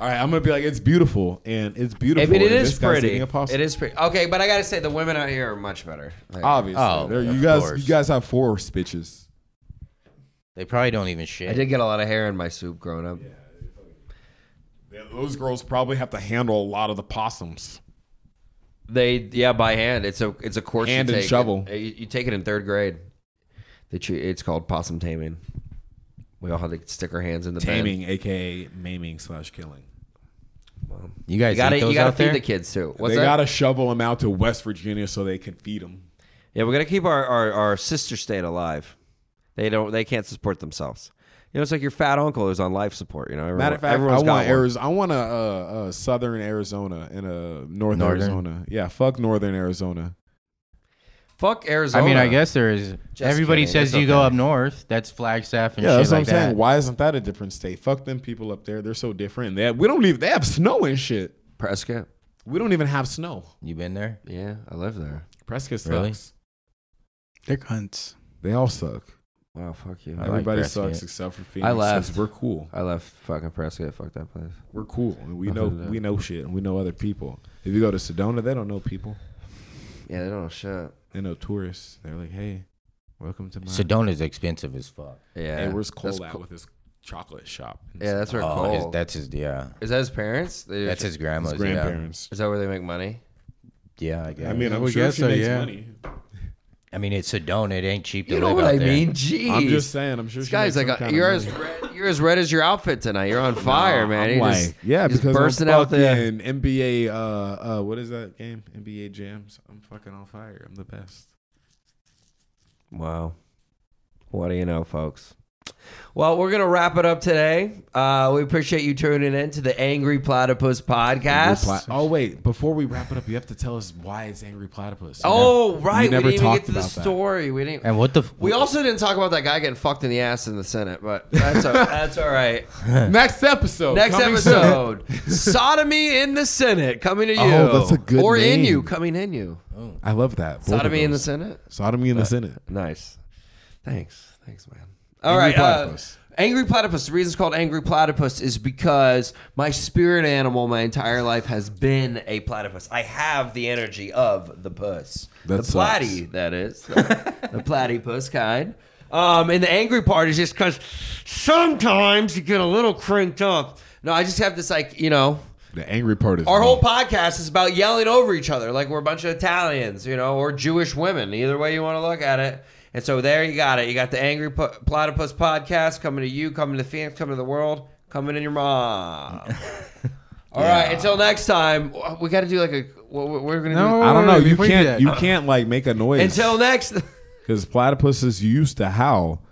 [SPEAKER 2] All right, I'm gonna be like, it's beautiful, and it's
[SPEAKER 1] I
[SPEAKER 2] beautiful.
[SPEAKER 1] mean, it
[SPEAKER 2] and
[SPEAKER 1] is
[SPEAKER 2] this guy's
[SPEAKER 1] pretty.
[SPEAKER 2] eating a possum.
[SPEAKER 1] It is pretty. Okay, but I gotta say the women out here are much better. Like,
[SPEAKER 2] obviously.
[SPEAKER 4] Oh,
[SPEAKER 2] There- you
[SPEAKER 4] of
[SPEAKER 2] guys,
[SPEAKER 4] course.
[SPEAKER 2] you guys have four bitches.
[SPEAKER 4] They probably don't even
[SPEAKER 1] I
[SPEAKER 4] shit.
[SPEAKER 1] did get a lot of hair in my soup growing up.
[SPEAKER 2] Yeah, those girls probably have to handle a lot of the possums.
[SPEAKER 1] They yeah by hand. It's a it's a course.
[SPEAKER 2] Hand
[SPEAKER 1] you
[SPEAKER 2] and
[SPEAKER 1] take. Uh,
[SPEAKER 2] shovel.
[SPEAKER 1] You, you take it in third grade. They tre- it's called possum taming. We all had to stick our hands in the
[SPEAKER 2] Taming, aka maiming slash killing.
[SPEAKER 1] Bed.
[SPEAKER 4] You
[SPEAKER 1] You
[SPEAKER 4] guys
[SPEAKER 1] gotta
[SPEAKER 4] eat those
[SPEAKER 1] you gotta
[SPEAKER 4] out
[SPEAKER 1] feed
[SPEAKER 4] there?
[SPEAKER 1] the kids too. What's
[SPEAKER 2] they
[SPEAKER 1] that?
[SPEAKER 2] gotta shovel them out to West Virginia so they can feed them.
[SPEAKER 1] yeah, we gotta keep our, our our sister state alive. They don't they can't support themselves. You know, it's like your fat uncle who's on life support. You know, everyone,
[SPEAKER 2] Matter of fact,
[SPEAKER 1] everyone's
[SPEAKER 2] I
[SPEAKER 1] got
[SPEAKER 2] want
[SPEAKER 1] one.
[SPEAKER 2] Arizona. I want a, uh uh southern Arizona and a north
[SPEAKER 4] Northern?
[SPEAKER 2] Arizona. Yeah, fuck northern Arizona.
[SPEAKER 1] Fuck
[SPEAKER 5] I
[SPEAKER 1] Arizona.
[SPEAKER 5] mean, I guess there is.
[SPEAKER 1] Just
[SPEAKER 5] everybody
[SPEAKER 1] kidding.
[SPEAKER 5] says
[SPEAKER 1] It's
[SPEAKER 5] you go
[SPEAKER 1] okay.
[SPEAKER 5] up north. That's Flagstaff and
[SPEAKER 2] Yeah,
[SPEAKER 5] shit
[SPEAKER 2] that's what I'm
[SPEAKER 5] like
[SPEAKER 2] saying.
[SPEAKER 5] that.
[SPEAKER 2] Why isn't that a different state? Fuck them people up there. They're so different. They have, we don't even. They have snow and shit.
[SPEAKER 1] Prescott.
[SPEAKER 2] We don't even have snow.
[SPEAKER 4] You been there?
[SPEAKER 1] Yeah, I live there.
[SPEAKER 2] Prescott sucks.
[SPEAKER 4] Really?
[SPEAKER 5] They're cunts.
[SPEAKER 2] They all suck.
[SPEAKER 1] Wow, fuck you.
[SPEAKER 4] I like
[SPEAKER 2] Everybody
[SPEAKER 4] Prescott.
[SPEAKER 2] sucks except for Phoenix. 'cause
[SPEAKER 1] laughed.
[SPEAKER 2] We're cool.
[SPEAKER 1] I left fucking Prescott. Fuck that place.
[SPEAKER 2] We're cool. and We
[SPEAKER 1] I've
[SPEAKER 2] know
[SPEAKER 1] heard that.
[SPEAKER 2] we know shit and we know other people. If you go to Sedona, they don't know people.
[SPEAKER 1] Yeah, they don't know shit.
[SPEAKER 2] They know tourists. They're like, hey, welcome to my
[SPEAKER 4] Sedona's expensive as fuck.
[SPEAKER 1] Yeah.
[SPEAKER 2] Hey, where's Cole
[SPEAKER 1] That's
[SPEAKER 2] at
[SPEAKER 1] Cole-
[SPEAKER 2] with his chocolate shop?
[SPEAKER 1] Yeah, that's where
[SPEAKER 4] Oh,
[SPEAKER 1] Cole.
[SPEAKER 4] his, that's his. Yeah,
[SPEAKER 1] Is that his parents? They-
[SPEAKER 4] that's his grandma's.
[SPEAKER 2] his grandparents.
[SPEAKER 1] Is that where they make money?
[SPEAKER 4] Yeah, yeah. I guess.
[SPEAKER 2] I mean, uh,
[SPEAKER 5] I
[SPEAKER 2] I'm
[SPEAKER 5] would
[SPEAKER 2] sure
[SPEAKER 5] guess
[SPEAKER 2] she
[SPEAKER 5] so,
[SPEAKER 2] makes
[SPEAKER 5] yeah.
[SPEAKER 2] money.
[SPEAKER 4] I mean, it's Sedona. It ain't cheap to
[SPEAKER 1] You
[SPEAKER 4] live
[SPEAKER 1] know what
[SPEAKER 4] out
[SPEAKER 1] I
[SPEAKER 4] there.
[SPEAKER 1] mean? Jeez.
[SPEAKER 2] I'm just saying. I'm sure
[SPEAKER 1] This
[SPEAKER 2] she
[SPEAKER 1] guy's
[SPEAKER 2] makes
[SPEAKER 1] like,
[SPEAKER 2] some
[SPEAKER 1] a,
[SPEAKER 2] kinda
[SPEAKER 1] you're
[SPEAKER 2] money.
[SPEAKER 1] as red, you're as red as your outfit tonight. You're on fire, man.
[SPEAKER 2] I'm
[SPEAKER 1] You
[SPEAKER 2] like,
[SPEAKER 1] just,
[SPEAKER 2] yeah,
[SPEAKER 1] you just
[SPEAKER 2] because
[SPEAKER 1] bursting
[SPEAKER 2] I'm
[SPEAKER 1] out there.
[SPEAKER 2] fucking NBA. Uh, uh, what is that game? NBA jams. I'm fucking on fire. I'm the best.
[SPEAKER 1] Wow. What do you know, folks? Well, we're gonna wrap it up today. Uh, we appreciate you tuning in to the Angry Platypus podcast.
[SPEAKER 2] Oh wait, before we wrap it up, you have to tell us why it's Angry Platypus.
[SPEAKER 1] oh, right. We
[SPEAKER 2] never
[SPEAKER 1] didn't even
[SPEAKER 2] talked
[SPEAKER 1] get to the
[SPEAKER 2] about that.
[SPEAKER 1] story. We didn't.
[SPEAKER 4] And what the? F-
[SPEAKER 1] We also didn't talk about that guy getting fucked in the ass in the Senate, but that's a, that's all right.
[SPEAKER 2] Next episode.
[SPEAKER 1] Next
[SPEAKER 2] Oh, coming soon. Oh,
[SPEAKER 1] episode, sodomy in the Senate coming to you.
[SPEAKER 2] that's a good
[SPEAKER 1] Or in
[SPEAKER 2] name.
[SPEAKER 1] you coming in you.
[SPEAKER 2] I love that. Both of
[SPEAKER 1] sodomy in the
[SPEAKER 2] those.
[SPEAKER 1] Senate.
[SPEAKER 2] Sodomy in the Senate.
[SPEAKER 1] Nice. Thanks. Thanks, man. All
[SPEAKER 2] Angry
[SPEAKER 1] right. uh,
[SPEAKER 2] Platypus.
[SPEAKER 1] Angry Platypus. The reason it's called Angry Platypus is because my spirit animal my entire life has been a platypus. I have the energy of the puss.
[SPEAKER 2] That
[SPEAKER 1] the
[SPEAKER 2] sucks.
[SPEAKER 1] platy, that is. The, the platypus kind. Um, and the angry part is just because sometimes you get a little cranked up. No, I just have this, like, you know,
[SPEAKER 2] The angry part is
[SPEAKER 1] our
[SPEAKER 2] me.
[SPEAKER 1] whole podcast is about yelling over each other like we're a bunch of Italians, you know, or Jewish women, either way you want to look at it. And so there you got it. You got the Angry P- Platypus podcast coming to you, coming to Phoenix, coming to the world, coming in your mom. All right, until next time, we got to do like a. what- what We're gonna
[SPEAKER 5] No.
[SPEAKER 1] do.
[SPEAKER 2] I don't know. You
[SPEAKER 5] Before you do
[SPEAKER 2] can't.
[SPEAKER 5] that-
[SPEAKER 2] You can't like make a noise
[SPEAKER 1] Until next.
[SPEAKER 2] because platypuses used to howl.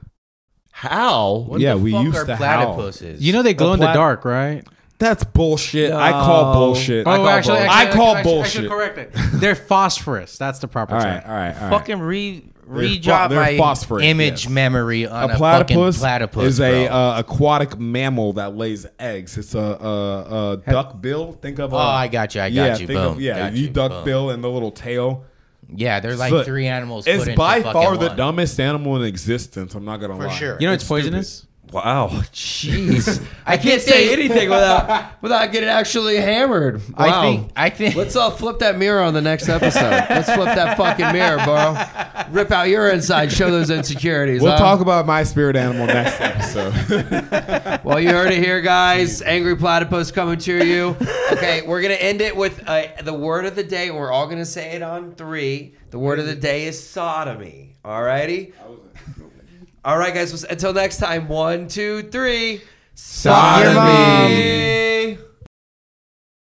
[SPEAKER 1] How?
[SPEAKER 4] What
[SPEAKER 2] yeah,
[SPEAKER 4] the
[SPEAKER 2] we
[SPEAKER 4] fuck
[SPEAKER 2] used
[SPEAKER 4] are
[SPEAKER 2] to howl.
[SPEAKER 4] platypuses.
[SPEAKER 5] You know they glow in
[SPEAKER 2] plat-
[SPEAKER 5] the dark, right?
[SPEAKER 2] That's bullshit. I call
[SPEAKER 1] No.
[SPEAKER 2] bullshit.
[SPEAKER 1] I
[SPEAKER 5] oh,
[SPEAKER 1] call
[SPEAKER 5] actually,
[SPEAKER 1] bull-
[SPEAKER 5] actually,
[SPEAKER 2] I call
[SPEAKER 5] actually,
[SPEAKER 2] bullshit.
[SPEAKER 5] Actually, correct it. They're phosphorus. That's the proper
[SPEAKER 2] all
[SPEAKER 5] term.
[SPEAKER 2] right, all right, all right.
[SPEAKER 4] fucking re re
[SPEAKER 2] They're fo-
[SPEAKER 4] jog
[SPEAKER 2] they're
[SPEAKER 4] my
[SPEAKER 2] phosphorus,
[SPEAKER 4] image
[SPEAKER 2] yes.
[SPEAKER 4] memory on a,
[SPEAKER 2] a platypus,
[SPEAKER 4] fucking platypus
[SPEAKER 2] is a
[SPEAKER 4] bro.
[SPEAKER 2] uh, aquatic mammal that lays eggs. It's a, a, a duck bill. Think of a,
[SPEAKER 4] Oh, I got you. I got
[SPEAKER 2] yeah,
[SPEAKER 4] you.
[SPEAKER 2] think
[SPEAKER 4] Boom.
[SPEAKER 2] of- yeah,
[SPEAKER 4] Got
[SPEAKER 2] you,
[SPEAKER 4] you.
[SPEAKER 2] duck
[SPEAKER 4] Boom.
[SPEAKER 2] bill and the little tail.
[SPEAKER 4] yeah, they're like
[SPEAKER 2] Look,
[SPEAKER 4] three animals.
[SPEAKER 2] It's
[SPEAKER 4] put into
[SPEAKER 2] by
[SPEAKER 4] fucking
[SPEAKER 2] far the
[SPEAKER 4] one.
[SPEAKER 2] dumbest animal in existence. I'm not gonna
[SPEAKER 4] For
[SPEAKER 2] lie.
[SPEAKER 4] sure.
[SPEAKER 5] You know it's, poisonous.
[SPEAKER 1] Wow, jeez. I
[SPEAKER 4] can't
[SPEAKER 1] can't say
[SPEAKER 4] say-
[SPEAKER 1] anything without without getting actually hammered. Wow.
[SPEAKER 4] I think. I think.
[SPEAKER 1] Let's all flip that mirror on the next episode. Let's flip that fucking mirror, bro. Rip out your inside, show those insecurities.
[SPEAKER 2] We'll
[SPEAKER 4] Um,
[SPEAKER 1] huh?
[SPEAKER 2] talk about my spirit animal next episode.
[SPEAKER 1] Well, you heard it here, guys. Angry platypus coming to you. Okay, we're gonna end it with uh, the word of the day, and we're all gonna say it on three. The word of the day is sodomy. Alrighty. All right, guys. Until next time. One, two, three.
[SPEAKER 2] Sodomy.